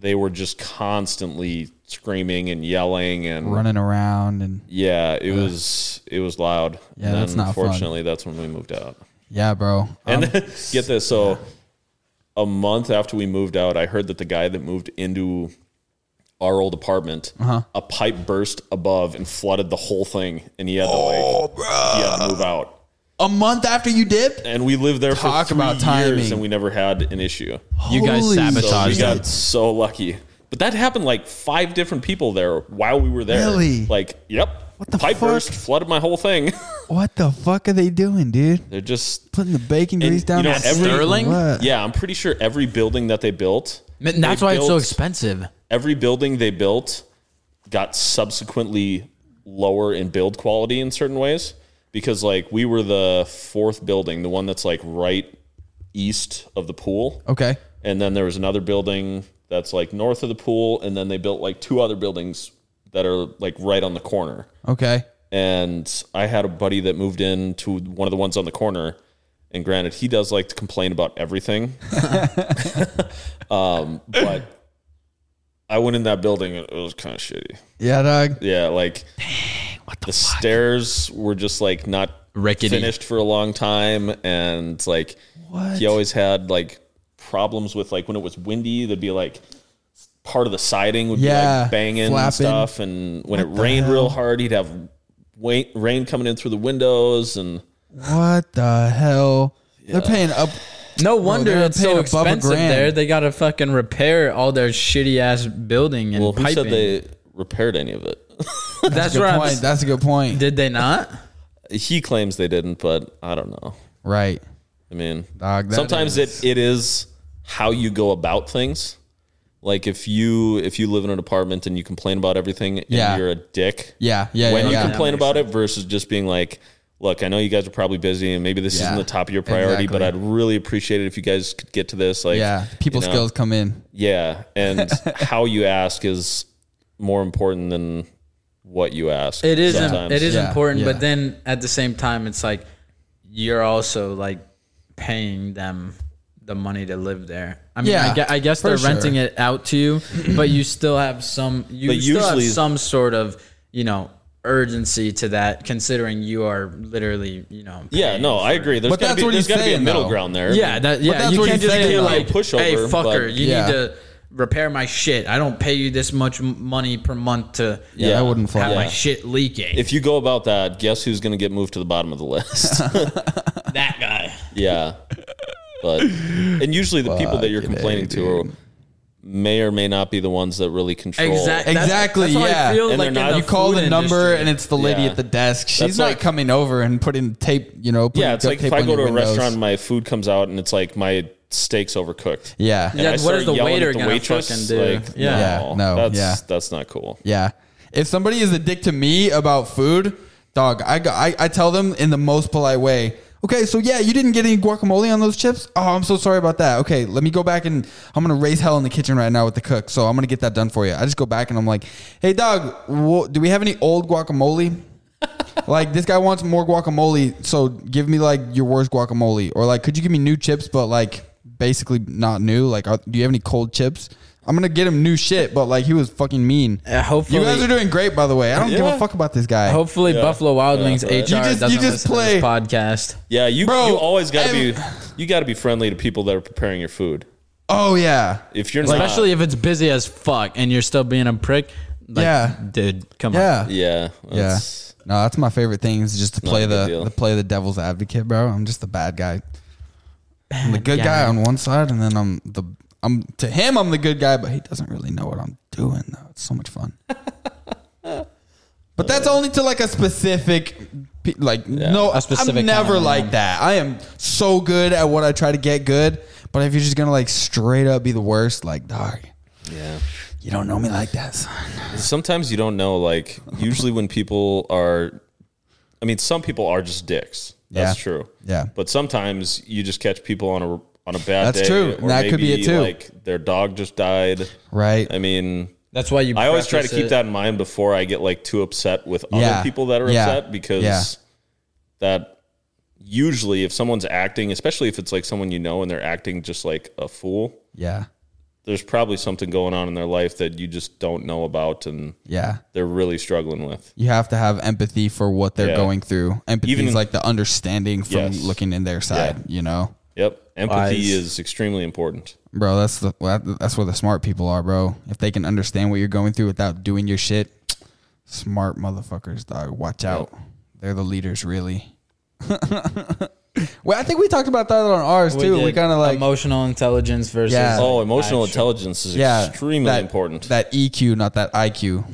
[SPEAKER 3] they were just constantly screaming and yelling and
[SPEAKER 1] running around and
[SPEAKER 3] yeah, it was it was loud.
[SPEAKER 1] Yeah,
[SPEAKER 3] and
[SPEAKER 1] that's not fun.
[SPEAKER 3] Unfortunately, that's when we moved out.
[SPEAKER 1] yeah, bro. Um,
[SPEAKER 3] And get this, so a month after we moved out, I heard that the guy that moved into our old apartment,
[SPEAKER 1] Uh-huh.
[SPEAKER 3] a pipe burst above and flooded the whole thing, and he had to like he had to move out.
[SPEAKER 1] Oh, a month after you dip,
[SPEAKER 3] And we lived there
[SPEAKER 1] Talk
[SPEAKER 3] for three
[SPEAKER 1] about timing. Oh,
[SPEAKER 3] years, and we never had an issue.
[SPEAKER 4] You guys
[SPEAKER 1] Holy
[SPEAKER 3] So we
[SPEAKER 4] sabotaged
[SPEAKER 3] got
[SPEAKER 4] it.
[SPEAKER 3] so lucky. But that happened like five different people there while we were there.
[SPEAKER 1] Really?
[SPEAKER 3] Like, yep.
[SPEAKER 1] What the
[SPEAKER 3] pipe
[SPEAKER 1] fuck?
[SPEAKER 3] burst flooded my whole thing.
[SPEAKER 1] what the fuck are they doing, dude?
[SPEAKER 3] They're just
[SPEAKER 1] Putting the bacon
[SPEAKER 3] And
[SPEAKER 1] grease down
[SPEAKER 3] you know,
[SPEAKER 1] the sink or
[SPEAKER 4] Sterling?
[SPEAKER 1] what?
[SPEAKER 3] yeah. I'm pretty sure every building that they built,
[SPEAKER 4] Man, That's
[SPEAKER 3] they
[SPEAKER 4] why it's so
[SPEAKER 3] built-
[SPEAKER 4] expensive.
[SPEAKER 3] every building they built got subsequently lower in build quality in certain ways because like we were the fourth building, the one that's like right east of the pool.
[SPEAKER 4] Oh.
[SPEAKER 1] Okay.
[SPEAKER 3] and then there was another building that's like north of the pool and then they built like two other buildings that are like right on the corner
[SPEAKER 1] Okay.
[SPEAKER 3] and i had a buddy that moved in to one of the ones on the corner and granted he does like to complain about everything um, but i went in that building and it was kind of shitty
[SPEAKER 1] Yeah, dog.
[SPEAKER 3] yeah like the, stairs were just like not
[SPEAKER 4] Rickety.
[SPEAKER 3] finished for a long time and like he always had like problems with like when it was windy there'd be like part of the siding would be
[SPEAKER 1] Yeah,
[SPEAKER 3] like banging
[SPEAKER 1] flapping.
[SPEAKER 3] and stuff and when it
[SPEAKER 1] the
[SPEAKER 3] rained
[SPEAKER 1] hell?
[SPEAKER 3] real hard he'd have wa- rain coming in through the windows and
[SPEAKER 1] What the hell? They're paying up.
[SPEAKER 7] No wonder
[SPEAKER 1] they're
[SPEAKER 7] it's so
[SPEAKER 1] paying above a
[SPEAKER 7] expensive
[SPEAKER 1] grand.
[SPEAKER 7] there. They gotta fucking repair all their shitty ass building and
[SPEAKER 3] well who
[SPEAKER 7] piping.
[SPEAKER 3] said they repaired any of it
[SPEAKER 7] That's
[SPEAKER 1] Good
[SPEAKER 7] right.
[SPEAKER 1] point. That's a good point.
[SPEAKER 7] Did they not?
[SPEAKER 3] he claims they didn't but i don't know
[SPEAKER 1] right.
[SPEAKER 3] I mean,
[SPEAKER 1] Dog, that
[SPEAKER 3] sometimes it, it is how you go about things. Like if you if you live in an apartment and you complain about everything and
[SPEAKER 1] Yeah.
[SPEAKER 3] you're a dick.
[SPEAKER 1] Yeah, yeah,
[SPEAKER 3] When
[SPEAKER 1] yeah,
[SPEAKER 3] you
[SPEAKER 1] yeah.
[SPEAKER 3] complain about it versus just being like, look, I know you guys are probably busy and maybe this
[SPEAKER 1] Yeah,
[SPEAKER 3] isn't the top of your priority, but I'd
[SPEAKER 1] exactly.
[SPEAKER 3] really appreciate it if you guys could get to this. Like
[SPEAKER 1] Yeah. People
[SPEAKER 3] you know,
[SPEAKER 1] skills come in.
[SPEAKER 3] Yeah. And how you ask is more important than what you ask.
[SPEAKER 7] It is. im-
[SPEAKER 3] sometimes.
[SPEAKER 7] It is
[SPEAKER 1] Yeah,
[SPEAKER 7] important,
[SPEAKER 1] yeah.
[SPEAKER 7] but then at the same time, it's like you're also like paying them the money to live there. I mean,
[SPEAKER 1] Yeah,
[SPEAKER 7] I, gue- I guess
[SPEAKER 1] for
[SPEAKER 7] they're
[SPEAKER 1] sure.
[SPEAKER 7] renting it out to you, but you still have some. You
[SPEAKER 3] But
[SPEAKER 7] still
[SPEAKER 3] usually-
[SPEAKER 7] have some sort of you know urgency to that, considering you are literally you know.
[SPEAKER 3] Yeah,
[SPEAKER 7] paying
[SPEAKER 3] no, I agree. There's
[SPEAKER 1] But
[SPEAKER 3] gotta
[SPEAKER 1] that's
[SPEAKER 3] be,
[SPEAKER 1] what
[SPEAKER 3] there's
[SPEAKER 1] he's
[SPEAKER 3] gotta be a
[SPEAKER 1] saying,
[SPEAKER 3] middle
[SPEAKER 1] though.
[SPEAKER 3] ground there.
[SPEAKER 7] Yeah, that, yeah.
[SPEAKER 1] that's
[SPEAKER 7] you
[SPEAKER 1] what
[SPEAKER 7] can't
[SPEAKER 1] he's
[SPEAKER 7] just
[SPEAKER 1] saying,
[SPEAKER 7] be
[SPEAKER 1] though.
[SPEAKER 7] like,
[SPEAKER 3] Pushover,
[SPEAKER 7] hey,
[SPEAKER 3] but-
[SPEAKER 7] fucker, you
[SPEAKER 1] Yeah.
[SPEAKER 7] need to repair my shit. I don't pay you this much m- money per month to
[SPEAKER 1] Yeah, that wouldn't fly.
[SPEAKER 7] have my
[SPEAKER 3] Yeah.
[SPEAKER 7] shit leaking.
[SPEAKER 3] if you go about that, guess who's going to get moved to the bottom of the list?
[SPEAKER 7] that guy.
[SPEAKER 3] yeah. But and usually the people that you're complaining to are, may or may not be the ones that really control.
[SPEAKER 7] Exactly.
[SPEAKER 1] Exactly, yeah.
[SPEAKER 3] And they're not-
[SPEAKER 1] You call the number and it's the lady
[SPEAKER 3] Yeah.
[SPEAKER 1] at the desk. She's
[SPEAKER 3] That's
[SPEAKER 1] not
[SPEAKER 3] like-
[SPEAKER 1] coming over and putting tape, you know, putting
[SPEAKER 3] Yeah, it's
[SPEAKER 1] duct
[SPEAKER 3] like
[SPEAKER 1] tape
[SPEAKER 3] if I
[SPEAKER 1] on
[SPEAKER 3] go
[SPEAKER 1] your
[SPEAKER 3] to a
[SPEAKER 1] windows.
[SPEAKER 3] restaurant, and my food comes out and it's like my steak's overcooked.
[SPEAKER 1] Yeah.
[SPEAKER 3] And
[SPEAKER 7] Yeah,
[SPEAKER 3] I
[SPEAKER 7] what
[SPEAKER 3] start
[SPEAKER 7] is the
[SPEAKER 3] yelling at
[SPEAKER 7] waiter gonna fucking do?
[SPEAKER 3] Like,
[SPEAKER 7] Yeah.
[SPEAKER 1] Yeah, no,
[SPEAKER 3] that's
[SPEAKER 1] yeah.
[SPEAKER 3] that's not cool.
[SPEAKER 1] Yeah. If somebody is a dick to me about food, dog, I, go, I I tell them in the most polite way. Okay, so yeah, you didn't get any guacamole on those chips. Oh, I'm so sorry about that. Okay, let me go back and I'm gonna raise hell in the kitchen right now with the cook. So I'm gonna get that done for you. I just go back and I'm like, hey, dog, wha- do we have any old guacamole? like this guy wants more guacamole, so give me like your worst guacamole, or like could you give me new chips, but like basically not new. Like, are, do you have any cold chips? I'm gonna get him new shit, but like he was fucking mean.
[SPEAKER 7] Uh, hopefully-
[SPEAKER 1] you guys are doing great, by the way. I don't give a
[SPEAKER 3] Yeah.
[SPEAKER 1] fuck about this guy.
[SPEAKER 7] Hopefully, Buffalo Wild Wings
[SPEAKER 3] right. You
[SPEAKER 7] HR
[SPEAKER 1] just- you
[SPEAKER 7] doesn't
[SPEAKER 1] just
[SPEAKER 7] listen
[SPEAKER 1] play.
[SPEAKER 7] to this podcast.
[SPEAKER 3] Yeah, you
[SPEAKER 1] Bro,
[SPEAKER 3] you always got to
[SPEAKER 1] I'm-
[SPEAKER 3] be you got to be friendly to people that are preparing your food.
[SPEAKER 1] oh yeah,
[SPEAKER 3] If you're not,
[SPEAKER 4] Especially if it's busy as fuck and you're still being a prick. Like,
[SPEAKER 1] Yeah.
[SPEAKER 4] Dude, come on.
[SPEAKER 1] yeah,
[SPEAKER 3] yeah,
[SPEAKER 1] yeah.
[SPEAKER 3] that's-
[SPEAKER 1] No, that's my favorite thing is just to play
[SPEAKER 3] a big
[SPEAKER 1] the,
[SPEAKER 3] deal.
[SPEAKER 1] the play the devil's advocate, bro. I'm just the bad guy. I'm the good guy on one side, and then I'm the I'm to him I'm the good guy, but he doesn't really know what I'm doing though. It's so much fun. but that's only to like a specific, pe- like no,
[SPEAKER 4] a specific
[SPEAKER 1] I'm
[SPEAKER 4] kind
[SPEAKER 1] never
[SPEAKER 4] of
[SPEAKER 1] like that. I am so good at what I try to get good, but if you're just gonna like straight up be the worst, like dog,
[SPEAKER 3] yeah.
[SPEAKER 1] you don't know me like that. Son.
[SPEAKER 3] Sometimes you don't know. Like usually when people are, I mean, some people are just dicks. That's
[SPEAKER 1] Yeah.
[SPEAKER 3] true.
[SPEAKER 1] Yeah.
[SPEAKER 3] But sometimes you just catch people on a on a bad.
[SPEAKER 1] That's
[SPEAKER 3] day,
[SPEAKER 1] true, and that could be it too.
[SPEAKER 3] Like their dog just died.
[SPEAKER 1] Right.
[SPEAKER 3] I mean,
[SPEAKER 7] That's why you.
[SPEAKER 3] I always try to
[SPEAKER 7] preface
[SPEAKER 3] keep
[SPEAKER 7] it.
[SPEAKER 3] that in mind before I get like too upset with
[SPEAKER 1] Yeah.
[SPEAKER 3] other people that are
[SPEAKER 1] Yeah.
[SPEAKER 3] upset because
[SPEAKER 1] Yeah.
[SPEAKER 3] that usually if someone's acting, especially if it's like someone you know and they're acting just like a fool,
[SPEAKER 1] Yeah.
[SPEAKER 3] there's probably something going on in their life that you just don't know about and
[SPEAKER 1] Yeah.
[SPEAKER 3] they're really struggling with.
[SPEAKER 1] You have to have empathy for what they're
[SPEAKER 3] Yeah.
[SPEAKER 1] going through. Empathy
[SPEAKER 3] Even-
[SPEAKER 1] is like the understanding from
[SPEAKER 3] Yes.
[SPEAKER 1] looking in their side, you know?
[SPEAKER 3] Yep. Empathy
[SPEAKER 7] Wise.
[SPEAKER 3] is extremely important.
[SPEAKER 1] Bro, that's the that's where the smart people are, bro. If they can understand what you're going through without doing your shit, smart motherfuckers, dog. Watch out. They're the leaders, really. well, I think we talked about that on ours too. We
[SPEAKER 7] did
[SPEAKER 1] kind of like
[SPEAKER 7] emotional intelligence versus
[SPEAKER 1] Yeah.
[SPEAKER 7] yeah.
[SPEAKER 3] Oh, emotional intelligence is
[SPEAKER 1] yeah,
[SPEAKER 3] extremely
[SPEAKER 1] that-
[SPEAKER 3] important.
[SPEAKER 1] That EQ, not that IQ.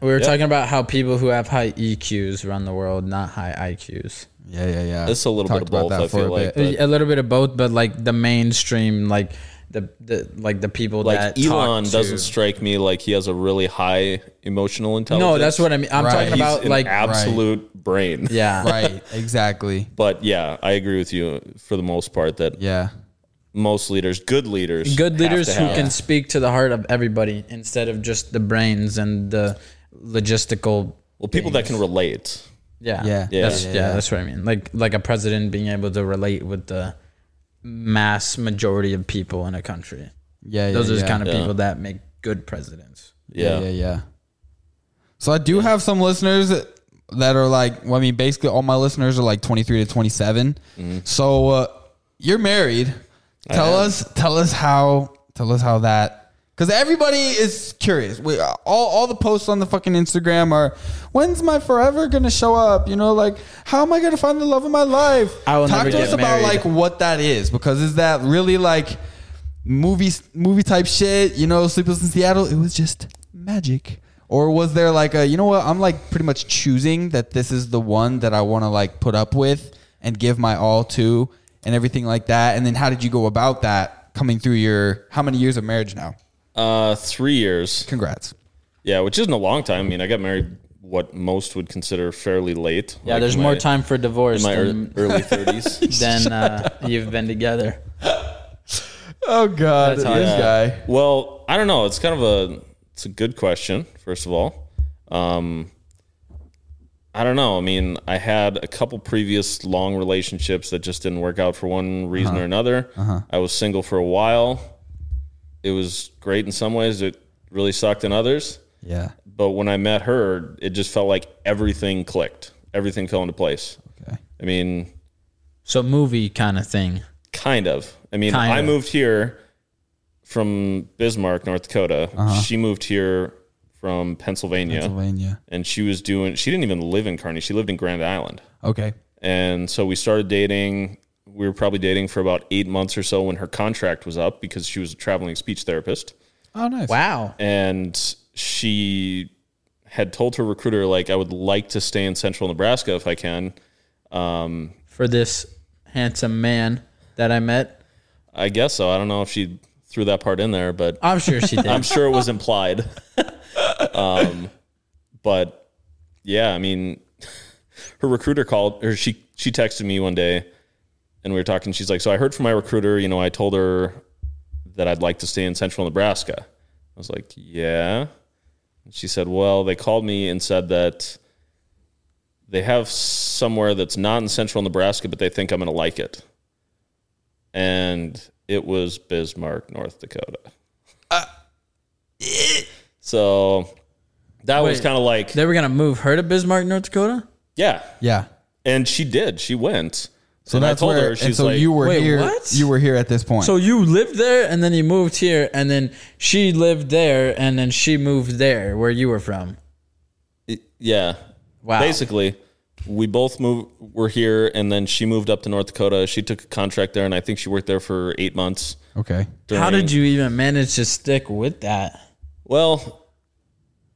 [SPEAKER 7] We were talking about how people who have high EQs run the world, not high IQs.
[SPEAKER 1] Yeah, yeah, yeah.
[SPEAKER 3] It's a little bit of both, I feel like, but-
[SPEAKER 7] a little bit of both, but like the mainstream, like the, the like the people
[SPEAKER 3] like
[SPEAKER 7] that talk
[SPEAKER 3] Elon
[SPEAKER 7] to-
[SPEAKER 3] doesn't strike me like he has a really high emotional intelligence.
[SPEAKER 7] No, that's what I mean. I'm
[SPEAKER 1] Right.
[SPEAKER 7] talking
[SPEAKER 1] He's
[SPEAKER 7] about
[SPEAKER 3] an
[SPEAKER 7] like
[SPEAKER 3] absolute brain.
[SPEAKER 7] yeah,
[SPEAKER 1] right, exactly.
[SPEAKER 3] But yeah, I agree with you for the most part that
[SPEAKER 1] Yeah.
[SPEAKER 3] most leaders, good leaders,
[SPEAKER 7] good
[SPEAKER 3] have to
[SPEAKER 7] leaders who
[SPEAKER 3] have-
[SPEAKER 7] can speak to the heart of everybody instead of just the brains and the logistical.
[SPEAKER 3] well, people that can relate.
[SPEAKER 7] Yeah,
[SPEAKER 1] Yeah. Yeah,
[SPEAKER 7] that's,
[SPEAKER 1] yeah,
[SPEAKER 7] yeah,
[SPEAKER 1] yeah.
[SPEAKER 7] that's what I mean. Like like a president being able to relate with the mass majority of people in a country.
[SPEAKER 1] Yeah, yeah.
[SPEAKER 7] Those are
[SPEAKER 1] yeah.
[SPEAKER 7] the kind of
[SPEAKER 3] Yeah.
[SPEAKER 7] people that make good presidents.
[SPEAKER 1] yeah,
[SPEAKER 3] Yeah,
[SPEAKER 1] yeah, yeah. So I do have some listeners that are like, well, I mean, basically all my listeners are like 23 to 27. So uh, you're married. Tell us, tell us how, tell us how that, because everybody is curious. We all, all the posts on the fucking Instagram are, when's my forever gonna show up? You know, like how am I gonna find the love of my life?
[SPEAKER 7] I will
[SPEAKER 1] Talk
[SPEAKER 7] never
[SPEAKER 1] to
[SPEAKER 7] get
[SPEAKER 1] us about
[SPEAKER 7] married.
[SPEAKER 1] like what that is, because is that really like movie movie type shit. You know, Sleepless in Seattle. It was just magic. Or was there like a you know what? I'm like pretty much choosing that this is the one that I want to like put up with and give my all to and everything like that. And then how did you go about that coming through your how many years of marriage now?
[SPEAKER 3] Uh, three years.
[SPEAKER 1] Congrats.
[SPEAKER 3] Yeah, which isn't a long time. I mean, I got married what most would consider fairly late.
[SPEAKER 7] Yeah, there's more time for
[SPEAKER 3] in
[SPEAKER 7] divorce
[SPEAKER 3] my ear-
[SPEAKER 7] than,
[SPEAKER 3] early 30s.
[SPEAKER 7] than uh, you've been together.
[SPEAKER 1] Oh God,
[SPEAKER 7] how
[SPEAKER 1] this
[SPEAKER 7] I-
[SPEAKER 1] guy.
[SPEAKER 3] Well, I don't know. It's kind of a it's a good question. First of all, um, I don't know. I mean, I had a couple previous long relationships that just didn't work out for one reason or another. I was single for a while. It was great in some ways. It really sucked in others.
[SPEAKER 1] Yeah.
[SPEAKER 3] But when I met her, it just felt like everything clicked. Everything fell into place.
[SPEAKER 1] Okay.
[SPEAKER 3] I mean,
[SPEAKER 7] So movie kind of thing.
[SPEAKER 3] Kind of. I mean,
[SPEAKER 7] Kind
[SPEAKER 3] I
[SPEAKER 7] of.
[SPEAKER 3] moved here from Bismarck, North Dakota.
[SPEAKER 7] Uh-huh.
[SPEAKER 3] She moved here from Pennsylvania,
[SPEAKER 1] Pennsylvania.
[SPEAKER 3] and she was doing. She didn't even live in Kearney. She lived in Grand Island,
[SPEAKER 1] Okay.
[SPEAKER 3] and so we started dating. We were probably dating for about eight months or so when her contract was up because she was a traveling speech therapist,
[SPEAKER 1] Oh nice.
[SPEAKER 7] Wow.
[SPEAKER 3] and she had told her recruiter like, "I would like to stay in Central Nebraska if I can."
[SPEAKER 7] For this handsome man that I met.
[SPEAKER 3] I guess so. I don't know if she threw that part in there, but
[SPEAKER 7] I'm sure she did.
[SPEAKER 3] I'm sure it was implied. um, but yeah, I mean, her recruiter called, or she she texted me one day, and we were talking. She's like, "So I heard from my recruiter. You know, I told her that I'd like to stay in Central Nebraska." I was like, "Yeah." And she said, "Well, they called me and said that." They have somewhere that's not in central Nebraska, but they think I'm going to like it. And it was Bismarck, North Dakota. So that was
[SPEAKER 7] Wait.
[SPEAKER 3] kind of like,
[SPEAKER 7] they were gonna move her to Bismarck, North Dakota.
[SPEAKER 3] yeah.
[SPEAKER 1] Yeah.
[SPEAKER 3] And she did. She went.
[SPEAKER 1] So
[SPEAKER 3] and
[SPEAKER 1] that's
[SPEAKER 3] I told
[SPEAKER 1] where.
[SPEAKER 3] her,
[SPEAKER 1] and
[SPEAKER 3] she's
[SPEAKER 1] so
[SPEAKER 3] like,
[SPEAKER 1] you were
[SPEAKER 7] Wait,
[SPEAKER 1] here.
[SPEAKER 7] what?
[SPEAKER 1] You were here at this point.
[SPEAKER 7] So you lived there, and then you moved here, and then she lived there, and then she moved there, where you were from.
[SPEAKER 3] yeah.
[SPEAKER 7] Wow.
[SPEAKER 3] Basically, we both moved, were here, and then she moved up to North Dakota. She took a contract there, and I think she worked there for eight months.
[SPEAKER 1] okay.
[SPEAKER 7] How
[SPEAKER 3] during-
[SPEAKER 7] did you even manage to stick with that?
[SPEAKER 3] Well,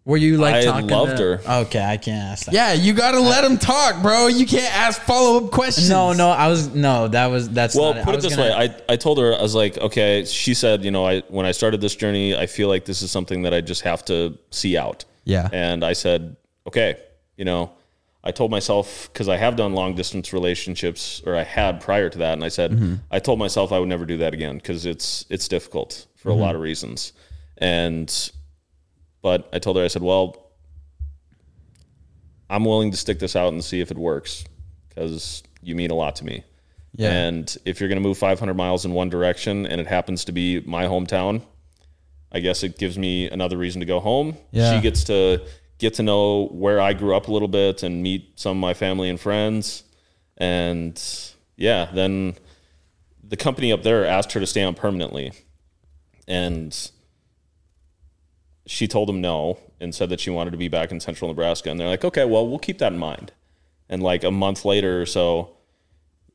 [SPEAKER 7] Were you like
[SPEAKER 3] I
[SPEAKER 7] talking?
[SPEAKER 3] loved
[SPEAKER 7] to-
[SPEAKER 3] her.
[SPEAKER 7] Okay, I can't ask that.
[SPEAKER 1] Yeah, you gotta let him talk, bro. You can't ask follow up questions.
[SPEAKER 7] No, no, I was no. That was that's.
[SPEAKER 3] well,
[SPEAKER 7] not I
[SPEAKER 3] put it
[SPEAKER 7] was
[SPEAKER 3] this
[SPEAKER 7] gonna-
[SPEAKER 3] way. I, I told her, I was like, okay, she said, you know, I when I started this journey, I feel like this is something that I just have to see out.
[SPEAKER 1] Yeah.
[SPEAKER 3] And I said, okay, you know, I told myself because I have done long distance relationships, or I had prior to that, and I said
[SPEAKER 7] Mm-hmm.
[SPEAKER 3] I told myself I would never do that again because it's it's difficult for
[SPEAKER 7] Mm-hmm.
[SPEAKER 3] a lot of reasons, and but I told her I said, well, I'm willing to stick this out and see if it works because you mean a lot to me,
[SPEAKER 1] Yeah.
[SPEAKER 3] and if you're going to move 500 miles in one direction and it happens to be my hometown, I guess it gives me another reason to go home.
[SPEAKER 1] Yeah.
[SPEAKER 3] She gets to get to know where I grew up a little bit and meet some of my family and friends. And yeah, then the company up there asked her to stay on permanently. And she told them no and said that she wanted to be back in central Nebraska. And they're like, okay, well, we'll keep that in mind. And like a month later or so,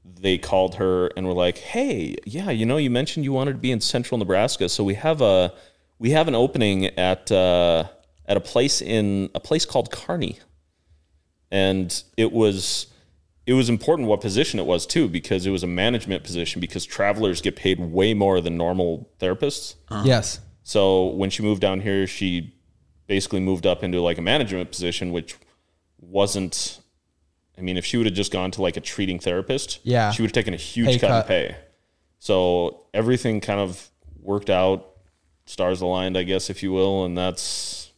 [SPEAKER 3] they called her and were like, "Hey, yeah, you know, you mentioned you wanted to be in Central Nebraska, so we have a we have an opening at uh, at a place in a place called Kearney, and it was it was important what position it was too because it was a management position because travelers get paid way more than normal therapists.
[SPEAKER 1] Yes.
[SPEAKER 3] So when she moved down here, she basically moved up into like a management position, which wasn't. I mean, if she would have just gone to like a treating therapist,
[SPEAKER 1] Yeah.
[SPEAKER 3] she would have taken a huge
[SPEAKER 1] Pay
[SPEAKER 3] cut,
[SPEAKER 1] cut.
[SPEAKER 3] in pay. So everything kind of worked out, stars aligned, I guess, if you will, and that's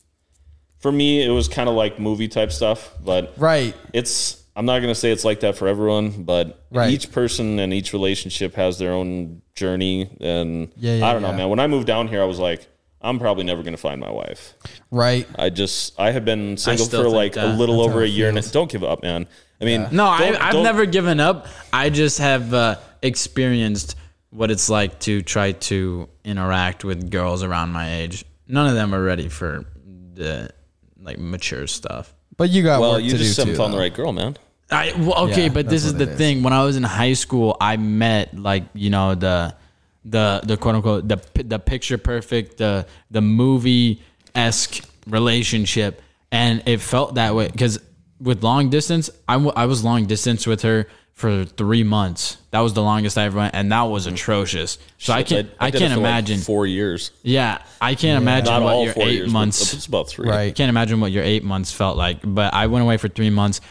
[SPEAKER 3] for me. It was kind of like movie type stuff, but
[SPEAKER 1] Right.
[SPEAKER 3] it's I'm not gonna say it's like that for everyone, but
[SPEAKER 1] Right.
[SPEAKER 3] each person and each relationship has their own journey. And
[SPEAKER 1] Yeah, yeah,
[SPEAKER 3] I don't know,
[SPEAKER 1] yeah.
[SPEAKER 3] man. When I moved down here, I was like, I'm probably never gonna find my wife.
[SPEAKER 1] Right.
[SPEAKER 3] I just I have been single
[SPEAKER 4] still
[SPEAKER 3] for
[SPEAKER 4] think
[SPEAKER 3] like a
[SPEAKER 4] that.
[SPEAKER 3] little over
[SPEAKER 1] how
[SPEAKER 3] a
[SPEAKER 1] it
[SPEAKER 3] year, and don't give up, man. I mean,
[SPEAKER 4] No, I,
[SPEAKER 3] don't-
[SPEAKER 4] I've
[SPEAKER 3] don't-
[SPEAKER 4] never given up. I just have uh, experienced what it's like to try to interact with girls around my age. None of them are ready for the like mature stuff.
[SPEAKER 1] But you got
[SPEAKER 3] Well,
[SPEAKER 1] work
[SPEAKER 3] you
[SPEAKER 1] to do
[SPEAKER 3] just haven't
[SPEAKER 1] too.
[SPEAKER 3] found the
[SPEAKER 1] though.
[SPEAKER 3] right girl, man.
[SPEAKER 4] I well, okay,
[SPEAKER 1] Yeah,
[SPEAKER 4] but this
[SPEAKER 1] that's
[SPEAKER 4] is
[SPEAKER 1] what
[SPEAKER 4] the
[SPEAKER 1] it is.
[SPEAKER 4] thing. When I was in high school, I met like you know the the the quote unquote the pi- the picture perfect the the movie esque relationship, and it felt that way because with long distance, I wa- I was long distance with her for three months. That was the longest I ever went, and that was
[SPEAKER 3] Mm.
[SPEAKER 4] atrocious. So I can't I,
[SPEAKER 3] did it
[SPEAKER 4] can't
[SPEAKER 3] for, like,
[SPEAKER 4] imagine.
[SPEAKER 3] four years.
[SPEAKER 4] yeah, I can't imagine
[SPEAKER 3] Not
[SPEAKER 4] what
[SPEAKER 3] all
[SPEAKER 4] your
[SPEAKER 3] four
[SPEAKER 4] eight
[SPEAKER 3] years,
[SPEAKER 4] months.
[SPEAKER 3] But it's about three.
[SPEAKER 1] Right.
[SPEAKER 4] Can't imagine what your eight months felt like. But I went away for three months.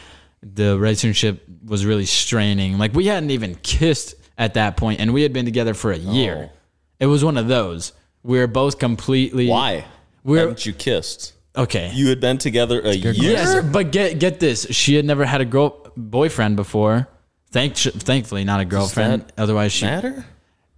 [SPEAKER 4] The relationship was really straining. Like we hadn't even kissed at that point, and we had been together for
[SPEAKER 3] Oh.
[SPEAKER 4] a year. It was one of those. We were both completely
[SPEAKER 3] Why?
[SPEAKER 4] We're- Oh.
[SPEAKER 3] haven't you kissed?
[SPEAKER 4] okay.
[SPEAKER 3] You had been together a year.
[SPEAKER 4] yes, but get get this. She had never had a girl boyfriend before. Thank, thankfully, not a girlfriend.
[SPEAKER 3] that
[SPEAKER 4] Otherwise, she
[SPEAKER 3] Matter?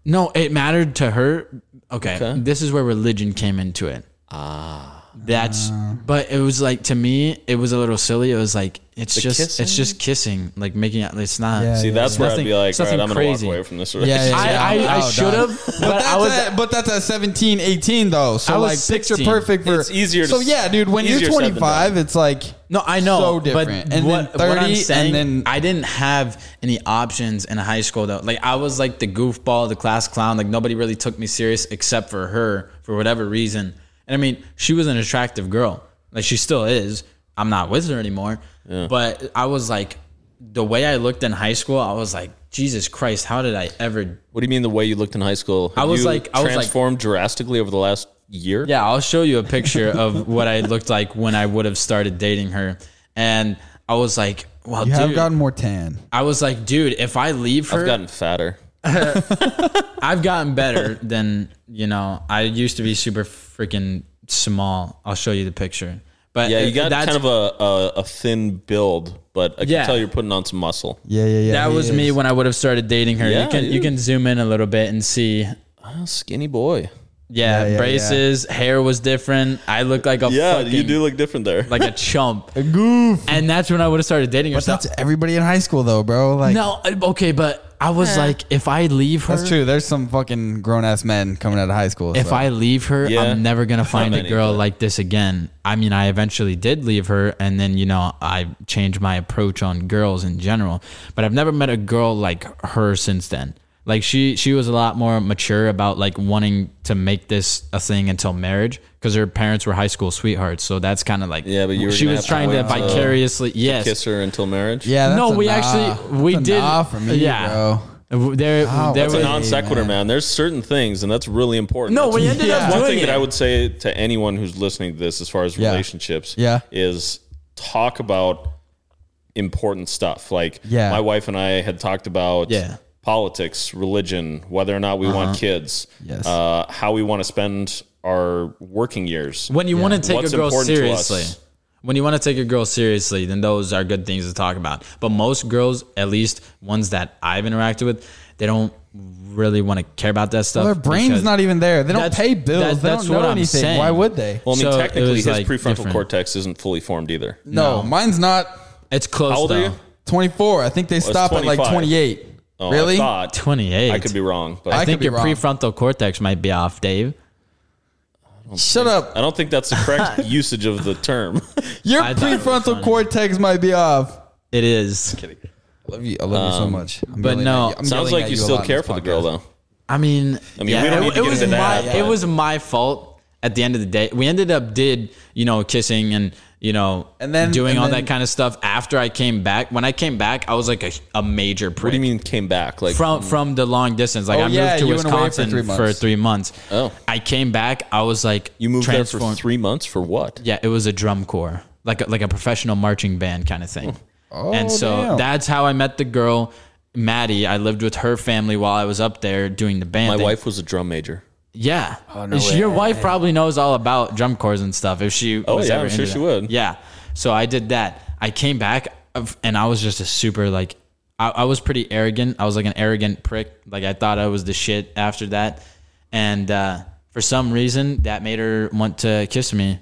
[SPEAKER 4] no, it mattered to her. Okay, this is where religion came into it. Ah, that's. But it was like to me, it was a little silly. It was like it's just it's
[SPEAKER 3] kissing?
[SPEAKER 4] just kissing, like making out. It's not.
[SPEAKER 1] Yeah,
[SPEAKER 3] See,
[SPEAKER 1] yeah,
[SPEAKER 3] that's
[SPEAKER 1] yeah.
[SPEAKER 3] where
[SPEAKER 4] nothing-
[SPEAKER 3] I'd be like,
[SPEAKER 4] it's
[SPEAKER 3] all right,
[SPEAKER 4] nothing
[SPEAKER 3] I'm gonna
[SPEAKER 4] crazy.
[SPEAKER 3] walk away from this.
[SPEAKER 1] yeah,
[SPEAKER 3] relationship.
[SPEAKER 4] I,
[SPEAKER 1] Yeah,
[SPEAKER 4] I,
[SPEAKER 1] I'm
[SPEAKER 4] I
[SPEAKER 1] out,
[SPEAKER 4] should have, but,
[SPEAKER 1] But
[SPEAKER 4] I
[SPEAKER 1] that's,
[SPEAKER 4] was.
[SPEAKER 1] at, but that's at 17, 18 though. So
[SPEAKER 4] I was
[SPEAKER 1] like picture
[SPEAKER 4] 16.
[SPEAKER 1] perfect for
[SPEAKER 3] It's easier to
[SPEAKER 1] So
[SPEAKER 3] s-
[SPEAKER 1] yeah, dude, when you're
[SPEAKER 3] easier said than
[SPEAKER 1] 25, it's like
[SPEAKER 4] no, I know.
[SPEAKER 1] so
[SPEAKER 4] But
[SPEAKER 1] different. And
[SPEAKER 4] what,
[SPEAKER 1] then 30
[SPEAKER 4] what I'm saying,
[SPEAKER 1] and then
[SPEAKER 4] I didn't have any options in high school though. Like I was like the goofball, the class clown. Like nobody really took me serious except for her for whatever reason. And I mean, she was an attractive girl. Like she still is. I'm not with her anymore. But I was like, the way I looked in high school, I was like, Jesus Christ, how did I ever
[SPEAKER 3] What do you mean the way you looked in high school? Have
[SPEAKER 4] was
[SPEAKER 3] you
[SPEAKER 4] like- I was like-
[SPEAKER 3] transformed drastically over the last year.
[SPEAKER 4] Yeah, I'll show you a picture of what I looked like when I would have started dating her. And I was like, well,
[SPEAKER 1] you have
[SPEAKER 4] dude,
[SPEAKER 1] gotten more tan.
[SPEAKER 4] I was like, dude, if I leave her,
[SPEAKER 3] I've gotten fatter.
[SPEAKER 4] I've gotten better than, you know, I used to be super freaking small. I'll show you the picture. But
[SPEAKER 3] Yeah, you
[SPEAKER 4] it-
[SPEAKER 3] got
[SPEAKER 4] that's-
[SPEAKER 3] kind of a, a, a thin build, but I can
[SPEAKER 4] Yeah.
[SPEAKER 3] tell you're putting on some muscle.
[SPEAKER 1] Yeah, yeah, yeah.
[SPEAKER 4] that
[SPEAKER 1] he
[SPEAKER 4] was
[SPEAKER 1] is.
[SPEAKER 4] me when I would have started dating her.
[SPEAKER 3] Yeah,
[SPEAKER 4] you can you
[SPEAKER 3] dude.
[SPEAKER 4] can zoom in a little bit and see.
[SPEAKER 3] Ah, skinny boy.
[SPEAKER 4] Yeah,
[SPEAKER 1] yeah, yeah.
[SPEAKER 4] braces, hair was different. I looked like a
[SPEAKER 3] Yeah,
[SPEAKER 4] fucking,
[SPEAKER 3] you do look different there.
[SPEAKER 4] like a chump.
[SPEAKER 1] A goof.
[SPEAKER 4] and that's when I would have started dating her.
[SPEAKER 1] But
[SPEAKER 4] So
[SPEAKER 1] that's everybody in high school though, bro. Like
[SPEAKER 4] No, I- okay, but I was like, if I leave her,
[SPEAKER 1] that's true. There's some fucking grown ass men coming out of high school.
[SPEAKER 4] if
[SPEAKER 1] so.
[SPEAKER 4] I leave her,
[SPEAKER 3] Yeah.
[SPEAKER 4] I'm never gonna find a
[SPEAKER 3] many,
[SPEAKER 4] girl
[SPEAKER 3] but-
[SPEAKER 4] like this again. I mean, I eventually did leave her, and then you know, I changed my approach on girls in general. But I've never met a girl like her since then. Like she, she was a lot more mature about like wanting to make this a thing until marriage, because her parents were high school sweethearts. So that's kind of like
[SPEAKER 3] Yeah, but you were
[SPEAKER 4] she
[SPEAKER 3] gonna
[SPEAKER 4] was
[SPEAKER 3] have to
[SPEAKER 4] trying to
[SPEAKER 3] wait till-
[SPEAKER 4] vicariously yes
[SPEAKER 3] Kiss her until marriage.
[SPEAKER 1] yeah, that's
[SPEAKER 4] no,
[SPEAKER 1] a
[SPEAKER 4] we
[SPEAKER 1] nah.
[SPEAKER 4] actually we
[SPEAKER 1] That's a
[SPEAKER 4] did.
[SPEAKER 1] nah for me,
[SPEAKER 4] yeah,
[SPEAKER 1] bro.
[SPEAKER 4] W- There,
[SPEAKER 1] Wow,
[SPEAKER 4] there
[SPEAKER 1] that's
[SPEAKER 4] was,
[SPEAKER 3] It's a
[SPEAKER 1] Hey,
[SPEAKER 3] non sequitur,
[SPEAKER 1] man.
[SPEAKER 3] man. There's certain things, and that's really important.
[SPEAKER 4] No,
[SPEAKER 3] That's
[SPEAKER 4] we ended
[SPEAKER 1] Yeah.
[SPEAKER 4] up
[SPEAKER 3] one
[SPEAKER 4] doing
[SPEAKER 3] thing
[SPEAKER 4] it.
[SPEAKER 3] that I would say to anyone who's listening to this, as far as relationships,
[SPEAKER 1] Yeah.
[SPEAKER 3] is talk about important stuff. Like,
[SPEAKER 1] Yeah.
[SPEAKER 3] my wife and I had talked about
[SPEAKER 4] Yeah.
[SPEAKER 3] politics, religion, whether or not we want kids,
[SPEAKER 1] Uh-huh. Yes.
[SPEAKER 3] uh, how we want to spend our working years.
[SPEAKER 4] when you want to take
[SPEAKER 3] What's
[SPEAKER 4] a girl
[SPEAKER 3] important to us?
[SPEAKER 4] seriously. When you want to take a girl seriously, then those are good things to talk about. But most girls, at least ones that I've interacted with, They don't really want to care about that stuff.
[SPEAKER 1] Their brain's
[SPEAKER 4] because-
[SPEAKER 1] not even there. They don't
[SPEAKER 4] That's-
[SPEAKER 1] pay bills.
[SPEAKER 4] that-
[SPEAKER 1] they
[SPEAKER 4] that's
[SPEAKER 1] don't know
[SPEAKER 4] what I'm
[SPEAKER 1] anything.
[SPEAKER 4] saying.
[SPEAKER 1] Why would they?
[SPEAKER 3] Well, I mean,
[SPEAKER 4] So it
[SPEAKER 3] technically,
[SPEAKER 4] was,
[SPEAKER 3] his
[SPEAKER 4] like,
[SPEAKER 3] prefrontal
[SPEAKER 4] different.
[SPEAKER 3] cortex isn't fully formed either.
[SPEAKER 1] No, mine's not
[SPEAKER 4] It's close.
[SPEAKER 3] How old are
[SPEAKER 4] though.
[SPEAKER 3] you?
[SPEAKER 1] 24. I think they
[SPEAKER 3] it's
[SPEAKER 1] stop at like
[SPEAKER 3] 25.
[SPEAKER 1] 28.
[SPEAKER 3] Oh,
[SPEAKER 1] really?
[SPEAKER 3] I thought
[SPEAKER 4] 28.
[SPEAKER 3] I could be wrong, but
[SPEAKER 4] I,
[SPEAKER 3] I,
[SPEAKER 4] think
[SPEAKER 1] be
[SPEAKER 4] your
[SPEAKER 1] wrong.
[SPEAKER 4] prefrontal cortex might be off, Dave.
[SPEAKER 1] Shut up.
[SPEAKER 3] don't think that's the correct usage of the term.
[SPEAKER 1] Your
[SPEAKER 4] I thought it was
[SPEAKER 1] prefrontal
[SPEAKER 4] funny.
[SPEAKER 1] cortex might be off.
[SPEAKER 4] It is.
[SPEAKER 1] I love you. I love you so much. I'm
[SPEAKER 4] Um, but
[SPEAKER 1] yelling
[SPEAKER 4] no,
[SPEAKER 1] at I'm
[SPEAKER 3] Sounds
[SPEAKER 1] yelling
[SPEAKER 3] like
[SPEAKER 1] at
[SPEAKER 3] you
[SPEAKER 1] a
[SPEAKER 3] still
[SPEAKER 1] lot in
[SPEAKER 3] care
[SPEAKER 1] this
[SPEAKER 3] for the
[SPEAKER 1] podcast.
[SPEAKER 3] girl, though.
[SPEAKER 4] I mean,
[SPEAKER 3] I mean,
[SPEAKER 4] yeah,
[SPEAKER 3] we don't
[SPEAKER 4] it,
[SPEAKER 3] need to
[SPEAKER 4] it
[SPEAKER 3] get
[SPEAKER 4] was
[SPEAKER 3] into
[SPEAKER 4] my,
[SPEAKER 3] that,
[SPEAKER 4] It
[SPEAKER 3] but-
[SPEAKER 4] was my fault. At the end of the day, we ended up did you know kissing and you know
[SPEAKER 1] And then-
[SPEAKER 4] doing
[SPEAKER 1] and
[SPEAKER 4] all
[SPEAKER 1] then-
[SPEAKER 4] that kind of stuff. After I came back, when I came back, I was like a, a major prick
[SPEAKER 3] What do you mean came back? Like
[SPEAKER 4] from from the long distance. Like
[SPEAKER 1] Oh,
[SPEAKER 4] I moved
[SPEAKER 1] yeah,
[SPEAKER 4] to
[SPEAKER 1] you went away for
[SPEAKER 4] Wisconsin
[SPEAKER 1] three
[SPEAKER 4] for three,
[SPEAKER 1] months.
[SPEAKER 4] months.
[SPEAKER 3] Oh.
[SPEAKER 4] I came back. I was like
[SPEAKER 3] you moved there for
[SPEAKER 4] transformed-
[SPEAKER 3] three months for what?
[SPEAKER 4] Yeah, it was a drum corps, like a, like a professional marching band kind of thing.
[SPEAKER 1] Oh,
[SPEAKER 4] and so
[SPEAKER 1] damn.
[SPEAKER 4] that's how I met the girl, Maddie. I lived with her family while I was up there doing the band.
[SPEAKER 3] My
[SPEAKER 4] thing.
[SPEAKER 3] wife was a drum major.
[SPEAKER 4] Yeah.
[SPEAKER 3] Oh,
[SPEAKER 4] Your wife probably knows all about drum corps and stuff if she
[SPEAKER 3] Oh,
[SPEAKER 4] was
[SPEAKER 3] yeah,
[SPEAKER 4] ever
[SPEAKER 3] I'm sure
[SPEAKER 4] into
[SPEAKER 3] she
[SPEAKER 4] that.
[SPEAKER 3] would.
[SPEAKER 4] Yeah. So I did that. I came back of- and I was just a super like I, I was pretty arrogant. I was like an arrogant prick. Like I thought I was the shit after that. And uh, for some reason that made her want to kiss me.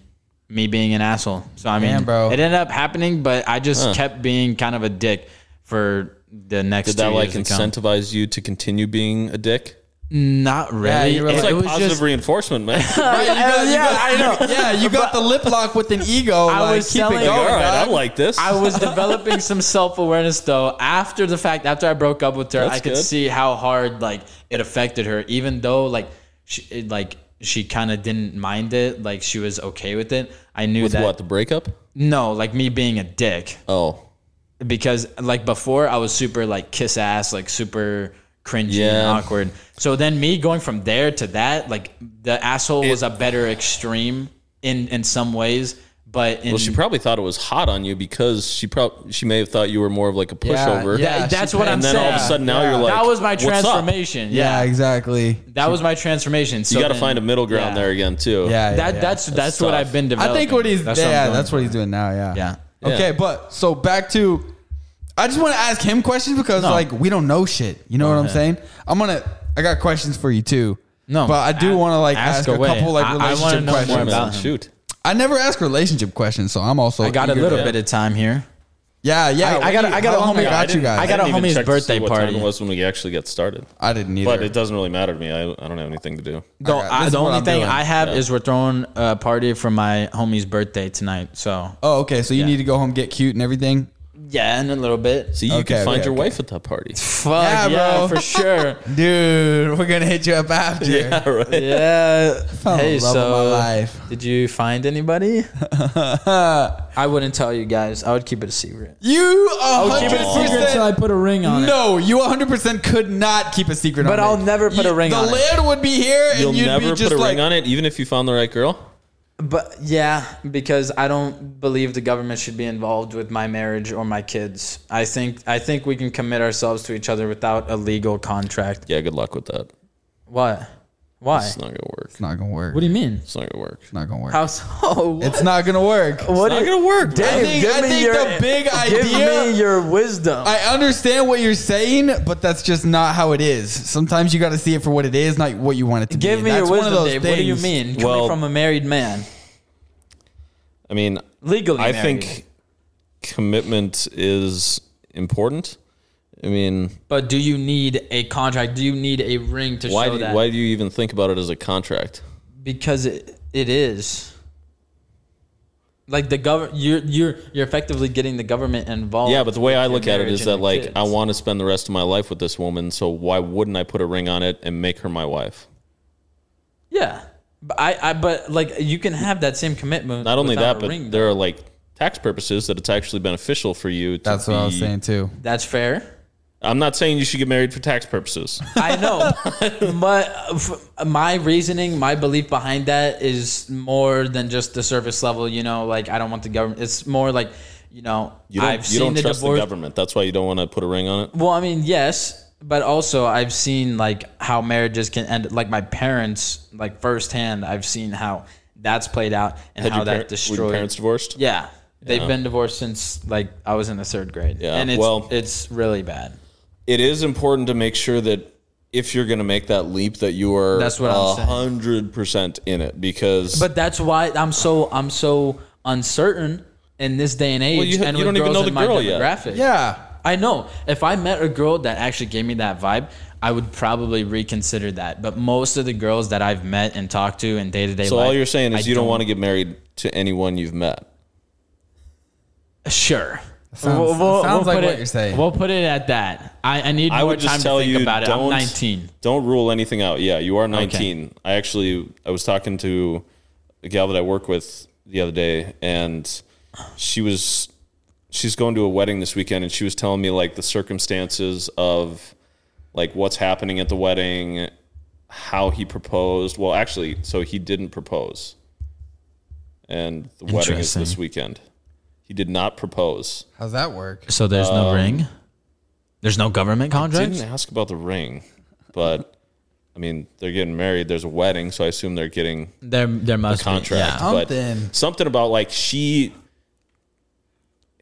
[SPEAKER 4] Me being an asshole. So I mean
[SPEAKER 1] Damn, bro.
[SPEAKER 4] it ended up happening, but I just kept being kind of a dick for the next
[SPEAKER 3] Did that
[SPEAKER 4] two
[SPEAKER 3] like
[SPEAKER 4] years to come.
[SPEAKER 3] incentivize you to continue being a dick?
[SPEAKER 4] not really.
[SPEAKER 1] you were like,
[SPEAKER 4] It-
[SPEAKER 3] It's like
[SPEAKER 4] it was
[SPEAKER 3] positive
[SPEAKER 4] just- Oh
[SPEAKER 3] reinforcement, man.
[SPEAKER 1] Right, you got- you
[SPEAKER 4] Yeah,
[SPEAKER 1] got-
[SPEAKER 4] I know.
[SPEAKER 1] Yeah, you got the lip lock with an ego. I like,
[SPEAKER 4] was
[SPEAKER 1] keep
[SPEAKER 4] selling-
[SPEAKER 1] it
[SPEAKER 3] Like, all
[SPEAKER 1] going.
[SPEAKER 3] right, I
[SPEAKER 1] dog.
[SPEAKER 3] like this.
[SPEAKER 4] I was developing some self awareness though. After the fact, after I broke up with her,
[SPEAKER 3] That's
[SPEAKER 4] I could
[SPEAKER 3] good.
[SPEAKER 4] see how hard like it affected her. Even though like she it, like she kind of didn't mind it, like she was okay with it. I knew
[SPEAKER 3] With
[SPEAKER 4] that.
[SPEAKER 3] what the breakup?
[SPEAKER 4] No, like me being a dick
[SPEAKER 3] Oh,
[SPEAKER 4] because like before I was super like kiss ass, like super cringy and
[SPEAKER 3] Yeah.
[SPEAKER 4] awkward. So then me going from there to that, like the asshole was a better extreme in in some ways. But in,
[SPEAKER 3] well, she probably thought it was hot on you because she probably she may have thought you were more of like a pushover.
[SPEAKER 1] yeah.
[SPEAKER 4] That- that's
[SPEAKER 1] she
[SPEAKER 4] what
[SPEAKER 1] paid-
[SPEAKER 4] I'm
[SPEAKER 3] And then
[SPEAKER 4] saying.
[SPEAKER 3] all of a sudden now you're like,
[SPEAKER 4] that was my
[SPEAKER 3] "What's up?"
[SPEAKER 4] transformation.
[SPEAKER 1] Yeah,
[SPEAKER 4] Yeah,
[SPEAKER 1] exactly.
[SPEAKER 4] that was my transformation. So
[SPEAKER 3] You got to
[SPEAKER 4] then-
[SPEAKER 3] find a middle ground
[SPEAKER 4] yeah.
[SPEAKER 3] there again too.
[SPEAKER 1] Yeah, yeah,
[SPEAKER 4] That
[SPEAKER 1] yeah.
[SPEAKER 4] that's that's, what
[SPEAKER 3] tough.
[SPEAKER 4] I've been
[SPEAKER 1] I
[SPEAKER 4] developing.
[SPEAKER 1] think what he's
[SPEAKER 4] That's what I'm
[SPEAKER 1] yeah,
[SPEAKER 4] doing.
[SPEAKER 1] that's what he's doing now. Yeah.
[SPEAKER 4] Yeah.
[SPEAKER 1] Okay, but so back to, I just want to ask him questions because like we don't know shit. You know what I'm saying? I'm gonna. I got questions for you too.
[SPEAKER 4] No,
[SPEAKER 1] but I do
[SPEAKER 4] a-
[SPEAKER 1] want to like
[SPEAKER 4] ask
[SPEAKER 1] ask, a
[SPEAKER 4] away.
[SPEAKER 1] couple like
[SPEAKER 4] I- I wanna
[SPEAKER 1] relationship
[SPEAKER 4] know more
[SPEAKER 1] questions.
[SPEAKER 3] Sure, man.
[SPEAKER 4] about him.
[SPEAKER 3] shoot.
[SPEAKER 1] I never ask relationship questions, so I'm also.
[SPEAKER 4] I got a
[SPEAKER 1] eager
[SPEAKER 4] little
[SPEAKER 1] to-
[SPEAKER 4] bit of time here.
[SPEAKER 1] Yeah, yeah.
[SPEAKER 4] I- I got a- I got
[SPEAKER 1] how
[SPEAKER 4] a
[SPEAKER 1] long
[SPEAKER 4] homie- I
[SPEAKER 1] got you
[SPEAKER 4] didn't-
[SPEAKER 1] guys.
[SPEAKER 4] I got a
[SPEAKER 3] didn't even
[SPEAKER 4] homie's
[SPEAKER 3] check to see
[SPEAKER 4] birthday
[SPEAKER 3] what time
[SPEAKER 4] party.
[SPEAKER 3] it was when we actually got started.
[SPEAKER 1] I didn't either.
[SPEAKER 3] But it doesn't really matter to me. I, I don't have anything to do.
[SPEAKER 4] The,
[SPEAKER 1] got-
[SPEAKER 4] I-
[SPEAKER 1] this is
[SPEAKER 4] the
[SPEAKER 1] what
[SPEAKER 4] only
[SPEAKER 1] I'm
[SPEAKER 4] thing
[SPEAKER 1] doing.
[SPEAKER 4] I have is we're throwing a party for my homie's birthday tonight. So
[SPEAKER 1] oh, okay. So you need to go home, get cute, and everything.
[SPEAKER 4] yeah, in a little bit.
[SPEAKER 3] See, you
[SPEAKER 1] Okay,
[SPEAKER 3] can find
[SPEAKER 1] okay,
[SPEAKER 3] your
[SPEAKER 1] okay.
[SPEAKER 3] wife at that party.
[SPEAKER 4] Fuck
[SPEAKER 1] Yeah,
[SPEAKER 4] yeah,
[SPEAKER 1] bro.
[SPEAKER 4] for sure.
[SPEAKER 1] Dude, we're gonna hit you up after.
[SPEAKER 3] yeah, right.
[SPEAKER 4] yeah.
[SPEAKER 1] Fell in
[SPEAKER 4] Hey,
[SPEAKER 1] love with
[SPEAKER 4] so
[SPEAKER 1] my life.
[SPEAKER 4] did you find anybody? I wouldn't tell you guys. I would keep it a secret.
[SPEAKER 1] You a
[SPEAKER 4] Oh, keep
[SPEAKER 1] hundred
[SPEAKER 4] it
[SPEAKER 9] secret till I
[SPEAKER 1] percent.
[SPEAKER 9] put a ring on it.
[SPEAKER 1] No, you 100% could not keep a secret
[SPEAKER 4] But
[SPEAKER 1] on
[SPEAKER 4] I'll
[SPEAKER 1] it.
[SPEAKER 4] never put
[SPEAKER 1] You-
[SPEAKER 4] a ring on
[SPEAKER 1] The
[SPEAKER 4] it.
[SPEAKER 1] lid would be here and
[SPEAKER 3] You'll
[SPEAKER 1] you'd
[SPEAKER 3] never
[SPEAKER 1] be
[SPEAKER 3] put
[SPEAKER 1] just
[SPEAKER 3] a
[SPEAKER 1] like,
[SPEAKER 3] ring on it, even if you found the right girl.
[SPEAKER 4] But yeah, because I don't believe the government should be involved with my marriage or my kids. I think I think we can commit ourselves to each other without a legal contract.
[SPEAKER 3] Yeah, good luck with that.
[SPEAKER 4] What? Why?
[SPEAKER 3] It's not gonna work.
[SPEAKER 1] It's not gonna work.
[SPEAKER 9] What do you mean?
[SPEAKER 3] It's not gonna work.
[SPEAKER 1] it's not gonna work.
[SPEAKER 4] How so?
[SPEAKER 1] It's not gonna work.
[SPEAKER 4] What
[SPEAKER 3] It's
[SPEAKER 4] is-
[SPEAKER 3] not gonna work. man.
[SPEAKER 1] I
[SPEAKER 4] Dave,
[SPEAKER 1] think,
[SPEAKER 4] give
[SPEAKER 1] I
[SPEAKER 4] me
[SPEAKER 1] think
[SPEAKER 4] your-
[SPEAKER 1] the big
[SPEAKER 4] Give
[SPEAKER 1] idea.
[SPEAKER 4] me your wisdom.
[SPEAKER 1] I understand what you're saying, but that's just not how it is. Sometimes you got to see it for what it is, not what you want it to be.
[SPEAKER 4] Give
[SPEAKER 1] And
[SPEAKER 4] me your
[SPEAKER 1] that's one of
[SPEAKER 4] wisdom,
[SPEAKER 1] those
[SPEAKER 4] Dave. What do you
[SPEAKER 1] things.
[SPEAKER 4] mean? Coming
[SPEAKER 3] Well-
[SPEAKER 4] from a married man,
[SPEAKER 3] I mean,
[SPEAKER 4] legally.
[SPEAKER 3] I
[SPEAKER 4] married.
[SPEAKER 3] think commitment is important. I mean,
[SPEAKER 7] But do you need a contract? Do you need a ring to
[SPEAKER 3] why
[SPEAKER 7] show
[SPEAKER 3] do you,
[SPEAKER 7] that?
[SPEAKER 3] why do you even think about it as a contract?
[SPEAKER 7] because it, it is. Like the government, you're you're you're effectively getting the government involved.
[SPEAKER 3] Yeah, but the way I
[SPEAKER 7] with
[SPEAKER 3] look
[SPEAKER 7] your
[SPEAKER 3] at it
[SPEAKER 7] marriage
[SPEAKER 3] is
[SPEAKER 7] and
[SPEAKER 3] that
[SPEAKER 7] your
[SPEAKER 3] like
[SPEAKER 7] kids.
[SPEAKER 3] I want to spend the rest of my life with this woman, so why wouldn't I put a ring on it and make her my wife?
[SPEAKER 7] Yeah, but I, I but like you can have that same commitment.
[SPEAKER 3] Not only
[SPEAKER 7] without
[SPEAKER 3] that,
[SPEAKER 7] a
[SPEAKER 3] but
[SPEAKER 7] ring,
[SPEAKER 3] there are like tax purposes that it's actually beneficial for you to
[SPEAKER 1] That's what I was
[SPEAKER 3] be-
[SPEAKER 1] saying too.
[SPEAKER 7] that's fair.
[SPEAKER 3] I'm not saying you should get married for tax purposes.
[SPEAKER 7] I know, but uh, f- my reasoning, my belief behind that is more than just the surface level. You know, like I don't want the government. It's more like, you know,
[SPEAKER 3] You don't,
[SPEAKER 7] I've
[SPEAKER 3] you
[SPEAKER 7] seen
[SPEAKER 3] don't
[SPEAKER 7] the
[SPEAKER 3] trust the
[SPEAKER 7] divorce.
[SPEAKER 3] government. That's why you don't want to put a ring on it.
[SPEAKER 7] well, I mean, yes, but also I've seen like how marriages can end. Like my parents, like firsthand, I've seen how that's played out and
[SPEAKER 3] Had
[SPEAKER 7] how
[SPEAKER 3] your
[SPEAKER 7] that
[SPEAKER 3] par- were your
[SPEAKER 7] destroyed.
[SPEAKER 3] parents divorced?
[SPEAKER 7] yeah, they've been divorced since like I was in the third grade.
[SPEAKER 3] Yeah,
[SPEAKER 7] and it's,
[SPEAKER 3] well-
[SPEAKER 7] it's really bad.
[SPEAKER 3] it is important to make sure that if you're going to make that leap, that you are
[SPEAKER 4] That's what I'm saying.
[SPEAKER 3] hundred percent in it because
[SPEAKER 4] But that's why I'm so I'm so uncertain in this day and age.
[SPEAKER 3] you-
[SPEAKER 4] and
[SPEAKER 3] you
[SPEAKER 4] with
[SPEAKER 3] don't even
[SPEAKER 4] girls
[SPEAKER 3] know the
[SPEAKER 4] in my
[SPEAKER 3] girl yet.
[SPEAKER 4] demographic.
[SPEAKER 1] Yeah.
[SPEAKER 4] I know. If I met a girl that actually gave me that vibe, I would probably reconsider that. But most of the girls that I've met and talked to in day to day life,
[SPEAKER 3] so all you're saying is
[SPEAKER 4] I
[SPEAKER 3] you don't, want to get married to anyone you've met.
[SPEAKER 4] Sure.
[SPEAKER 1] sounds-
[SPEAKER 4] We'll-
[SPEAKER 1] that
[SPEAKER 4] we'll-
[SPEAKER 1] sounds
[SPEAKER 4] we'll
[SPEAKER 1] like
[SPEAKER 4] put
[SPEAKER 1] what
[SPEAKER 4] it-
[SPEAKER 1] you're saying.
[SPEAKER 4] We'll put it at that. I, I need
[SPEAKER 3] I
[SPEAKER 4] more
[SPEAKER 3] would
[SPEAKER 4] time
[SPEAKER 3] just
[SPEAKER 4] to
[SPEAKER 3] tell
[SPEAKER 4] think
[SPEAKER 3] you
[SPEAKER 4] about it.
[SPEAKER 3] don't
[SPEAKER 4] I'm 19.
[SPEAKER 3] Don't rule anything out. Yeah, you are 19. I actually I was talking to a gal that I work with the other day and she was she's going to a wedding this weekend and she was telling me like the circumstances of like what's happening at the wedding, how he proposed. Well, actually, so he didn't propose. And the wedding is this
[SPEAKER 4] Interesting.
[SPEAKER 3] weekend. He did not propose.
[SPEAKER 1] How's that work?
[SPEAKER 4] So there's no ring. There's no government contract.
[SPEAKER 3] um, Didn't ask about the ring, but I mean, they're getting married. There's a wedding, so I assume they're getting
[SPEAKER 4] There, there must
[SPEAKER 3] contract.
[SPEAKER 4] be. Yeah.
[SPEAKER 3] but
[SPEAKER 1] Something.
[SPEAKER 3] something about like she.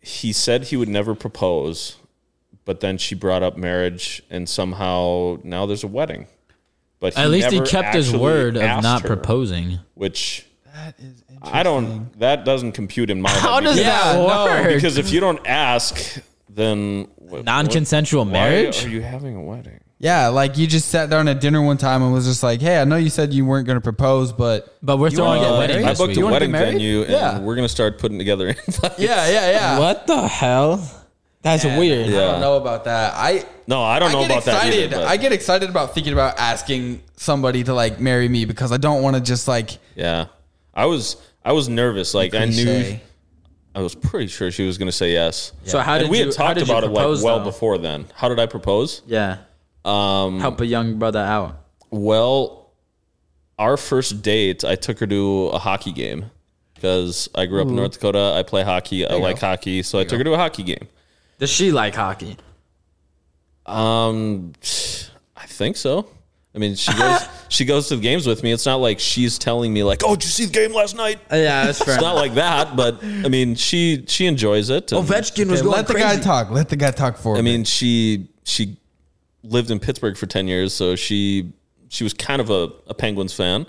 [SPEAKER 3] He said he would never propose, but then she brought up marriage, and somehow now there's a wedding. But
[SPEAKER 4] At least he
[SPEAKER 3] never
[SPEAKER 4] kept his
[SPEAKER 3] actually
[SPEAKER 4] word of
[SPEAKER 3] asked
[SPEAKER 4] not
[SPEAKER 3] her,
[SPEAKER 4] proposing.
[SPEAKER 3] which
[SPEAKER 1] That is interesting.
[SPEAKER 3] I don't. That doesn't compute in my head. because,
[SPEAKER 1] Yeah,
[SPEAKER 4] work?
[SPEAKER 3] because if you don't ask, then wh- what-
[SPEAKER 4] Non-consensual
[SPEAKER 3] why
[SPEAKER 4] marriage?
[SPEAKER 3] Are you having a wedding?
[SPEAKER 1] Yeah, like you just sat down at dinner one time and was just like, "Hey, I know you said you weren't going to propose, but
[SPEAKER 4] But we're throwing
[SPEAKER 1] wanna
[SPEAKER 4] a
[SPEAKER 1] get
[SPEAKER 4] wedding
[SPEAKER 1] married?
[SPEAKER 3] I
[SPEAKER 4] this
[SPEAKER 3] booked
[SPEAKER 4] week.
[SPEAKER 3] a
[SPEAKER 1] wanna get
[SPEAKER 3] wedding
[SPEAKER 1] married?
[SPEAKER 3] venue, and
[SPEAKER 1] Yeah.
[SPEAKER 3] we're gonna start putting together invites.
[SPEAKER 1] yeah, yeah, yeah."
[SPEAKER 7] What the hell? That's weird.
[SPEAKER 1] I
[SPEAKER 3] Yeah.
[SPEAKER 1] don't know about that. I
[SPEAKER 3] No, I don't
[SPEAKER 1] I
[SPEAKER 3] know
[SPEAKER 1] get
[SPEAKER 3] about that.
[SPEAKER 1] excited.
[SPEAKER 3] Either, but-
[SPEAKER 1] I get excited about thinking about asking somebody to like marry me because I don't want to just like
[SPEAKER 3] yeah, I was I was nervous. Like I knew
[SPEAKER 1] cliche.
[SPEAKER 3] I was pretty sure she was gonna say yes.
[SPEAKER 4] So how
[SPEAKER 3] and
[SPEAKER 4] did
[SPEAKER 3] we
[SPEAKER 4] you,
[SPEAKER 3] had
[SPEAKER 4] how
[SPEAKER 3] talked
[SPEAKER 4] did you
[SPEAKER 3] about it like
[SPEAKER 4] propose,
[SPEAKER 3] well
[SPEAKER 4] though?
[SPEAKER 3] before then. How did I propose?
[SPEAKER 4] Yeah. Um, Help a young brother out.
[SPEAKER 3] Well, our first date, I took her to a hockey game because I grew up in North Dakota. I play hockey. I like hockey, so I took her to a hockey game.
[SPEAKER 4] Does she like hockey?
[SPEAKER 3] Um, I think so. I mean, she goes she goes to the games with me. It's not like she's telling me like, "Oh, did you see the game last night?"
[SPEAKER 7] Yeah, that's fair.
[SPEAKER 3] It's not like that, but I mean, she she enjoys it. and-
[SPEAKER 7] Ovechkin
[SPEAKER 1] Okay, let the guy talk. Let the guy talk for
[SPEAKER 3] I
[SPEAKER 1] a bit.
[SPEAKER 3] mean, she she lived in Pittsburgh for ten years, so she she was kind of a, a Penguins fan.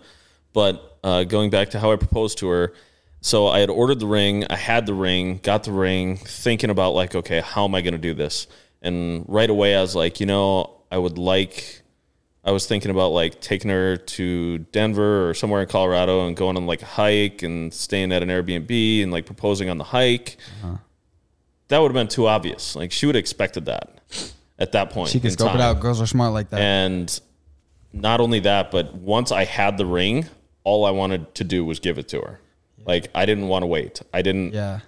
[SPEAKER 3] But uh, going back to how I proposed to her, so I had ordered the ring, I had the ring, got the ring, thinking about like, okay, how am I going to do this? And right away, I was like, you know, I would like. I was thinking about like taking her to Denver or somewhere in Colorado and going on like a hike and staying at an Airbnb and like proposing on the hike
[SPEAKER 1] Uh-huh.
[SPEAKER 3] that would have been too obvious. Like she would have expected that at that point.
[SPEAKER 1] she can
[SPEAKER 3] in
[SPEAKER 1] scope
[SPEAKER 3] time.
[SPEAKER 1] it out. Girls are smart like that.
[SPEAKER 3] And not only that, but once I had the ring, all I wanted to do was give it to her. Like I didn't want to wait. I didn't.
[SPEAKER 1] yeah,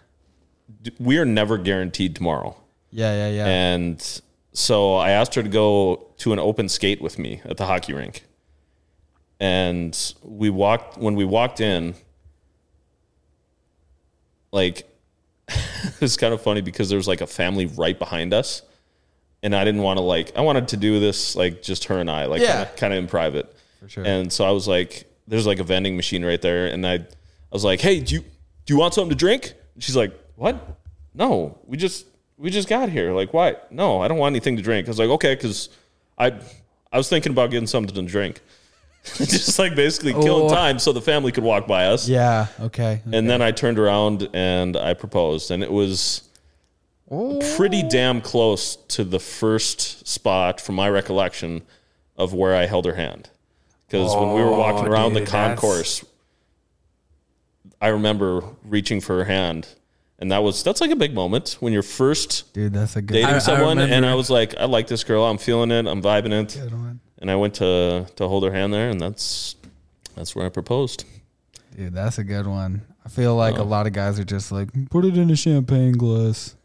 [SPEAKER 3] We are never guaranteed tomorrow,
[SPEAKER 1] yeah, yeah, yeah.
[SPEAKER 3] and so I asked her to go to an open skate with me at the hockey rink. And we walked when we walked in. Like it's kind of funny because there was like a family right behind us and i didn't want to like i wanted to do this like just her and i like
[SPEAKER 1] Yeah.
[SPEAKER 3] kind, of, kind of in private for
[SPEAKER 1] sure.
[SPEAKER 3] and so i was like there's like a vending machine right there and i i was like hey do you do you want something to drink and she's like what no we just we just got here like why no i don't want anything to drink i was like okay because i i was thinking about getting something to drink just like basically
[SPEAKER 1] Oh.
[SPEAKER 3] killing time so the family could walk by us
[SPEAKER 1] yeah. Okay.
[SPEAKER 3] and then I turned around and I proposed, and it was pretty damn close to the first spot, from my recollection, of where I held her hand. Because when we were walking around the
[SPEAKER 9] dude, that's-
[SPEAKER 3] concourse, I remember reaching for her hand, and that was that's like a big moment when you're first
[SPEAKER 1] Dude, that's a good
[SPEAKER 3] dating
[SPEAKER 7] I
[SPEAKER 3] someone. and
[SPEAKER 7] remember.
[SPEAKER 3] I was like, I like this girl, I'm feeling it, I'm vibing it,
[SPEAKER 1] one.
[SPEAKER 3] and I went to to hold her hand there, and that's that's where I proposed.
[SPEAKER 1] Dude, that's a good one. I feel like a lot of guys are just like, put it in a champagne glass.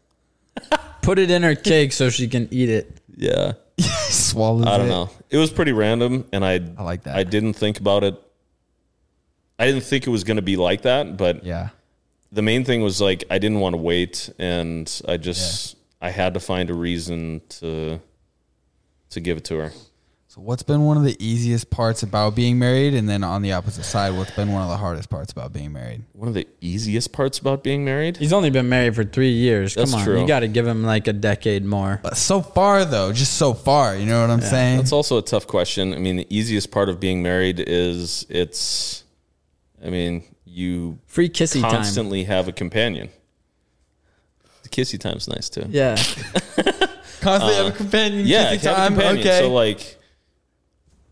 [SPEAKER 7] Put it in her cake so she can eat it.
[SPEAKER 3] Yeah.
[SPEAKER 1] Swallows
[SPEAKER 3] I don't
[SPEAKER 1] it.
[SPEAKER 3] know. It was pretty random, and I
[SPEAKER 1] I like that.
[SPEAKER 3] I didn't think about it. I didn't think it was going to be like that, but
[SPEAKER 1] Yeah.
[SPEAKER 3] the main thing was like I didn't want to wait, and I just I had to find a reason to to give it to her.
[SPEAKER 1] So what's been one of the easiest parts about being married, and then on the opposite side, what's been one of the hardest parts about being married?
[SPEAKER 3] One of the easiest parts about being married.
[SPEAKER 7] He's only been married for three years.
[SPEAKER 3] That's
[SPEAKER 7] Come on,
[SPEAKER 3] true.
[SPEAKER 7] you got to give him like a decade more.
[SPEAKER 1] But so far, though, just so far, you know what I'm saying?
[SPEAKER 3] That's also a tough question. I mean, the easiest part of being married is it's. I mean, you
[SPEAKER 7] Free kissy time.
[SPEAKER 3] constantly have a companion. The kissy time's nice too.
[SPEAKER 7] Yeah,
[SPEAKER 1] Constantly have a companion.
[SPEAKER 3] uh, yeah,
[SPEAKER 1] kissy
[SPEAKER 3] have a
[SPEAKER 1] time,
[SPEAKER 3] companion.
[SPEAKER 1] Okay.
[SPEAKER 3] So uh, like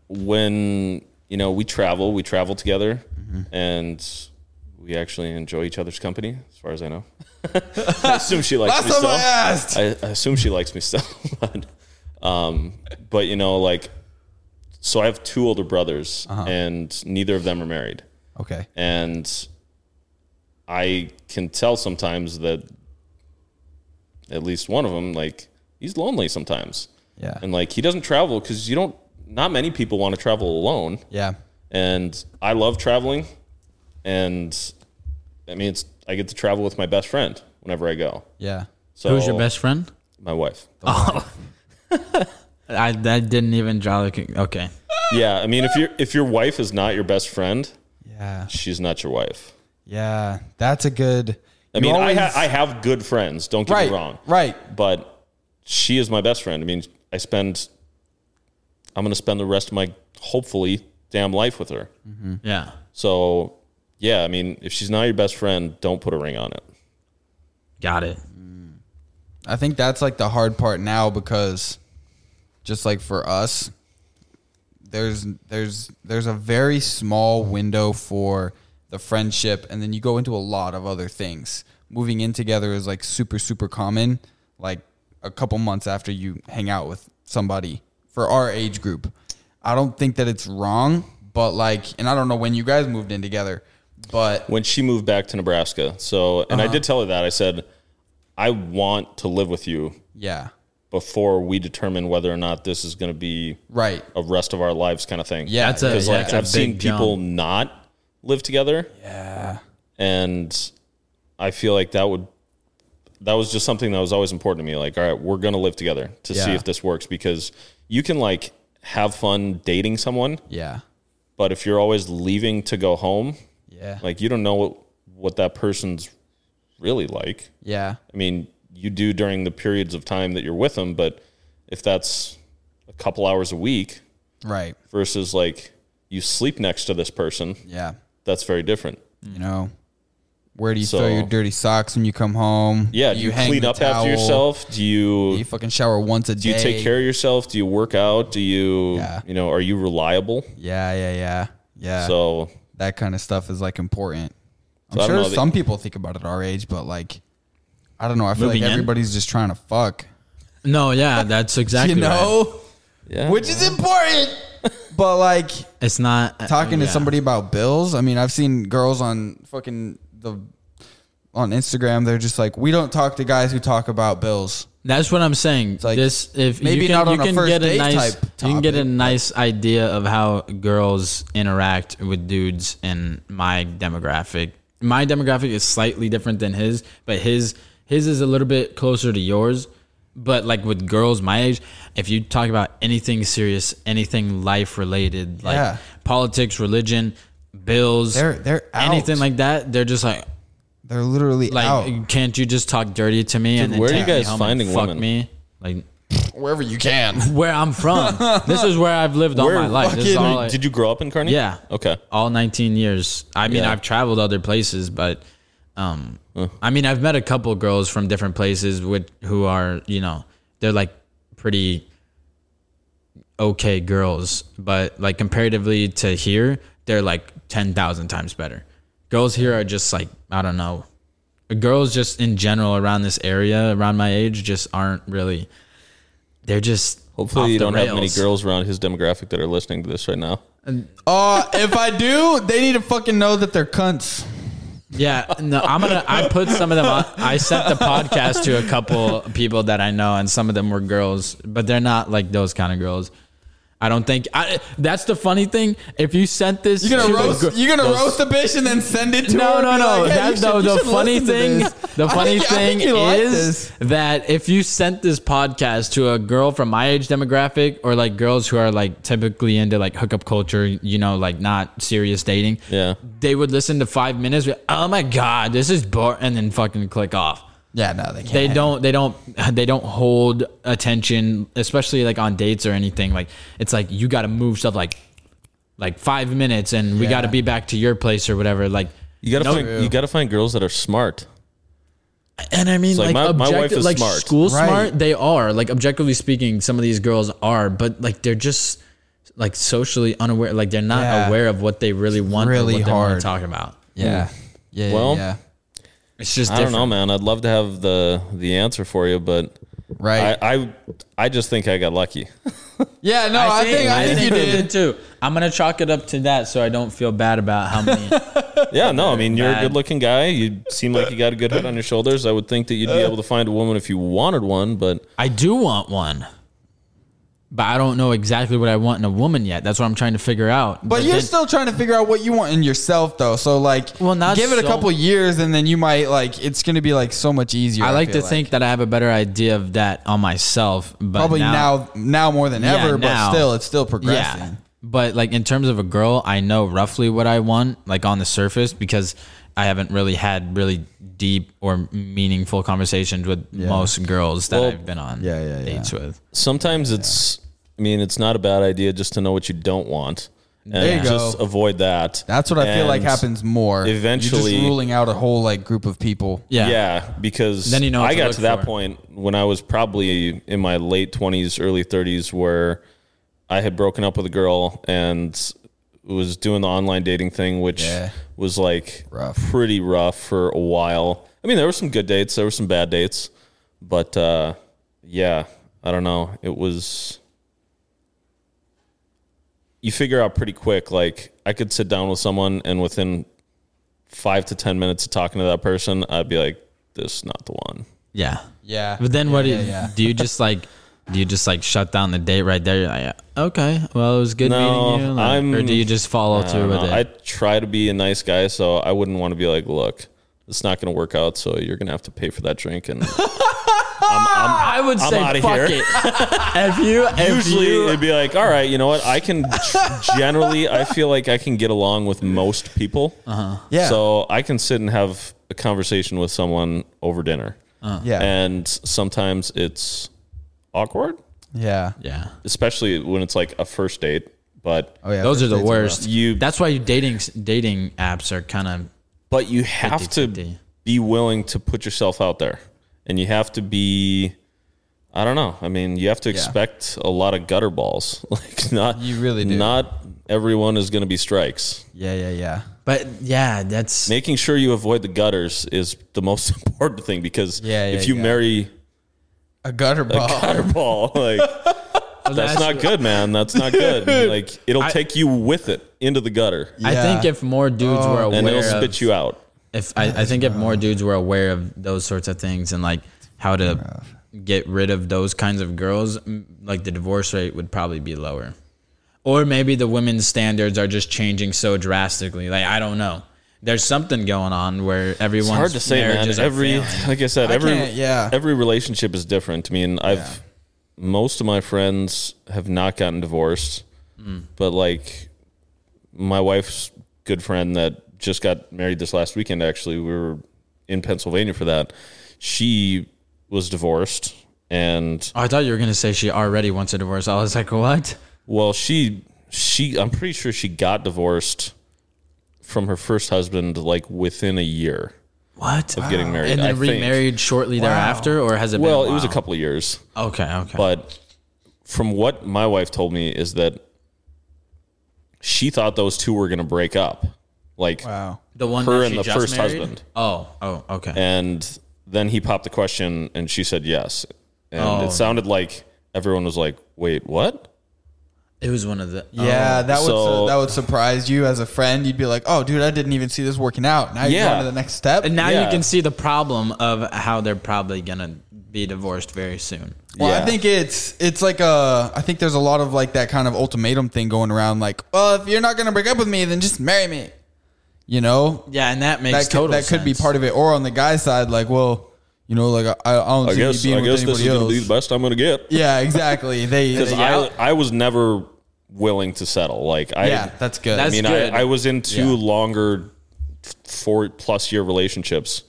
[SPEAKER 3] when you know we travel, we travel together,
[SPEAKER 1] Mm-hmm.
[SPEAKER 3] and we actually enjoy each other's company, as far as I know. I assume she
[SPEAKER 1] Last
[SPEAKER 3] likes me
[SPEAKER 1] time
[SPEAKER 3] still.
[SPEAKER 1] I asked.
[SPEAKER 3] I, I assume she likes me still, but um, but you know like so I have two older brothers,
[SPEAKER 1] Uh-huh.
[SPEAKER 3] and neither of them are married
[SPEAKER 1] okay.
[SPEAKER 3] and I can tell sometimes that at least one of them, like he's lonely sometimes,
[SPEAKER 1] Yeah.
[SPEAKER 3] and like he doesn't travel because you don't. Not many people want to travel alone,
[SPEAKER 1] Yeah.
[SPEAKER 3] and I love traveling, and I mean it's I get to travel with my best friend whenever I go.
[SPEAKER 1] Yeah.
[SPEAKER 3] So
[SPEAKER 4] Who's your best friend?
[SPEAKER 3] My wife.
[SPEAKER 4] I that didn't even draw the. con- Okay,
[SPEAKER 3] yeah, I mean if your if your wife is not your best friend,
[SPEAKER 1] Yeah.
[SPEAKER 3] she's not your wife.
[SPEAKER 1] Yeah. That's a good.
[SPEAKER 3] I mean I ha- I have good friends. Don't get
[SPEAKER 1] right.
[SPEAKER 3] me wrong.
[SPEAKER 1] Right.
[SPEAKER 3] but she is my best friend. I mean, I spend, I'm going to spend the rest of my hopefully damn life with her.
[SPEAKER 4] yeah.
[SPEAKER 3] So, yeah, I mean, if she's not your best friend, don't put a ring on it.
[SPEAKER 4] Got it.
[SPEAKER 1] I think that's like the hard part now because just like for us there's there's there's a very small window for the friendship and then you go into a lot of other things. Moving in together is like super super common like a couple months after you hang out with somebody for our age group. I don't think that it's wrong, but like and I don't know when you guys moved in together, but
[SPEAKER 3] When she moved back to Nebraska, so, and
[SPEAKER 4] Uh-huh.
[SPEAKER 3] I did tell her that. I said, I want to live with you
[SPEAKER 1] yeah.
[SPEAKER 3] before we determine whether or not this is going to be
[SPEAKER 1] Right.
[SPEAKER 3] a rest of our lives kind of thing.
[SPEAKER 1] Yeah.
[SPEAKER 4] That's a-
[SPEAKER 1] yeah,
[SPEAKER 3] Because,
[SPEAKER 1] yeah.
[SPEAKER 3] like,
[SPEAKER 4] a
[SPEAKER 3] I've seen
[SPEAKER 4] big jump.
[SPEAKER 3] people not live together. Yeah. And I feel like that would that was just something that was always important to me. Like, all right, we're gonna live together to see
[SPEAKER 1] Yeah.
[SPEAKER 3] if this works because you can like have fun dating someone,
[SPEAKER 1] yeah.
[SPEAKER 3] but if you're always leaving to go home,
[SPEAKER 1] Yeah.
[SPEAKER 3] like you don't know what, what that person's really like.
[SPEAKER 1] yeah.
[SPEAKER 3] I mean, you do during the periods of time that you're with them, but if that's a couple hours a week
[SPEAKER 1] Right.
[SPEAKER 3] versus like you sleep next to this person,
[SPEAKER 1] Yeah.
[SPEAKER 3] that's very different.
[SPEAKER 1] You know, where do you
[SPEAKER 3] So-
[SPEAKER 1] throw your dirty socks when you come home?
[SPEAKER 3] Yeah, do you,
[SPEAKER 1] hang
[SPEAKER 3] clean
[SPEAKER 1] the
[SPEAKER 3] up after
[SPEAKER 1] towel?
[SPEAKER 3] yourself? Do you
[SPEAKER 1] Do you fucking shower once a
[SPEAKER 3] do
[SPEAKER 1] day?
[SPEAKER 3] you take care of yourself? Do you work out? Do you
[SPEAKER 1] Yeah.
[SPEAKER 3] you know, are you reliable?
[SPEAKER 1] Yeah, yeah, yeah, yeah.
[SPEAKER 3] So
[SPEAKER 1] that kind of stuff is like important. I'm
[SPEAKER 3] So I don't
[SPEAKER 1] sure
[SPEAKER 3] know that-
[SPEAKER 1] some people think about it our age, but like, I don't know. I feel
[SPEAKER 4] Moving
[SPEAKER 1] like
[SPEAKER 4] in?
[SPEAKER 1] everybody's just trying to fuck.
[SPEAKER 4] No, yeah, that's exactly.
[SPEAKER 1] you
[SPEAKER 4] right.
[SPEAKER 1] know,
[SPEAKER 3] yeah.
[SPEAKER 1] which is important. but like
[SPEAKER 4] it's not
[SPEAKER 1] talking
[SPEAKER 4] yeah.
[SPEAKER 1] to somebody about bills. I mean, I've seen girls on fucking the on Instagram. They're just like, we don't talk to guys who talk about bills.
[SPEAKER 4] That's what I'm saying.
[SPEAKER 1] like,
[SPEAKER 4] this if
[SPEAKER 1] maybe
[SPEAKER 4] you can,
[SPEAKER 1] not on
[SPEAKER 4] you
[SPEAKER 1] a
[SPEAKER 4] can
[SPEAKER 1] first
[SPEAKER 4] get a
[SPEAKER 1] date
[SPEAKER 4] nice
[SPEAKER 1] type
[SPEAKER 4] you can get a
[SPEAKER 1] topic,
[SPEAKER 4] nice idea of how girls interact with dudes in my demographic. My demographic is slightly different than his, but his his is a little bit closer to yours. But like with girls my age, if you talk about anything serious, anything life related, like
[SPEAKER 1] Yeah.
[SPEAKER 4] politics, religion, bills,
[SPEAKER 1] They're- they're out.
[SPEAKER 4] anything like that, they're just like
[SPEAKER 1] They're literally
[SPEAKER 4] like e-,
[SPEAKER 1] out.
[SPEAKER 4] can't you just talk dirty to me and then
[SPEAKER 3] where are you
[SPEAKER 4] take me
[SPEAKER 3] guys
[SPEAKER 4] home and
[SPEAKER 3] finding
[SPEAKER 4] fuck
[SPEAKER 3] women?
[SPEAKER 4] me like
[SPEAKER 1] wherever you can.
[SPEAKER 4] where I'm from. this is where I've lived all
[SPEAKER 3] Where
[SPEAKER 4] my life. This is
[SPEAKER 3] fucking-
[SPEAKER 4] all I-
[SPEAKER 3] did you grow up in Kearney?
[SPEAKER 4] Yeah.
[SPEAKER 3] Okay.
[SPEAKER 4] all 19 years. I mean,
[SPEAKER 3] Yeah.
[SPEAKER 4] I've traveled other places, but um, I mean, I've met a couple girls from different places with who are you know they're like pretty okay girls, but like comparatively to here, they're like 10,000 times better. Girls here are just like I don't know. Girls just in general around this area, around my age, just aren't really. They're just off
[SPEAKER 3] Hopefully you
[SPEAKER 4] the
[SPEAKER 3] don't have many
[SPEAKER 4] rails.
[SPEAKER 3] girls around his demographic that are listening to this right now.
[SPEAKER 1] Uh, if I do, they need to fucking know that they're cunts.
[SPEAKER 4] Yeah, no, I'm gonna. I put some of them. on I sent the podcast to a couple people that I know, and some of them were girls, but they're not like those kind of girls. I don't think I, that's the funny thing. If you sent this,
[SPEAKER 1] You're gonna
[SPEAKER 4] to the
[SPEAKER 1] roast.
[SPEAKER 4] gr-
[SPEAKER 1] you're gonna
[SPEAKER 4] those-
[SPEAKER 1] roast the bitch and then send it to
[SPEAKER 4] no,
[SPEAKER 1] her.
[SPEAKER 4] No,
[SPEAKER 1] and be
[SPEAKER 4] no,
[SPEAKER 1] like, hey,
[SPEAKER 4] That-
[SPEAKER 1] you
[SPEAKER 4] no.
[SPEAKER 1] should- you
[SPEAKER 4] The
[SPEAKER 1] should
[SPEAKER 4] funny
[SPEAKER 1] listen to
[SPEAKER 4] thing,
[SPEAKER 1] this.
[SPEAKER 4] the
[SPEAKER 1] I
[SPEAKER 4] funny
[SPEAKER 1] think- I
[SPEAKER 4] thing
[SPEAKER 1] think you like
[SPEAKER 4] is
[SPEAKER 1] this.
[SPEAKER 4] that if you sent this podcast to a girl from my age demographic or like girls who are like typically into like hookup culture, you know, like not serious dating,
[SPEAKER 3] Yeah.
[SPEAKER 4] they would listen to five minutes. be, Oh my god, this is boring, and then fucking click off
[SPEAKER 1] yeah, no, they can't.
[SPEAKER 4] they don't they don't they don't hold attention especially like on dates or anything like it's like you got to move stuff like like 5 minutes and we got to be back to your place or whatever like
[SPEAKER 3] You gotta
[SPEAKER 4] No.
[SPEAKER 3] find you gotta find girls that are smart.
[SPEAKER 4] and i mean like,
[SPEAKER 3] like, my-
[SPEAKER 4] objective
[SPEAKER 3] my wife is
[SPEAKER 4] like
[SPEAKER 3] smart.
[SPEAKER 4] school
[SPEAKER 1] Right.
[SPEAKER 4] smart they are like objectively speaking some of these girls are but like they're just like socially unaware like they're not
[SPEAKER 1] Yeah.
[SPEAKER 4] aware of what they really want
[SPEAKER 1] really
[SPEAKER 4] or what they want
[SPEAKER 1] hard.
[SPEAKER 4] to talk about
[SPEAKER 1] Yeah. Yeah. yeah,
[SPEAKER 3] Well,
[SPEAKER 1] yeah.
[SPEAKER 4] it's just
[SPEAKER 3] I
[SPEAKER 4] different
[SPEAKER 3] don't know, man. I'd love to have the the answer for you, but
[SPEAKER 1] right.
[SPEAKER 3] I I, I just think I got lucky.
[SPEAKER 1] yeah, no, I, think, I think, you did.
[SPEAKER 4] too. I'm gonna chalk it up to that, so I don't feel bad about how many
[SPEAKER 3] Yeah, no, I mean you're
[SPEAKER 4] Bad.
[SPEAKER 3] a good looking guy. You seem like you got a good head on your shoulders. I would think that you'd be able to find a woman if you wanted one, but
[SPEAKER 4] I do want one, but I don't know exactly what I want in a woman yet. That's what I'm trying to figure out.
[SPEAKER 1] But you're
[SPEAKER 4] then-
[SPEAKER 1] still trying to figure out what you want in yourself, though. So like,
[SPEAKER 4] Well, not
[SPEAKER 1] give it a
[SPEAKER 4] so-
[SPEAKER 1] couple years, and then you might like it's going to be like so much easier.
[SPEAKER 4] I like to
[SPEAKER 1] feel
[SPEAKER 4] think that I have a better idea of that on myself. But
[SPEAKER 1] probably
[SPEAKER 4] now,
[SPEAKER 1] now, now more than
[SPEAKER 4] Yeah,
[SPEAKER 1] ever, but
[SPEAKER 4] now.
[SPEAKER 1] still, it's still
[SPEAKER 4] yeah.
[SPEAKER 1] progressing.
[SPEAKER 4] But like in terms of a girl, I know roughly what I want, like on the surface, because I haven't really had really deep or meaningful conversations with most girls that
[SPEAKER 3] Well,
[SPEAKER 4] I've been on
[SPEAKER 1] yeah, yeah, yeah.
[SPEAKER 4] dates with.
[SPEAKER 3] sometimes it's I mean, it's not a bad idea just to know what you don't want. And
[SPEAKER 1] There you go.
[SPEAKER 3] just avoid that.
[SPEAKER 1] That's what I feel like
[SPEAKER 3] And
[SPEAKER 1] happens more. you're
[SPEAKER 3] eventually-
[SPEAKER 1] just ruling out a whole like group of people.
[SPEAKER 4] Yeah.
[SPEAKER 3] Yeah, because
[SPEAKER 4] Then you know what
[SPEAKER 3] I
[SPEAKER 4] to
[SPEAKER 3] got
[SPEAKER 4] look
[SPEAKER 3] to that
[SPEAKER 4] for.
[SPEAKER 3] point when I was probably in my late twenties, early thirties, where I had broken up with a girl and was doing the online dating thing, which
[SPEAKER 1] Yeah.
[SPEAKER 3] was like
[SPEAKER 1] Rough.
[SPEAKER 3] pretty rough for a while. I mean, there were some good dates, there were some bad dates, but uh, yeah, I don't know. It was you figure out pretty quick. Like I could sit down with someone and within five to ten minutes of talking to that person, I'd be like, "This is not the one."
[SPEAKER 4] Yeah.
[SPEAKER 1] Yeah,
[SPEAKER 4] But then what do,
[SPEAKER 1] yeah, yeah.
[SPEAKER 4] do you just like? Do you just like shut down the date right there? You're like, okay, well it was good
[SPEAKER 3] No,
[SPEAKER 4] meeting you. Like,
[SPEAKER 3] I'm-
[SPEAKER 4] or do you just follow
[SPEAKER 3] I,
[SPEAKER 4] through
[SPEAKER 3] don't
[SPEAKER 4] with
[SPEAKER 3] know.
[SPEAKER 4] it?
[SPEAKER 3] I try to be a nice guy, so I wouldn't want to be like, "Look, it's not going to work out, so you're going to have to pay for that drink." And
[SPEAKER 4] I would
[SPEAKER 3] I'm
[SPEAKER 4] say
[SPEAKER 3] outta
[SPEAKER 4] fuck
[SPEAKER 3] here.
[SPEAKER 4] it. if you if
[SPEAKER 3] usually
[SPEAKER 4] you,
[SPEAKER 3] it'd be like, "All right, you know what? I can generally, I feel like I can get along with most people,
[SPEAKER 4] Uh-huh.
[SPEAKER 1] Yeah.
[SPEAKER 3] so I can sit and have a conversation with someone over dinner,
[SPEAKER 4] Uh-huh.
[SPEAKER 1] yeah,
[SPEAKER 3] and sometimes it's awkward,
[SPEAKER 1] yeah.
[SPEAKER 4] yeah,
[SPEAKER 3] especially when it's like a first date." But
[SPEAKER 1] Oh yeah,
[SPEAKER 4] those
[SPEAKER 1] first
[SPEAKER 4] are the
[SPEAKER 1] dates
[SPEAKER 4] worst.
[SPEAKER 1] rough.
[SPEAKER 3] You-
[SPEAKER 4] that's why you dating dating apps are kind of
[SPEAKER 3] but you have to
[SPEAKER 4] 50-50.
[SPEAKER 3] be willing to put yourself out there and you have to be i don't know i mean you have to expect a lot of gutter balls like not
[SPEAKER 1] You really do.
[SPEAKER 3] not everyone is going to be strikes
[SPEAKER 1] Yeah, yeah, yeah.
[SPEAKER 4] but yeah, that's
[SPEAKER 3] making sure you avoid the gutters is the most important thing because
[SPEAKER 1] Yeah, yeah,
[SPEAKER 3] if you
[SPEAKER 1] yeah.
[SPEAKER 3] marry
[SPEAKER 1] A gutter
[SPEAKER 3] a
[SPEAKER 1] ball.
[SPEAKER 3] gutter ball like that's not good man that's not good like it'll take you with it into the gutter
[SPEAKER 4] I
[SPEAKER 1] Yeah.
[SPEAKER 4] think if more dudes were aware
[SPEAKER 3] Oh. and it'll
[SPEAKER 4] of-
[SPEAKER 3] spit you out
[SPEAKER 4] if I, I think if more dudes were aware of those sorts of things and like how to get rid of those kinds of girls, m- like the divorce rate would probably be lower. Or maybe the women's standards are just changing so drastically. Like I don't know. There's something going on where everyone's
[SPEAKER 3] It's hard to say, man.
[SPEAKER 4] marriages are
[SPEAKER 3] Every,
[SPEAKER 4] failing.
[SPEAKER 3] like I said, every
[SPEAKER 1] can't- yeah.
[SPEAKER 3] every relationship is different. I mean, I've most of my friends have not gotten divorced,
[SPEAKER 4] Mm.
[SPEAKER 3] but like my wife's good friend that just got married this last weekend. Actually, we were in Pennsylvania for that. She was divorced, and
[SPEAKER 4] Oh, I thought you were gonna say she already wants a divorce. I was like, what?
[SPEAKER 3] well, she she I'm pretty sure she got divorced from her first husband like within a year
[SPEAKER 4] What?
[SPEAKER 3] of getting married.
[SPEAKER 4] and
[SPEAKER 3] I
[SPEAKER 4] then
[SPEAKER 3] think.
[SPEAKER 4] remarried shortly thereafter, or has it been?
[SPEAKER 3] Well, it was a
[SPEAKER 4] while?
[SPEAKER 3] couple of years.
[SPEAKER 4] Okay, okay.
[SPEAKER 3] But from what my wife told me is that she thought those two were going to break up, like
[SPEAKER 1] Wow.
[SPEAKER 4] the one
[SPEAKER 3] her
[SPEAKER 4] that
[SPEAKER 3] and
[SPEAKER 4] she
[SPEAKER 3] the
[SPEAKER 4] just
[SPEAKER 3] first
[SPEAKER 4] married?
[SPEAKER 3] husband.
[SPEAKER 4] Oh, oh, okay.
[SPEAKER 3] And then he popped the question, and she said yes, and
[SPEAKER 4] Oh.
[SPEAKER 3] it sounded like everyone was like, "Wait, what?"
[SPEAKER 4] it was one of the.
[SPEAKER 1] Yeah, that would
[SPEAKER 3] So-
[SPEAKER 1] that would surprise you as a friend. You'd be like, "Oh, dude, I didn't even see this working out." Now you're
[SPEAKER 3] Yeah.
[SPEAKER 1] going to the next step.
[SPEAKER 4] And now
[SPEAKER 3] Yeah.
[SPEAKER 4] you can see the problem of how they're probably gonna be divorced very soon.
[SPEAKER 1] Well,
[SPEAKER 3] Yeah.
[SPEAKER 1] I think it's it's like a I think there's a lot of like that kind of ultimatum thing going around. Like, well, if you're not gonna break up with me, then just marry me. You know,
[SPEAKER 4] Yeah, and that makes
[SPEAKER 1] that could,
[SPEAKER 4] total.
[SPEAKER 1] that could be
[SPEAKER 4] sense.
[SPEAKER 1] part of it. Or on the guy's side, like, well, you know, like I, I don't
[SPEAKER 3] I
[SPEAKER 1] see
[SPEAKER 3] guess
[SPEAKER 1] me being
[SPEAKER 3] I
[SPEAKER 1] with
[SPEAKER 3] guess this
[SPEAKER 1] anybody
[SPEAKER 3] is gonna
[SPEAKER 1] else.
[SPEAKER 3] be the best I'm gonna get
[SPEAKER 1] yeah, exactly. They,
[SPEAKER 3] because
[SPEAKER 1] yeah,
[SPEAKER 3] I I was never willing to settle. Like I
[SPEAKER 1] yeah, that's good.
[SPEAKER 3] I
[SPEAKER 4] That's-
[SPEAKER 3] mean,
[SPEAKER 4] good.
[SPEAKER 3] I, I was in two
[SPEAKER 1] Yeah.
[SPEAKER 3] longer f- four plus year relationships.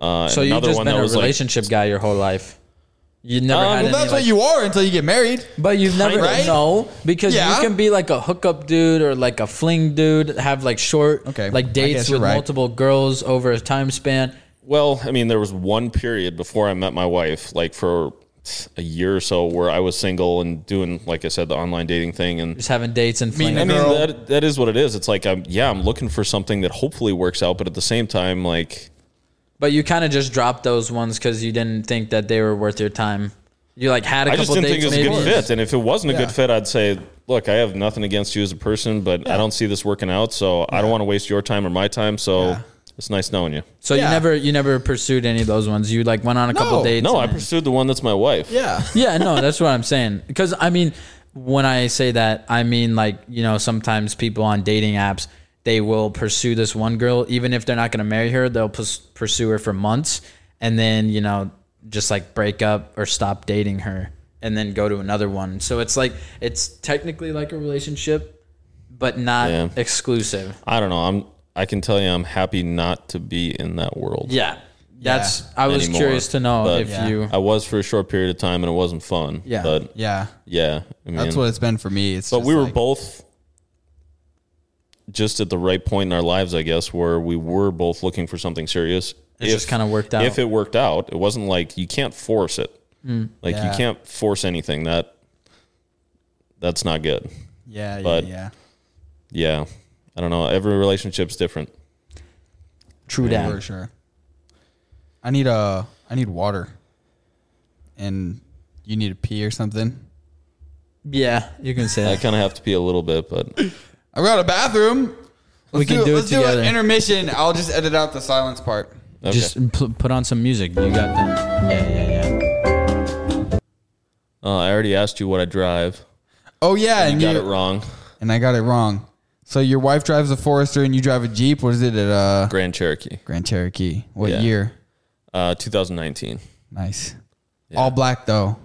[SPEAKER 3] Uh,
[SPEAKER 7] So you've
[SPEAKER 3] another
[SPEAKER 7] just
[SPEAKER 3] one
[SPEAKER 7] been
[SPEAKER 3] that
[SPEAKER 7] a
[SPEAKER 3] was like
[SPEAKER 7] relationship guy your whole life. You never
[SPEAKER 3] Um,
[SPEAKER 7] had.
[SPEAKER 1] well,
[SPEAKER 7] any,
[SPEAKER 1] that's
[SPEAKER 7] like-
[SPEAKER 1] what you are until you get married.
[SPEAKER 7] But you've never
[SPEAKER 1] Right?
[SPEAKER 7] no because
[SPEAKER 1] Yeah.
[SPEAKER 7] you can be like a hookup dude or like a fling dude, have like short
[SPEAKER 1] Okay, I
[SPEAKER 7] like
[SPEAKER 1] guess
[SPEAKER 7] dates
[SPEAKER 1] you're
[SPEAKER 7] with
[SPEAKER 1] right.
[SPEAKER 7] multiple girls over a time span.
[SPEAKER 3] Well, I mean, there was one period before I met my wife, like for a year or so, where I was single and doing, like I said, the online dating thing. And
[SPEAKER 7] Just having dates and
[SPEAKER 1] Mean
[SPEAKER 7] flings.
[SPEAKER 3] I mean,
[SPEAKER 1] girl.
[SPEAKER 3] that, that is what it is. It's like, I'm, yeah, I'm looking for something that hopefully works out, but at the same time, like,
[SPEAKER 7] But you kind of just dropped those ones because you didn't think that they were worth your time. You like had a
[SPEAKER 3] I just
[SPEAKER 7] couple
[SPEAKER 3] didn't think
[SPEAKER 7] dates
[SPEAKER 3] it was a
[SPEAKER 7] maybe.
[SPEAKER 3] good fit. And if it wasn't a
[SPEAKER 1] Yeah.
[SPEAKER 3] good fit, I'd say, look, I have nothing against you as a person, but I don't see this working out. So I don't want to waste your time or my time. So it's nice knowing you.
[SPEAKER 7] So
[SPEAKER 1] Yeah.
[SPEAKER 7] you never you never pursued any of those ones. You like went on a couple
[SPEAKER 1] No,
[SPEAKER 7] dates.
[SPEAKER 3] No, I
[SPEAKER 7] and-
[SPEAKER 3] pursued the one that's my wife.
[SPEAKER 1] Yeah,
[SPEAKER 7] yeah, no, that's what I'm saying. Because I mean, when I say that, I mean like you know sometimes people on dating apps they will pursue this one girl even if they're not going to marry her. They'll pus- pursue her for months and then you know just like break up or stop dating her and then go to another one. So it's like it's technically like a relationship, but not
[SPEAKER 3] Yeah.
[SPEAKER 7] exclusive.
[SPEAKER 3] I don't know. I'm. I can tell you, I'm happy not to be in that world.
[SPEAKER 7] Yeah, that's. I was
[SPEAKER 3] anymore.
[SPEAKER 7] curious to know
[SPEAKER 3] But
[SPEAKER 7] if you.
[SPEAKER 3] I was for a short period of time, and it wasn't fun.
[SPEAKER 7] Yeah.
[SPEAKER 3] but
[SPEAKER 1] yeah,
[SPEAKER 3] yeah, I mean,
[SPEAKER 1] that's what it's been for me. It's
[SPEAKER 3] But
[SPEAKER 1] just
[SPEAKER 3] we were
[SPEAKER 1] like-
[SPEAKER 3] both just at the right point in our lives, I guess, where we were both looking for something serious.
[SPEAKER 7] It just kinda worked out. Mm,
[SPEAKER 3] If it worked out, it wasn't like you can't force it. like
[SPEAKER 1] Yeah.
[SPEAKER 3] you can't force anything. That that's not good.
[SPEAKER 1] yeah, yeah,
[SPEAKER 3] but-
[SPEAKER 1] yeah.
[SPEAKER 3] Yeah, I don't know. Every relationship's different.
[SPEAKER 7] True
[SPEAKER 1] For
[SPEAKER 7] that.
[SPEAKER 1] sure. I need a I need water. And you need to pee or something.
[SPEAKER 7] Yeah, you can say
[SPEAKER 3] I
[SPEAKER 7] that.
[SPEAKER 3] kind of have to pee a little bit, but
[SPEAKER 1] I got a bathroom. Let's
[SPEAKER 7] We can do it
[SPEAKER 1] let's do
[SPEAKER 7] together.
[SPEAKER 1] an intermission. I'll just edit out the silence part.
[SPEAKER 3] okay.
[SPEAKER 7] Just pl- put on some music. You got them. Yeah, yeah, yeah.
[SPEAKER 3] Uh, I already asked you what I drive.
[SPEAKER 1] Oh yeah, and
[SPEAKER 3] You got
[SPEAKER 1] you-
[SPEAKER 3] it wrong.
[SPEAKER 1] And I got it wrong. So your wife drives a Forester and you drive a Jeep. What is it at uh
[SPEAKER 3] Grand Cherokee,
[SPEAKER 1] Grand Cherokee? What
[SPEAKER 3] Yeah.
[SPEAKER 1] year?
[SPEAKER 3] uh, 2019.
[SPEAKER 1] Nice. All black though.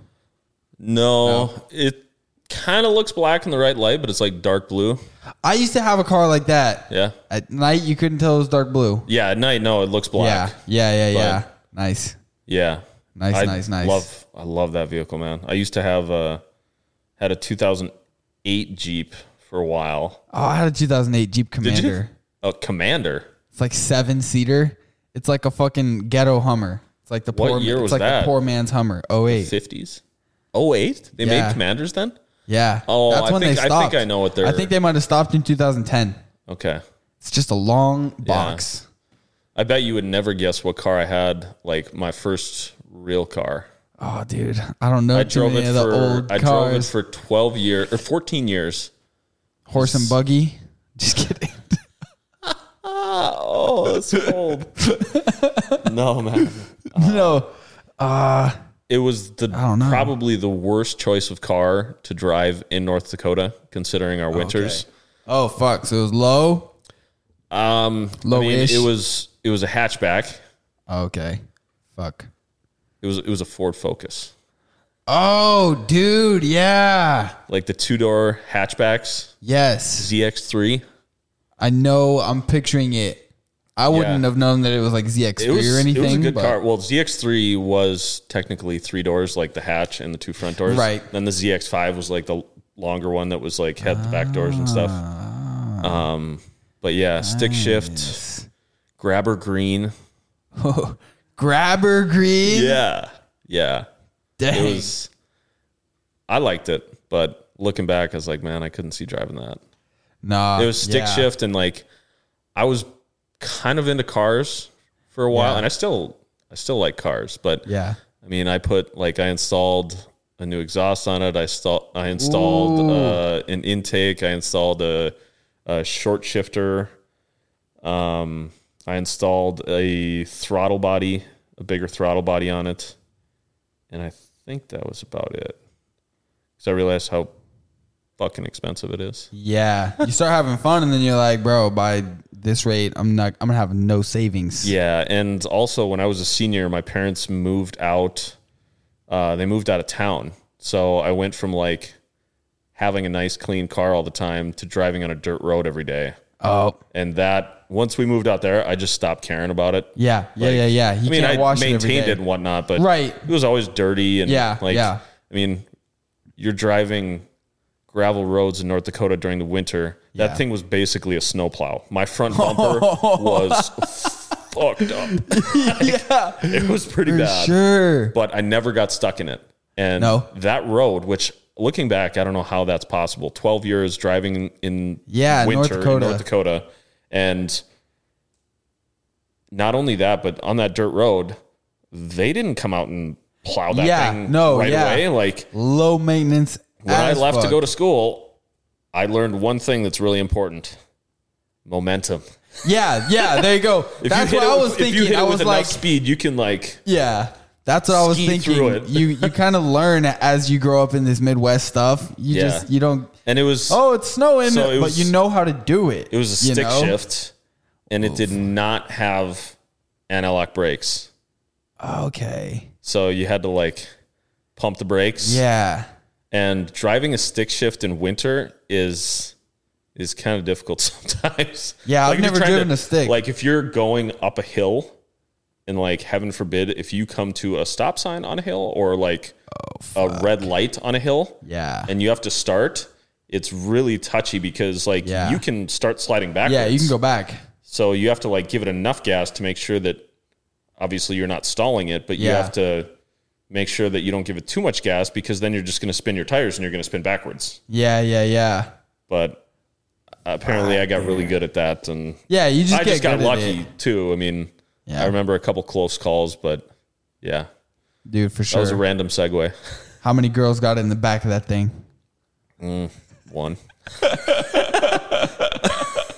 [SPEAKER 3] No, it kind of looks black in the right light, but it's like dark blue.
[SPEAKER 1] I used to have a car like that.
[SPEAKER 3] Yeah,
[SPEAKER 1] At night you couldn't tell it was dark blue.
[SPEAKER 3] yeah. At night, no, it looks black.
[SPEAKER 1] Yeah. Yeah, yeah,
[SPEAKER 3] But-
[SPEAKER 1] yeah. Nice.
[SPEAKER 3] Yeah,
[SPEAKER 1] Nice,
[SPEAKER 3] I
[SPEAKER 1] nice, nice.
[SPEAKER 3] Love, I love that vehicle, man. I used to have uh had a 2008 Jeep for a while.
[SPEAKER 1] Oh, I had a 2008 Jeep
[SPEAKER 3] Did
[SPEAKER 1] Commander.
[SPEAKER 3] you? A Commander.
[SPEAKER 1] It's like seven seater. It's like a fucking ghetto Hummer. It's like the
[SPEAKER 3] What
[SPEAKER 1] poor.
[SPEAKER 3] year
[SPEAKER 1] it's
[SPEAKER 3] was
[SPEAKER 1] like
[SPEAKER 3] that?
[SPEAKER 1] the poor man's Hummer. Oh eight.
[SPEAKER 3] 50s. 08? They
[SPEAKER 1] Yeah.
[SPEAKER 3] made Commanders then.
[SPEAKER 1] Yeah.
[SPEAKER 3] Oh, I think- I think I know what they're-
[SPEAKER 1] I think they might have stopped in 2010.
[SPEAKER 3] Okay.
[SPEAKER 1] It's just a long box.
[SPEAKER 3] I bet you would never guess what car I had. Like my first real car.
[SPEAKER 1] Oh, dude, I don't know
[SPEAKER 3] I
[SPEAKER 1] too
[SPEAKER 3] drove
[SPEAKER 1] many
[SPEAKER 3] it
[SPEAKER 1] of the
[SPEAKER 3] for
[SPEAKER 1] old
[SPEAKER 3] I drove it
[SPEAKER 1] cars.
[SPEAKER 3] for 12 years or 14 years.
[SPEAKER 1] Horse and buggy. Just kidding.
[SPEAKER 3] Oh, that's old. no, man.
[SPEAKER 1] no.
[SPEAKER 3] It was the
[SPEAKER 1] don't know.
[SPEAKER 3] probably the worst choice of car to drive in North Dakota, considering our winters.
[SPEAKER 1] Oh fuck. So it was low.
[SPEAKER 3] Um, I mean,
[SPEAKER 1] Low-ish.
[SPEAKER 3] it was it was a hatchback.
[SPEAKER 1] Okay. Fuck.
[SPEAKER 3] It was it was a Ford Focus,
[SPEAKER 1] Oh, dude. Yeah.
[SPEAKER 3] like the two door hatchbacks
[SPEAKER 1] Yes.
[SPEAKER 3] ZX3.
[SPEAKER 1] I know. I'm picturing it. I wouldn't have known that it was like ZX3
[SPEAKER 3] It was
[SPEAKER 1] or
[SPEAKER 3] it
[SPEAKER 1] anything.
[SPEAKER 3] was a good
[SPEAKER 1] but-
[SPEAKER 3] car. Well, ZX3 was technically three doors, like the hatch and the two front doors.
[SPEAKER 1] Right.
[SPEAKER 3] Then the ZX5 was like the longer one that was like had the back doors and stuff.
[SPEAKER 1] Ah.
[SPEAKER 3] Um, but yeah, stick shift, grabber green.
[SPEAKER 1] Grabber green.
[SPEAKER 3] Yeah, yeah.
[SPEAKER 1] Dang.
[SPEAKER 3] It was. I liked it, but looking back, I was like, man, I couldn't see driving that.
[SPEAKER 1] nah.
[SPEAKER 3] It was stick
[SPEAKER 1] yeah.
[SPEAKER 3] shift, and like, I was kind of into cars for a while, and I still, I still like cars, but
[SPEAKER 1] Yeah.
[SPEAKER 3] I mean, I put like I installed a new exhaust on it. I install, I installed uh, an intake. I installed a, a short shifter. Um, I installed a throttle body, a bigger throttle body on it. and I think that was about it. Because I realized how fucking expensive it is.
[SPEAKER 1] Yeah, you start having fun, and then you're like, bro, by this rate, I'm not, I'm gonna have no savings.
[SPEAKER 3] Yeah, and also when I was a senior, my parents moved out. Uh, they moved out of town, so I went from like having a nice, clean car all the time to driving on a dirt road every day.
[SPEAKER 1] Oh,
[SPEAKER 3] And that once we moved out there, I just stopped caring about it.
[SPEAKER 1] yeah, yeah, yeah, yeah. You
[SPEAKER 3] I mean,
[SPEAKER 1] can't
[SPEAKER 3] I
[SPEAKER 1] wash it every
[SPEAKER 3] maintained
[SPEAKER 1] day.
[SPEAKER 3] it and whatnot, but
[SPEAKER 1] Right.
[SPEAKER 3] it was always dirty and
[SPEAKER 1] Yeah,
[SPEAKER 3] like
[SPEAKER 1] yeah.
[SPEAKER 3] I mean, you're driving gravel roads in North Dakota during the winter. That thing was basically a snowplow. My front bumper was fucked up. yeah, it was pretty bad.
[SPEAKER 1] Sure.
[SPEAKER 3] But I never got stuck in it. And
[SPEAKER 1] No.
[SPEAKER 3] that road, which looking back, I don't know how that's possible. Twelve years driving in
[SPEAKER 1] Yeah, North
[SPEAKER 3] winter
[SPEAKER 1] Dakota.
[SPEAKER 3] in North Dakota, and not only that, but on that dirt road, they didn't come out and plow that
[SPEAKER 1] Yeah,
[SPEAKER 3] thing
[SPEAKER 1] no,
[SPEAKER 3] right
[SPEAKER 1] yeah.
[SPEAKER 3] away. Like
[SPEAKER 1] Low maintenance.
[SPEAKER 3] when I left to go to school, I learned one thing that's really important: momentum.
[SPEAKER 1] Yeah, yeah. There you go.
[SPEAKER 3] If
[SPEAKER 1] that's
[SPEAKER 3] you
[SPEAKER 1] what
[SPEAKER 3] hit
[SPEAKER 1] I
[SPEAKER 3] it
[SPEAKER 1] was
[SPEAKER 3] with,
[SPEAKER 1] thinking.
[SPEAKER 3] If you hit
[SPEAKER 1] I
[SPEAKER 3] it
[SPEAKER 1] was
[SPEAKER 3] with
[SPEAKER 1] like,
[SPEAKER 3] enough speed, you can like
[SPEAKER 1] yeah. That's what I was
[SPEAKER 3] ski through
[SPEAKER 1] thinking.
[SPEAKER 3] it.
[SPEAKER 1] You you kind of learn as you grow up in this Midwest stuff. You
[SPEAKER 3] Yeah.
[SPEAKER 1] just you don't.
[SPEAKER 3] and it was
[SPEAKER 1] Oh, it's snowing,
[SPEAKER 3] So it
[SPEAKER 1] but
[SPEAKER 3] was-
[SPEAKER 1] you know how to do it.
[SPEAKER 3] It was a
[SPEAKER 1] you
[SPEAKER 3] stick
[SPEAKER 1] know?
[SPEAKER 3] shift, and it did not have anti-lock brakes,
[SPEAKER 1] Okay.
[SPEAKER 3] so you had to like pump the brakes.
[SPEAKER 1] Yeah.
[SPEAKER 3] And driving a stick shift in winter is is kind of difficult sometimes.
[SPEAKER 1] Yeah, I've
[SPEAKER 3] if you're
[SPEAKER 1] never
[SPEAKER 3] trying
[SPEAKER 1] driven a stick.
[SPEAKER 3] Like if you're going up a hill, and like heaven forbid, if you come to a stop sign on a hill or like a red light on a hill,
[SPEAKER 1] Oh, Yeah.
[SPEAKER 3] and you have to start. It's really touchy because like
[SPEAKER 1] Yeah.
[SPEAKER 3] you can start sliding backwards.
[SPEAKER 1] yeah, you can go back.
[SPEAKER 3] So you have to like give it enough gas to make sure that obviously you're not stalling it, but you
[SPEAKER 1] Yeah.
[SPEAKER 3] have to make sure that you don't give it too much gas because then you're just going to spin your tires and you're going to spin backwards.
[SPEAKER 1] Yeah, yeah, yeah.
[SPEAKER 3] But apparently I got really good at that and
[SPEAKER 1] Yeah, Ah, you just
[SPEAKER 3] I
[SPEAKER 1] get
[SPEAKER 3] just got
[SPEAKER 1] good at
[SPEAKER 3] lucky
[SPEAKER 1] it.
[SPEAKER 3] too. I mean,
[SPEAKER 1] Yeah.
[SPEAKER 3] I remember a couple close calls, but yeah,
[SPEAKER 1] dude, for
[SPEAKER 3] that was a
[SPEAKER 1] sure.
[SPEAKER 3] random segue.
[SPEAKER 1] How many girls got in the back of that thing?
[SPEAKER 3] One.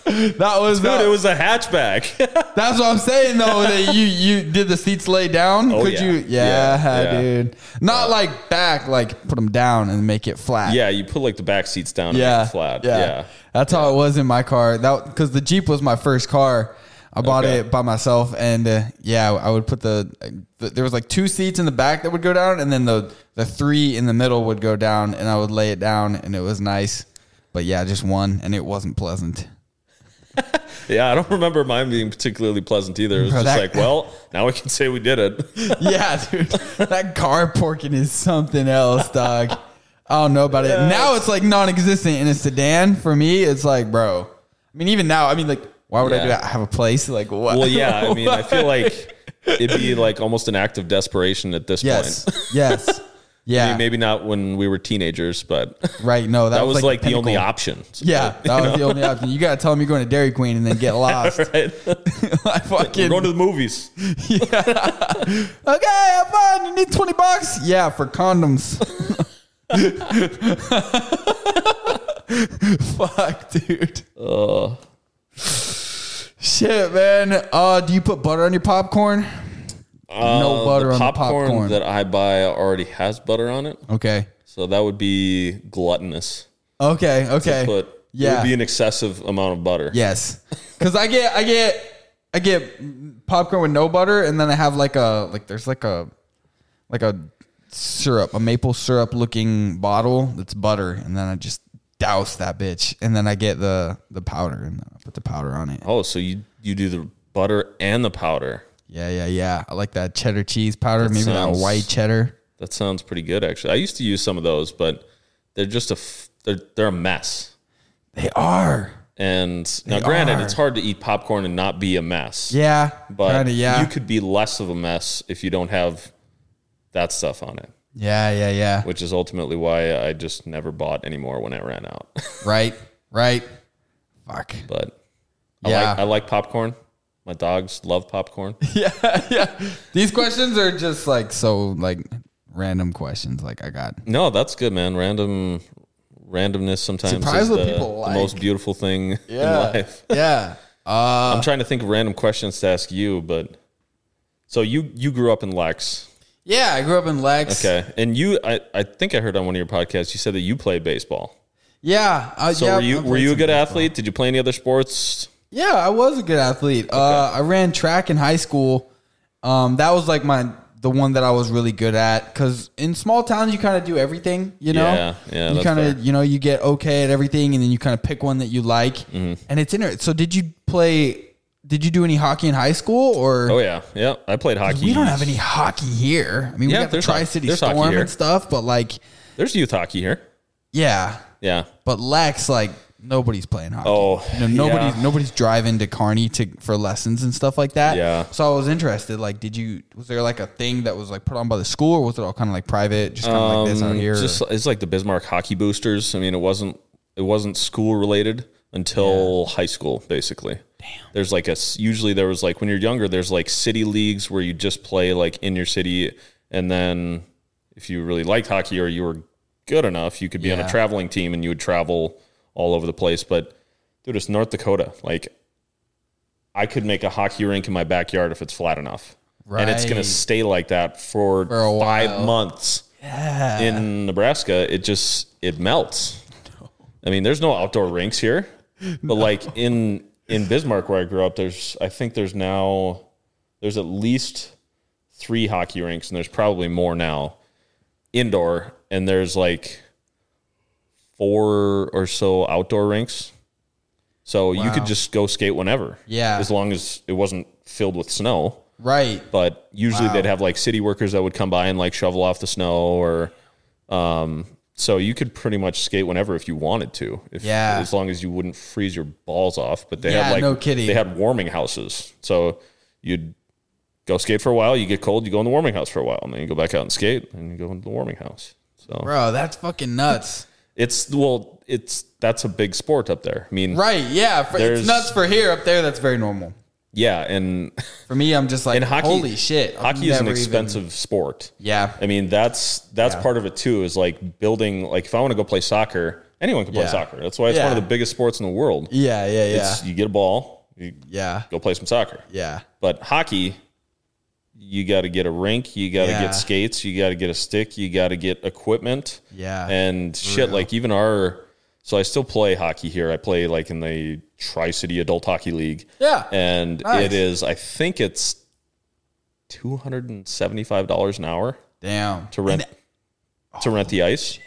[SPEAKER 1] That was
[SPEAKER 3] Dude,
[SPEAKER 1] that,
[SPEAKER 3] it was a hatchback.
[SPEAKER 1] that's what I'm saying though. that you you did the seats lay down?
[SPEAKER 3] Oh,
[SPEAKER 1] Could
[SPEAKER 3] yeah.
[SPEAKER 1] you? Yeah,
[SPEAKER 3] Yeah, yeah.
[SPEAKER 1] dude. Not like back, like put them down and make it flat.
[SPEAKER 3] yeah, you put like the back seats down and
[SPEAKER 1] yeah,
[SPEAKER 3] make it flat.
[SPEAKER 1] Yeah,
[SPEAKER 3] yeah.
[SPEAKER 1] that's how it was in my car. That because the Jeep was my first car. I bought
[SPEAKER 3] Okay.
[SPEAKER 1] it by myself, and uh, yeah, I would put the, the there was like two seats in the back that would go down, and then the the three in the middle would go down, and I would lay it down, and it was nice. But yeah, just one, and it wasn't pleasant.
[SPEAKER 3] Yeah, I don't remember mine being particularly pleasant either. It was
[SPEAKER 1] Bro,
[SPEAKER 3] just
[SPEAKER 1] that-
[SPEAKER 3] like, well, now we can say we did it.
[SPEAKER 1] yeah, dude, that car porking is something else, dog. I don't know about it. Now it's like non-existent in a sedan for me. It's like, bro. I mean, even now, I mean, like, why would I do
[SPEAKER 3] Yeah.
[SPEAKER 1] that? I have a place. Like, what?
[SPEAKER 3] Well, yeah, I mean, I feel like it'd be like almost an act of desperation at this
[SPEAKER 1] Yes.
[SPEAKER 3] point.
[SPEAKER 1] yes.
[SPEAKER 3] I
[SPEAKER 1] Yeah.
[SPEAKER 3] mean, maybe not when we were teenagers, but that
[SPEAKER 1] Right. No, that,
[SPEAKER 3] was like the
[SPEAKER 1] pinnacle.
[SPEAKER 3] only option. So,
[SPEAKER 1] Yeah, that was the only option. You gotta tell them you're going to Dairy Queen and then get lost.
[SPEAKER 3] Right?
[SPEAKER 1] I
[SPEAKER 3] We're
[SPEAKER 1] fucking
[SPEAKER 3] going to the movies.
[SPEAKER 1] okay. I'm fine. You need twenty bucks? Yeah, for condoms. Fuck, dude.
[SPEAKER 3] Uh,
[SPEAKER 1] Shit, man. Uh, do you put butter on your popcorn?
[SPEAKER 3] uh,
[SPEAKER 1] butter on the popcorn.
[SPEAKER 3] that I buy already has butter on it,
[SPEAKER 1] Okay.
[SPEAKER 3] so that would be gluttonous.
[SPEAKER 1] Okay. Okay.
[SPEAKER 3] But it
[SPEAKER 1] Eh, Yeah.
[SPEAKER 3] would be an excessive amount of butter.
[SPEAKER 1] Yes, because I get I get I get popcorn with no butter, and then I have like a like there's like a like a syrup, a maple syrup looking bottle that's butter, and then I just douse that bitch, and then I get the the powder, and then I put the powder on it.
[SPEAKER 3] Oh, so you you do the butter and the powder.
[SPEAKER 1] Yeah, yeah, yeah. I like that cheddar cheese powder, maybe
[SPEAKER 3] sounds-
[SPEAKER 1] that white cheddar.
[SPEAKER 3] That sounds pretty good, actually. I used to use some of those, but they're just a f- they're they're a mess.
[SPEAKER 1] They are.
[SPEAKER 3] And now,
[SPEAKER 1] They
[SPEAKER 3] granted,
[SPEAKER 1] are.
[SPEAKER 3] it's hard to eat popcorn and not be a mess.
[SPEAKER 1] Yeah,
[SPEAKER 3] but
[SPEAKER 1] kinda, yeah,
[SPEAKER 3] you could be less of a mess if you don't have that stuff on it,
[SPEAKER 1] yeah, yeah, yeah.
[SPEAKER 3] which is ultimately why I just never bought anymore when it ran out.
[SPEAKER 1] Right, right. Fuck.
[SPEAKER 3] but I
[SPEAKER 1] Yeah.
[SPEAKER 3] like I like popcorn. My dogs love popcorn.
[SPEAKER 1] These questions are just like so like random questions. Like I got
[SPEAKER 3] no, that's good, man. Random randomness sometimes
[SPEAKER 1] Surprised
[SPEAKER 3] is
[SPEAKER 1] what
[SPEAKER 3] the,
[SPEAKER 1] people
[SPEAKER 3] the
[SPEAKER 1] like.
[SPEAKER 3] most beautiful thing in life.
[SPEAKER 1] yeah. Uh,
[SPEAKER 3] I'm trying to think of random questions to ask you, but so you you grew up in Lex.
[SPEAKER 1] Yeah, I grew up in Lex.
[SPEAKER 3] Okay. And you, I, I think I heard on one of your podcasts, you said that you played baseball.
[SPEAKER 1] Yeah. Uh,
[SPEAKER 3] So
[SPEAKER 1] yeah,
[SPEAKER 3] were
[SPEAKER 1] I
[SPEAKER 3] you were
[SPEAKER 1] played
[SPEAKER 3] you a
[SPEAKER 1] some
[SPEAKER 3] good
[SPEAKER 1] baseball.
[SPEAKER 3] athlete? Did you play any other sports?
[SPEAKER 1] Yeah, I was a good athlete. Uh, I ran track in high school. Um, that was like my the one that I was really good at because in small towns you kind of do everything, you know.
[SPEAKER 3] Yeah, yeah,
[SPEAKER 1] You
[SPEAKER 3] that's
[SPEAKER 1] kind
[SPEAKER 3] fair.
[SPEAKER 1] of you know you get okay at everything, and then you kind of pick one that you like,
[SPEAKER 3] Mm-hmm.
[SPEAKER 1] and it's in it. So did you play? Did you do any hockey in high school or?
[SPEAKER 3] Oh yeah, yeah. I played hockey.
[SPEAKER 1] We don't have any hockey here. I mean,
[SPEAKER 3] Yeah,
[SPEAKER 1] we got the
[SPEAKER 3] there's ho-
[SPEAKER 1] Tri City
[SPEAKER 3] there's hockey
[SPEAKER 1] Storm
[SPEAKER 3] here.
[SPEAKER 1] and stuff, but like,
[SPEAKER 3] There's youth hockey here.
[SPEAKER 1] yeah,
[SPEAKER 3] Yeah.
[SPEAKER 1] but Lex, like nobody's playing hockey.
[SPEAKER 3] Oh,
[SPEAKER 1] you know, nobody's
[SPEAKER 3] yeah.
[SPEAKER 1] nobody's driving to Kearney to for lessons and stuff like that.
[SPEAKER 3] Yeah.
[SPEAKER 1] So I was interested. Like, did you was there like a thing that was like put on by the school, or was it all kind of like private, just kind of like this out here?
[SPEAKER 3] It's Um, just it's like the Bismarck hockey boosters. I mean, it wasn't it wasn't school related until high school, basically. Damn. There's like a s- usually there was like when you're younger, there's like city leagues where you just play like in your city, and then if you really liked hockey or you were good enough, you could be on a
[SPEAKER 1] Yeah.
[SPEAKER 3] traveling team and you would travel all over the place. But dude, it's North Dakota. Like I could make a hockey rink in my backyard if it's flat enough. And it's going to
[SPEAKER 1] Right.
[SPEAKER 3] stay like that for,
[SPEAKER 1] For a
[SPEAKER 3] five
[SPEAKER 1] while.
[SPEAKER 3] months. In Nebraska, it just it melts. I mean, there's no outdoor rinks here. But like in in Bismarck where I grew up, there's I think there's now there's at least 3 hockey rinks and there's probably more now indoor and there's like four or so outdoor rinks. So you could just go skate whenever.
[SPEAKER 1] Yeah.
[SPEAKER 3] As long as it wasn't filled with snow.
[SPEAKER 1] right.
[SPEAKER 3] But usually they'd have like city workers that would come by and like shovel off the snow or um so you could pretty much skate whenever if you wanted to. If,
[SPEAKER 1] Yeah.
[SPEAKER 3] As long as you wouldn't freeze your balls off. But they
[SPEAKER 1] Yeah,
[SPEAKER 3] had like
[SPEAKER 1] no kidding.
[SPEAKER 3] they had warming houses. So you'd go skate for a while, you get cold, you go in the warming house for a while, and then you go back out and skate and you go into the warming house. So
[SPEAKER 1] Bro, that's fucking nuts.
[SPEAKER 3] it's well, it's that's a big sport up there. I mean,
[SPEAKER 1] right? Yeah, for,
[SPEAKER 3] There's-
[SPEAKER 1] it's nuts for here up there. That's very normal.
[SPEAKER 3] Yeah, and
[SPEAKER 1] For me, I'm just like,
[SPEAKER 3] and hockey.
[SPEAKER 1] holy shit, I've
[SPEAKER 3] hockey is an
[SPEAKER 1] never even-
[SPEAKER 3] expensive sport.
[SPEAKER 1] Yeah.
[SPEAKER 3] I mean that's that's part of it too. Is like building. Like if I want to go play soccer, anyone can play
[SPEAKER 1] Yeah.
[SPEAKER 3] soccer. That's why it's one of
[SPEAKER 1] Yeah.
[SPEAKER 3] the biggest sports in the world.
[SPEAKER 1] yeah, yeah, yeah,
[SPEAKER 3] It's, you get a ball, you
[SPEAKER 1] yeah,
[SPEAKER 3] go play some soccer.
[SPEAKER 1] yeah.
[SPEAKER 3] But hockey, you got to get a rink, you got to
[SPEAKER 1] Yeah.
[SPEAKER 3] get skates, you got to get a stick, you got to get equipment.
[SPEAKER 1] Yeah.
[SPEAKER 3] And shit, like even our. So I still play hockey here. I play like in the Tri City Adult Hockey League.
[SPEAKER 1] Yeah.
[SPEAKER 3] And
[SPEAKER 1] Nice.
[SPEAKER 3] it is, I think it's $275 an hour
[SPEAKER 1] Damn.
[SPEAKER 3] to rent to rent
[SPEAKER 1] oh,
[SPEAKER 3] the ice.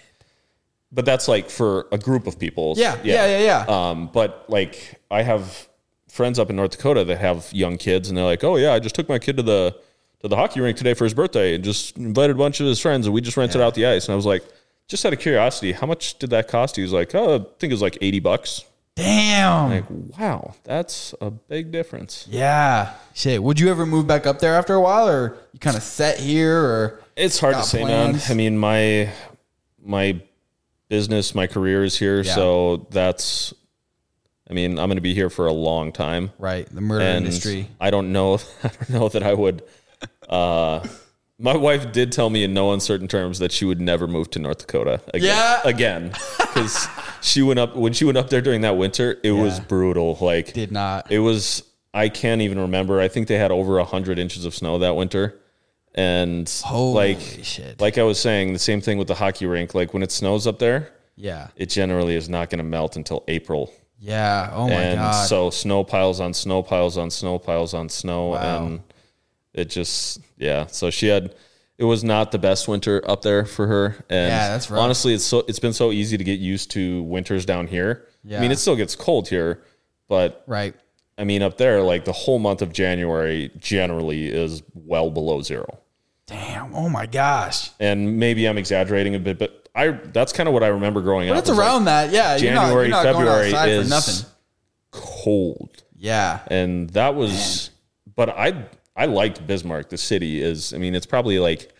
[SPEAKER 3] But that's like for a group of people.
[SPEAKER 1] Yeah, yeah, yeah, yeah.
[SPEAKER 3] Um, but like I have friends up in North Dakota that have young kids, and they're like, "Oh yeah, I just took my kid to the to the hockey rink today for his birthday, and just invited a bunch of his friends, and we just rented out the ice." And I was like, just out of curiosity, how much did that cost? He was like, "Oh, I think it was like eighty bucks."
[SPEAKER 1] Damn.
[SPEAKER 3] Like, wow, that's a big difference.
[SPEAKER 1] Yeah. Shit. Would you ever move back up there after a while or you kind of set here or
[SPEAKER 3] It's hard
[SPEAKER 1] Got
[SPEAKER 3] to say,
[SPEAKER 1] plans?
[SPEAKER 3] man. I mean, my my business, my career is here, so that's. I mean, I'm going to be here for a long time.
[SPEAKER 1] right, the murder
[SPEAKER 3] and
[SPEAKER 1] industry.
[SPEAKER 3] I don't know. I don't know that I would. Uh, my wife did tell me in no uncertain terms that she would never move to North Dakota again.
[SPEAKER 1] Yeah.
[SPEAKER 3] again, because she went up when she went up there during that winter. It was brutal. Like
[SPEAKER 1] Did not.
[SPEAKER 3] it was. I can't even remember. I think they had over hundred inches of snow that winter, and
[SPEAKER 1] Holy
[SPEAKER 3] like
[SPEAKER 1] shit.
[SPEAKER 3] like I was saying, the same thing with the hockey rink. Like when it snows up there,
[SPEAKER 1] yeah.
[SPEAKER 3] it generally is not going to melt until April
[SPEAKER 1] Yeah. Oh my
[SPEAKER 3] and
[SPEAKER 1] god.
[SPEAKER 3] so snow piles on snow piles on snow piles on snow and it just yeah so she had it was not the best winter up there for her and
[SPEAKER 1] Yeah, that's rough.
[SPEAKER 3] honestly it's so it's been so easy to get used to winters down here i mean
[SPEAKER 1] Yeah.
[SPEAKER 3] it still gets cold here but
[SPEAKER 1] right.
[SPEAKER 3] i mean up there like the whole month of january generally is well below zero
[SPEAKER 1] Damn. Oh my gosh.
[SPEAKER 3] and maybe i'm exaggerating a bit but i that's kind of what i remember growing
[SPEAKER 1] But
[SPEAKER 3] up
[SPEAKER 1] it's
[SPEAKER 3] was, like,
[SPEAKER 1] around that. Yeah.
[SPEAKER 3] january
[SPEAKER 1] you're not, you're not
[SPEAKER 3] february
[SPEAKER 1] going outside
[SPEAKER 3] is
[SPEAKER 1] for nothing.
[SPEAKER 3] cold
[SPEAKER 1] Yeah.
[SPEAKER 3] and that was but i i liked bismarck the city is i mean it's probably like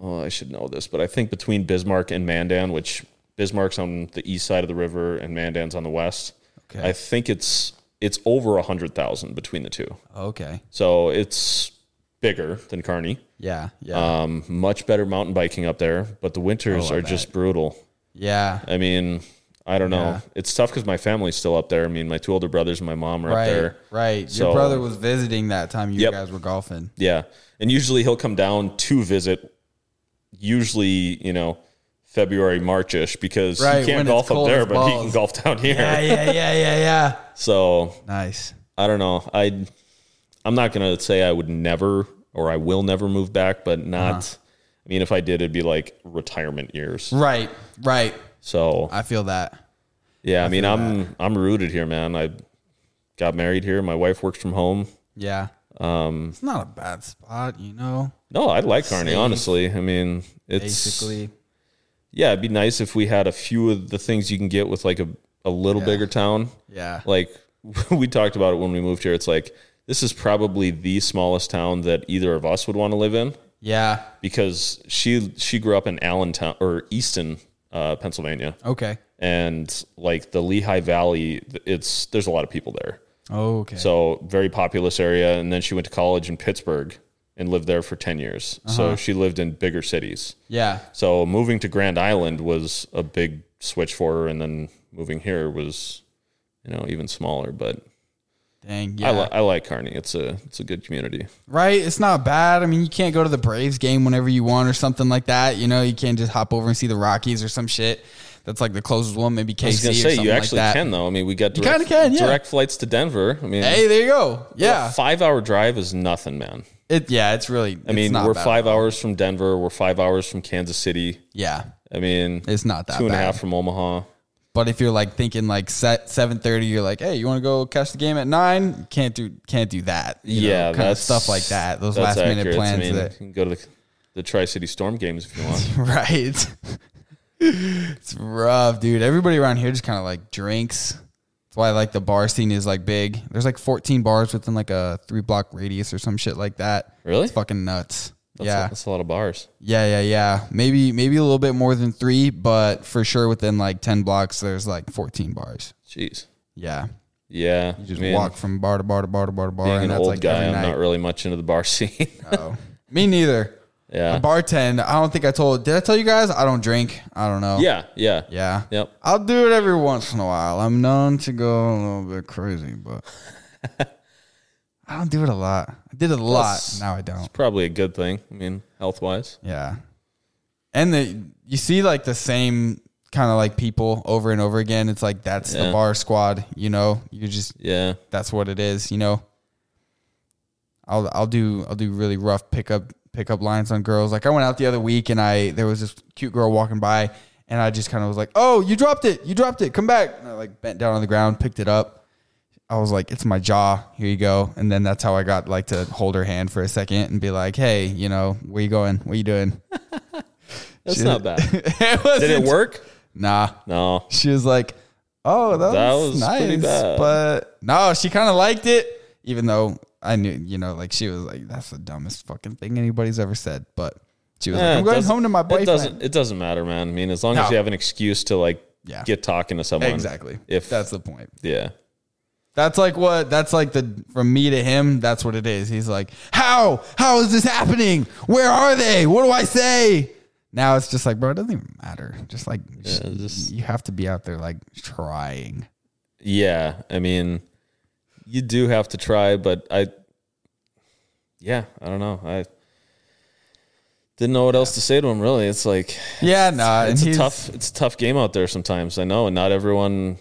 [SPEAKER 3] oh i should know this but i think between bismarck and mandan which bismarck's on the east side of the river and mandan's on the west
[SPEAKER 1] Okay.
[SPEAKER 3] i think it's it's over a hundred thousand between the two
[SPEAKER 1] Okay.
[SPEAKER 3] so it's bigger than kearney
[SPEAKER 1] Yeah. Yeah.
[SPEAKER 3] um,
[SPEAKER 1] Oh,
[SPEAKER 3] much better mountain biking up there but the winters are just brutal
[SPEAKER 1] yeah.
[SPEAKER 3] i mean I don't know. It's tough because my family's still up there. I mean, my two older brothers and my mom are
[SPEAKER 1] Right,
[SPEAKER 3] up there.
[SPEAKER 1] right.
[SPEAKER 3] So-
[SPEAKER 1] Your brother was visiting that time you
[SPEAKER 3] Yep.
[SPEAKER 1] guys were golfing.
[SPEAKER 3] Yeah. And usually he'll come down to visit, usually, you know, February, Marchish, because
[SPEAKER 1] Right,
[SPEAKER 3] he can't
[SPEAKER 1] when it's
[SPEAKER 3] golf up
[SPEAKER 1] cold
[SPEAKER 3] there,
[SPEAKER 1] as
[SPEAKER 3] but he can
[SPEAKER 1] balls.
[SPEAKER 3] golf down here.
[SPEAKER 1] yeah, yeah, yeah, yeah.
[SPEAKER 3] So
[SPEAKER 1] Nice.
[SPEAKER 3] I don't know. I I'm not gonna say I would never or I will never move back, but not
[SPEAKER 1] Uh-huh.
[SPEAKER 3] I mean if I did it'd be like retirement years.
[SPEAKER 1] Right, right.
[SPEAKER 3] So
[SPEAKER 1] I feel that.
[SPEAKER 3] yeah, I, mean I'm I'm rooted here, man. I got married here, my wife works from home.
[SPEAKER 1] Yeah. Um, it's not a bad spot, you know.
[SPEAKER 3] No, I like Carney, honestly. I mean it's
[SPEAKER 1] Basically,
[SPEAKER 3] yeah, it'd be nice if we had a few of the things you can get with like a, a little bigger town.
[SPEAKER 1] Yeah.
[SPEAKER 3] Like we talked about it when we moved here. It's like this is probably the smallest town that either of us would want to live in.
[SPEAKER 1] yeah.
[SPEAKER 3] because she she grew up in Allentown or Easton, uh, Pennsylvania,
[SPEAKER 1] Okay.
[SPEAKER 3] and like the Lehigh Valley, it's there's a lot of people there,
[SPEAKER 1] Okay.
[SPEAKER 3] so very populous area. And then she went to college in Pittsburgh and lived there for ten years.
[SPEAKER 1] Uh-huh.
[SPEAKER 3] So she lived in bigger cities.
[SPEAKER 1] yeah.
[SPEAKER 3] So moving to Grand Island was a big switch for her, and then moving here was, you know, even smaller. But
[SPEAKER 1] Dang.
[SPEAKER 3] I,
[SPEAKER 1] Yeah.
[SPEAKER 3] li- I like Kearney. It's a it's a good community.
[SPEAKER 1] right. It's not bad. I mean, you can't go to the Braves game whenever you want or something like that. You know, you can't just hop over and see the Rockies or some shit. That's like the closest one. Maybe KC
[SPEAKER 3] I was gonna
[SPEAKER 1] or
[SPEAKER 3] say
[SPEAKER 1] something
[SPEAKER 3] you actually
[SPEAKER 1] like that.
[SPEAKER 3] can though. I mean, we got direct,
[SPEAKER 1] kinda can, yeah.
[SPEAKER 3] direct flights to Denver. I mean,
[SPEAKER 1] Hey, there you go.
[SPEAKER 3] A
[SPEAKER 1] Yeah.
[SPEAKER 3] five hour drive is nothing, man.
[SPEAKER 1] It. Yeah. It's really.
[SPEAKER 3] I mean, we're five hours from Denver. We're five hours from Kansas City.
[SPEAKER 1] Yeah.
[SPEAKER 3] I mean,
[SPEAKER 1] It's not that
[SPEAKER 3] two and a half
[SPEAKER 1] bad.
[SPEAKER 3] from Omaha.
[SPEAKER 1] But if you're like thinking like seven thirty, you're like, hey, you want to go catch the game at nine? Can't do can't do that. you know,
[SPEAKER 3] yeah,
[SPEAKER 1] kind of stuff like that. Those
[SPEAKER 3] that's
[SPEAKER 1] last minute
[SPEAKER 3] accurate.
[SPEAKER 1] plans
[SPEAKER 3] I mean,
[SPEAKER 1] that
[SPEAKER 3] you can go to the, the Tri City Storm games if you want.
[SPEAKER 1] right. it's rough, dude. Everybody around here just kind of like drinks. That's why like the bar scene is like big. There's like 14 bars within like a three block radius or some shit like that.
[SPEAKER 3] Really?
[SPEAKER 1] It's fucking nuts.
[SPEAKER 3] That's
[SPEAKER 1] yeah.
[SPEAKER 3] a, that's a lot of bars.
[SPEAKER 1] Yeah, yeah, yeah. Maybe maybe a little bit more than three, but for sure within like 10 blocks, there's like 14 bars.
[SPEAKER 3] Jeez.
[SPEAKER 1] Yeah.
[SPEAKER 3] Yeah,
[SPEAKER 1] You just
[SPEAKER 3] I mean,
[SPEAKER 1] walk from bar to bar to bar to bar to bar.
[SPEAKER 3] Being
[SPEAKER 1] and
[SPEAKER 3] an
[SPEAKER 1] that's
[SPEAKER 3] old
[SPEAKER 1] like
[SPEAKER 3] guy,
[SPEAKER 1] every
[SPEAKER 3] I'm
[SPEAKER 1] night.
[SPEAKER 3] not really much into the bar scene.
[SPEAKER 1] Oh. Me neither.
[SPEAKER 3] yeah,
[SPEAKER 1] I bartend. I don't think I told. Did I tell you guys? I don't drink. I don't know.
[SPEAKER 3] yeah, yeah,
[SPEAKER 1] Yeah.
[SPEAKER 3] Yep.
[SPEAKER 1] I'll do it every once in a while. I'm known to go a little bit crazy, but I don't do it a lot. I did it a lot. now I don't.
[SPEAKER 3] Probably a good thing. I mean, health wise.
[SPEAKER 1] Yeah. And the you see like the same kind of like people over and over again. It's like that's the
[SPEAKER 3] Yeah.
[SPEAKER 1] bar squad, you know. You just
[SPEAKER 3] Yeah,
[SPEAKER 1] that's what it is, you know. I'll I'll do I'll do really rough pickup pickup lines on girls. Like I went out the other week and I there was this cute girl walking by and I just kind of was like, "Oh, you dropped it. You dropped it. Come back." And I like bent down on the ground, picked it up. I was like, "It's my jaw. Here you go." And then that's how I got like to hold her hand for a second and be like, "Hey, you know, where you going? What you doing?"
[SPEAKER 3] that's
[SPEAKER 1] Shit.
[SPEAKER 3] not bad.
[SPEAKER 1] it
[SPEAKER 3] Did it
[SPEAKER 1] wasn't-
[SPEAKER 3] work?
[SPEAKER 1] Nah.
[SPEAKER 3] No.
[SPEAKER 1] She was like, "Oh, that,
[SPEAKER 3] That
[SPEAKER 1] was,
[SPEAKER 3] was
[SPEAKER 1] nice,"
[SPEAKER 3] pretty bad.
[SPEAKER 1] but no, she kind of liked it, even though I knew, you know, like she was like, "That's the dumbest fucking thing anybody's ever said." But she was
[SPEAKER 3] Eh,
[SPEAKER 1] like,
[SPEAKER 3] it
[SPEAKER 1] "I'm going
[SPEAKER 3] doesn't-
[SPEAKER 1] home to my boyfriend."
[SPEAKER 3] It doesn't. It doesn't matter, man. I mean, as long as
[SPEAKER 1] No.
[SPEAKER 3] you have an excuse to like
[SPEAKER 1] Yeah.
[SPEAKER 3] get talking to someone.
[SPEAKER 1] exactly.
[SPEAKER 3] If
[SPEAKER 1] that's the point.
[SPEAKER 3] yeah,
[SPEAKER 1] That's like what. That's like the from me to him. That's what it is. He's like, "How? How is this happening? Where are they? What do I say?" Now it's just like, bro, it doesn't even matter. Just like sh-
[SPEAKER 3] just-
[SPEAKER 1] you have to be out there like trying.
[SPEAKER 3] yeah. I mean, you do have to try, but I. Yeah, I don't know. I didn't know what else to say to him. Really, it's like
[SPEAKER 1] Yeah, no, nah, Uh, and
[SPEAKER 3] it's a
[SPEAKER 1] he's-
[SPEAKER 3] tough. It's a tough game out there sometimes. I know, and not everyone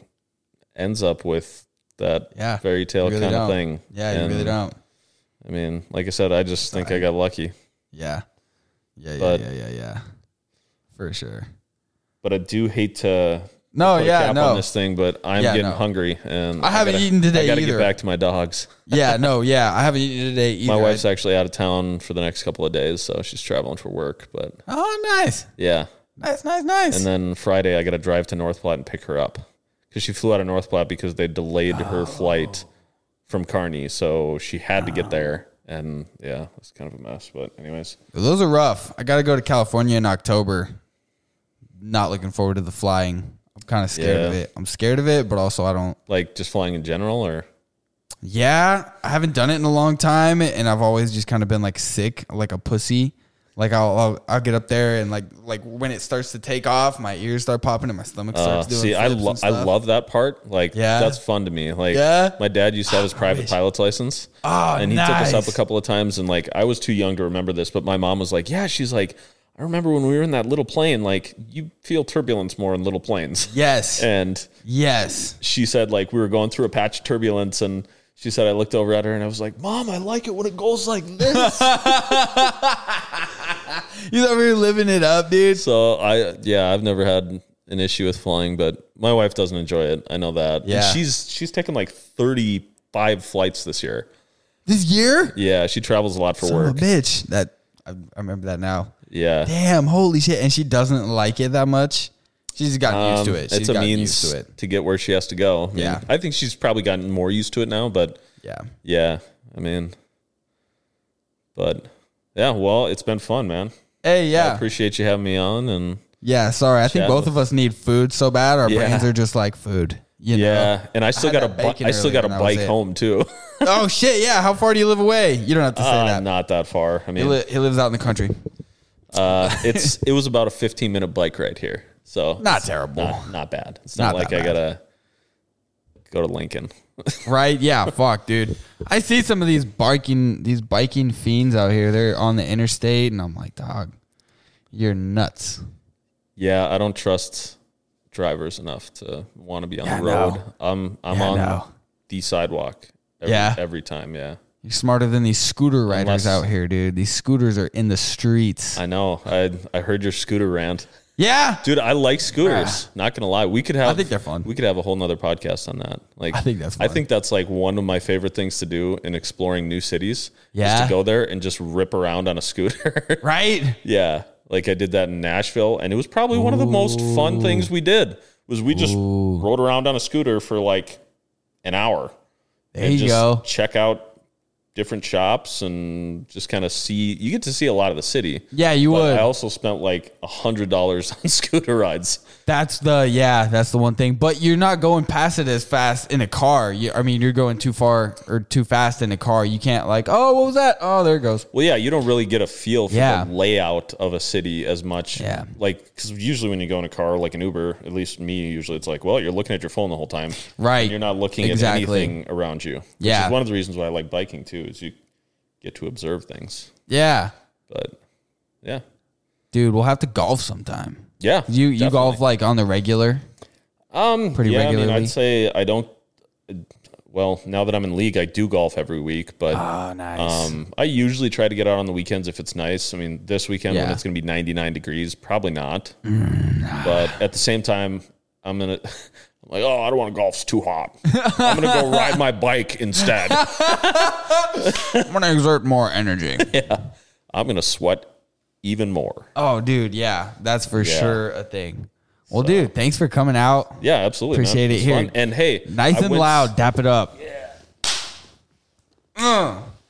[SPEAKER 3] ends up with that
[SPEAKER 1] Yeah,
[SPEAKER 3] fairy tale
[SPEAKER 1] you really
[SPEAKER 3] kind of
[SPEAKER 1] don't.
[SPEAKER 3] thing.
[SPEAKER 1] Yeah, you really
[SPEAKER 3] And,
[SPEAKER 1] don't.
[SPEAKER 3] I mean, like I said, I just think I got lucky.
[SPEAKER 1] Yeah. Yeah, yeah,
[SPEAKER 3] But-
[SPEAKER 1] yeah, yeah, yeah. For sure.
[SPEAKER 3] But I do hate to
[SPEAKER 1] No,
[SPEAKER 3] put a
[SPEAKER 1] Oh, yeah,
[SPEAKER 3] cap
[SPEAKER 1] no.
[SPEAKER 3] on this thing, but I'm
[SPEAKER 1] Yeah,
[SPEAKER 3] getting
[SPEAKER 1] no.
[SPEAKER 3] hungry and
[SPEAKER 1] I haven't
[SPEAKER 3] gotta-
[SPEAKER 1] eaten today
[SPEAKER 3] I gotta
[SPEAKER 1] either.
[SPEAKER 3] get back to my dogs.
[SPEAKER 1] yeah, no, yeah. I haven't eaten today either.
[SPEAKER 3] My wife's actually out of town for the next couple of days, so she's traveling for work. But
[SPEAKER 1] Oh, nice.
[SPEAKER 3] yeah,
[SPEAKER 1] Nice, nice, nice.
[SPEAKER 3] and then Friday I got to drive to North Platte and pick her up because she flew out of North Platte because they delayed
[SPEAKER 1] Oh.
[SPEAKER 3] her flight from Kearney, so she had to get there. And yeah, it's kind of a mess. But anyways,
[SPEAKER 1] Those are rough. I got to go to California in October. Not looking forward to the flying. I'm kind of scared of
[SPEAKER 3] Yeah.
[SPEAKER 1] it. I'm scared of it, but also I don't.
[SPEAKER 3] like just flying in general, or
[SPEAKER 1] Yeah, I haven't done it in a long time, and I've always just kind of been like sick, like a pussy. Like I'll, I'll I'll get up there and like like when it starts to take off, my ears start popping and my stomach
[SPEAKER 3] Uh,
[SPEAKER 1] starts doing.
[SPEAKER 3] see, I
[SPEAKER 1] flips and
[SPEAKER 3] lo- I
[SPEAKER 1] stuff.
[SPEAKER 3] love that part. Like,
[SPEAKER 1] Yeah.
[SPEAKER 3] that's fun to me. Like,
[SPEAKER 1] Yeah?
[SPEAKER 3] my dad used to have his private pilot's license,
[SPEAKER 1] Oh,
[SPEAKER 3] and he took us up a
[SPEAKER 1] nice.
[SPEAKER 3] couple of times. And like, I was too young to remember this, but my mom was like, "Yeah," she's like, "I remember when we were in that little plane. Like, you feel turbulence more in little planes."
[SPEAKER 1] Yes,
[SPEAKER 3] And
[SPEAKER 1] yes.
[SPEAKER 3] she said like we were going through a patch of turbulence, and she said I looked over at her and I was like, "Mom, I like it when it goes like this."
[SPEAKER 1] You thought we were living it up, dude.
[SPEAKER 3] So I yeah, I've never had an issue with flying, but my wife doesn't enjoy it. I know that. And
[SPEAKER 1] Yeah.
[SPEAKER 3] she's she's taken like thirty five flights this year.
[SPEAKER 1] This year,
[SPEAKER 3] Yeah, she travels a lot for
[SPEAKER 1] I'm a
[SPEAKER 3] work.
[SPEAKER 1] bitch. That I, I remember that now.
[SPEAKER 3] Yeah.
[SPEAKER 1] Damn, holy shit! And she doesn't like it that much. She's gotten used to
[SPEAKER 3] Um,
[SPEAKER 1] it. She's
[SPEAKER 3] it's a
[SPEAKER 1] gotten
[SPEAKER 3] means
[SPEAKER 1] used to
[SPEAKER 3] to,
[SPEAKER 1] it.
[SPEAKER 3] get where she has to go. I mean,
[SPEAKER 1] Yeah.
[SPEAKER 3] I think she's probably gotten more used to it now, but
[SPEAKER 1] Yeah.
[SPEAKER 3] yeah, I mean but yeah, well, it's been fun, man.
[SPEAKER 1] Hey,
[SPEAKER 3] I
[SPEAKER 1] yeah,
[SPEAKER 3] appreciate you having me on and
[SPEAKER 1] yeah. Sorry, I think
[SPEAKER 3] Chat
[SPEAKER 1] both
[SPEAKER 3] with-
[SPEAKER 1] of us need food so bad. Our
[SPEAKER 3] Yeah.
[SPEAKER 1] brains are just like food. You
[SPEAKER 3] yeah, and I still
[SPEAKER 1] had
[SPEAKER 3] got a
[SPEAKER 1] that
[SPEAKER 3] bi-
[SPEAKER 1] bacon
[SPEAKER 3] I still got a
[SPEAKER 1] earlier and that was
[SPEAKER 3] bike
[SPEAKER 1] it.
[SPEAKER 3] home too.
[SPEAKER 1] know. oh shit! Yeah. How far do you live away? You don't have to say
[SPEAKER 3] Uh,
[SPEAKER 1] that.
[SPEAKER 3] not that far. I mean,
[SPEAKER 1] He, li- he lives out in the country.
[SPEAKER 3] Uh, it's it was about a 15 minute bike ride here, so
[SPEAKER 1] Not
[SPEAKER 3] it's
[SPEAKER 1] terrible.
[SPEAKER 3] not, not bad. It's not,
[SPEAKER 1] Not
[SPEAKER 3] like
[SPEAKER 1] that
[SPEAKER 3] I gotta go to Lincoln.
[SPEAKER 1] Right? Yeah. Fuck, dude. I see some of these biking these biking fiends out here. They're on the interstate, and I'm like, dog, you're nuts.
[SPEAKER 3] yeah, I don't trust drivers enough to want to be on the road. I'm I'm
[SPEAKER 1] Yeah,
[SPEAKER 3] on
[SPEAKER 1] no.
[SPEAKER 3] the sidewalk. Every,
[SPEAKER 1] Yeah.
[SPEAKER 3] every time. Yeah,
[SPEAKER 1] You're smarter than these scooter
[SPEAKER 3] Unless-
[SPEAKER 1] riders out here, dude. These scooters are in the streets.
[SPEAKER 3] I know. I I heard your scooter rant,
[SPEAKER 1] yeah.
[SPEAKER 3] dude. I like scooters. Not gonna lie, we could have.
[SPEAKER 1] I think they're fun.
[SPEAKER 3] We could have a whole nother podcast on that. Like
[SPEAKER 1] I think that's
[SPEAKER 3] I
[SPEAKER 1] fun.
[SPEAKER 3] think that's like one of my favorite things to do in exploring new cities. is
[SPEAKER 1] Yeah.
[SPEAKER 3] to go there and just rip around on a scooter.
[SPEAKER 1] Right?
[SPEAKER 3] Yeah, like I did that in Nashville, and it was probably one of the most fun things we did. Was we just rode around on a scooter for like an hour?
[SPEAKER 1] There you go.
[SPEAKER 3] Check out different shops and just kind of see. You get to see a lot of the city.
[SPEAKER 1] Yeah, you
[SPEAKER 3] But
[SPEAKER 1] would.
[SPEAKER 3] I also spent like a hundred dollars on scooter rides.
[SPEAKER 1] That's the yeah, that's the one thing. But you're not going past it as fast in a car. You, I mean, you're going too far or too fast in a car. You can't like, oh, what was that? Oh, there it goes.
[SPEAKER 3] Well, yeah, you don't really get a feel for
[SPEAKER 1] Yeah.
[SPEAKER 3] the layout of a city as much.
[SPEAKER 1] Yeah.
[SPEAKER 3] Like, because usually when you go in a car, like an Uber, at least me, usually it's like, well, you're looking at your phone the whole time.
[SPEAKER 1] Right.
[SPEAKER 3] And you're not looking
[SPEAKER 1] Exactly.
[SPEAKER 3] at anything around you. Which
[SPEAKER 1] Yeah.
[SPEAKER 3] Is one of the reasons why I like biking too, is you get to observe things.
[SPEAKER 1] Yeah,
[SPEAKER 3] But yeah.
[SPEAKER 1] dude, we'll have to golf sometime.
[SPEAKER 3] Yeah.
[SPEAKER 1] You you
[SPEAKER 3] definitely.
[SPEAKER 1] golf like on the regular?
[SPEAKER 3] um,
[SPEAKER 1] pretty
[SPEAKER 3] yeah, I mean,
[SPEAKER 1] regularly?
[SPEAKER 3] I'd say I don't. Well, now that I'm in league, I do golf every week, but
[SPEAKER 1] Oh, nice.
[SPEAKER 3] Um, I usually try to get out on the weekends if it's nice. I mean, this weekend when
[SPEAKER 1] Yeah. Mm,
[SPEAKER 3] it's going to be 99 degrees, probably not. but at the same time, I'm gonna. I'm like, oh, I don't want to golf. It's too hot. I'm gonna go ride my bike instead.
[SPEAKER 1] I'm gonna exert more energy.
[SPEAKER 3] I'm gonna sweat even more.
[SPEAKER 1] Oh, dude, yeah, that's for sure a thing. Well, dude, thanks for coming out.
[SPEAKER 3] Yeah, absolutely. man.
[SPEAKER 1] Appreciate it.
[SPEAKER 3] was
[SPEAKER 1] Here.
[SPEAKER 3] fun. And hey,
[SPEAKER 1] Nice
[SPEAKER 3] I
[SPEAKER 1] and
[SPEAKER 3] went-
[SPEAKER 1] loud, dap it up.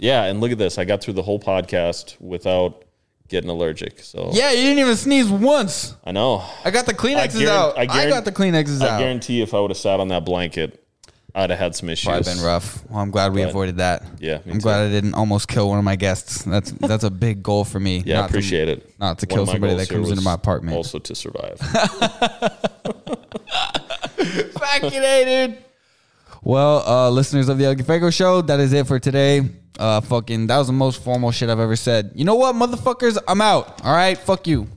[SPEAKER 3] Yeah, and look at this. I got through the whole podcast without getting allergic. So
[SPEAKER 1] Yeah, you didn't even sneeze once.
[SPEAKER 3] I know.
[SPEAKER 1] I got the Kleenexes
[SPEAKER 3] guaran-
[SPEAKER 1] out.
[SPEAKER 3] I
[SPEAKER 1] I,
[SPEAKER 3] guaran-
[SPEAKER 1] got the Kleenexes
[SPEAKER 3] I
[SPEAKER 1] out.
[SPEAKER 3] guarantee if I would have sat on that blanket, I'd have had some issues.
[SPEAKER 1] Probably been rough. Well, I'm glad we
[SPEAKER 3] But-
[SPEAKER 1] avoided that.
[SPEAKER 3] Yeah, me
[SPEAKER 1] I'm
[SPEAKER 3] too.
[SPEAKER 1] glad I didn't almost kill one of my guests. That's that's a big goal for me.
[SPEAKER 3] Yeah,
[SPEAKER 1] Not
[SPEAKER 3] I
[SPEAKER 1] to-
[SPEAKER 3] appreciate it.
[SPEAKER 1] not to
[SPEAKER 3] One
[SPEAKER 1] kill
[SPEAKER 3] of my
[SPEAKER 1] somebody
[SPEAKER 3] goals
[SPEAKER 1] that
[SPEAKER 3] here
[SPEAKER 1] comes into
[SPEAKER 3] was
[SPEAKER 1] my apartment.
[SPEAKER 3] Also to survive.
[SPEAKER 1] Fucking A, dude. Well, uh, listeners of the El Gafego Show, that is it for today. Uh, fucking, that was the most formal shit I've ever said. You know what, motherfuckers? I'm out. All right, fuck you.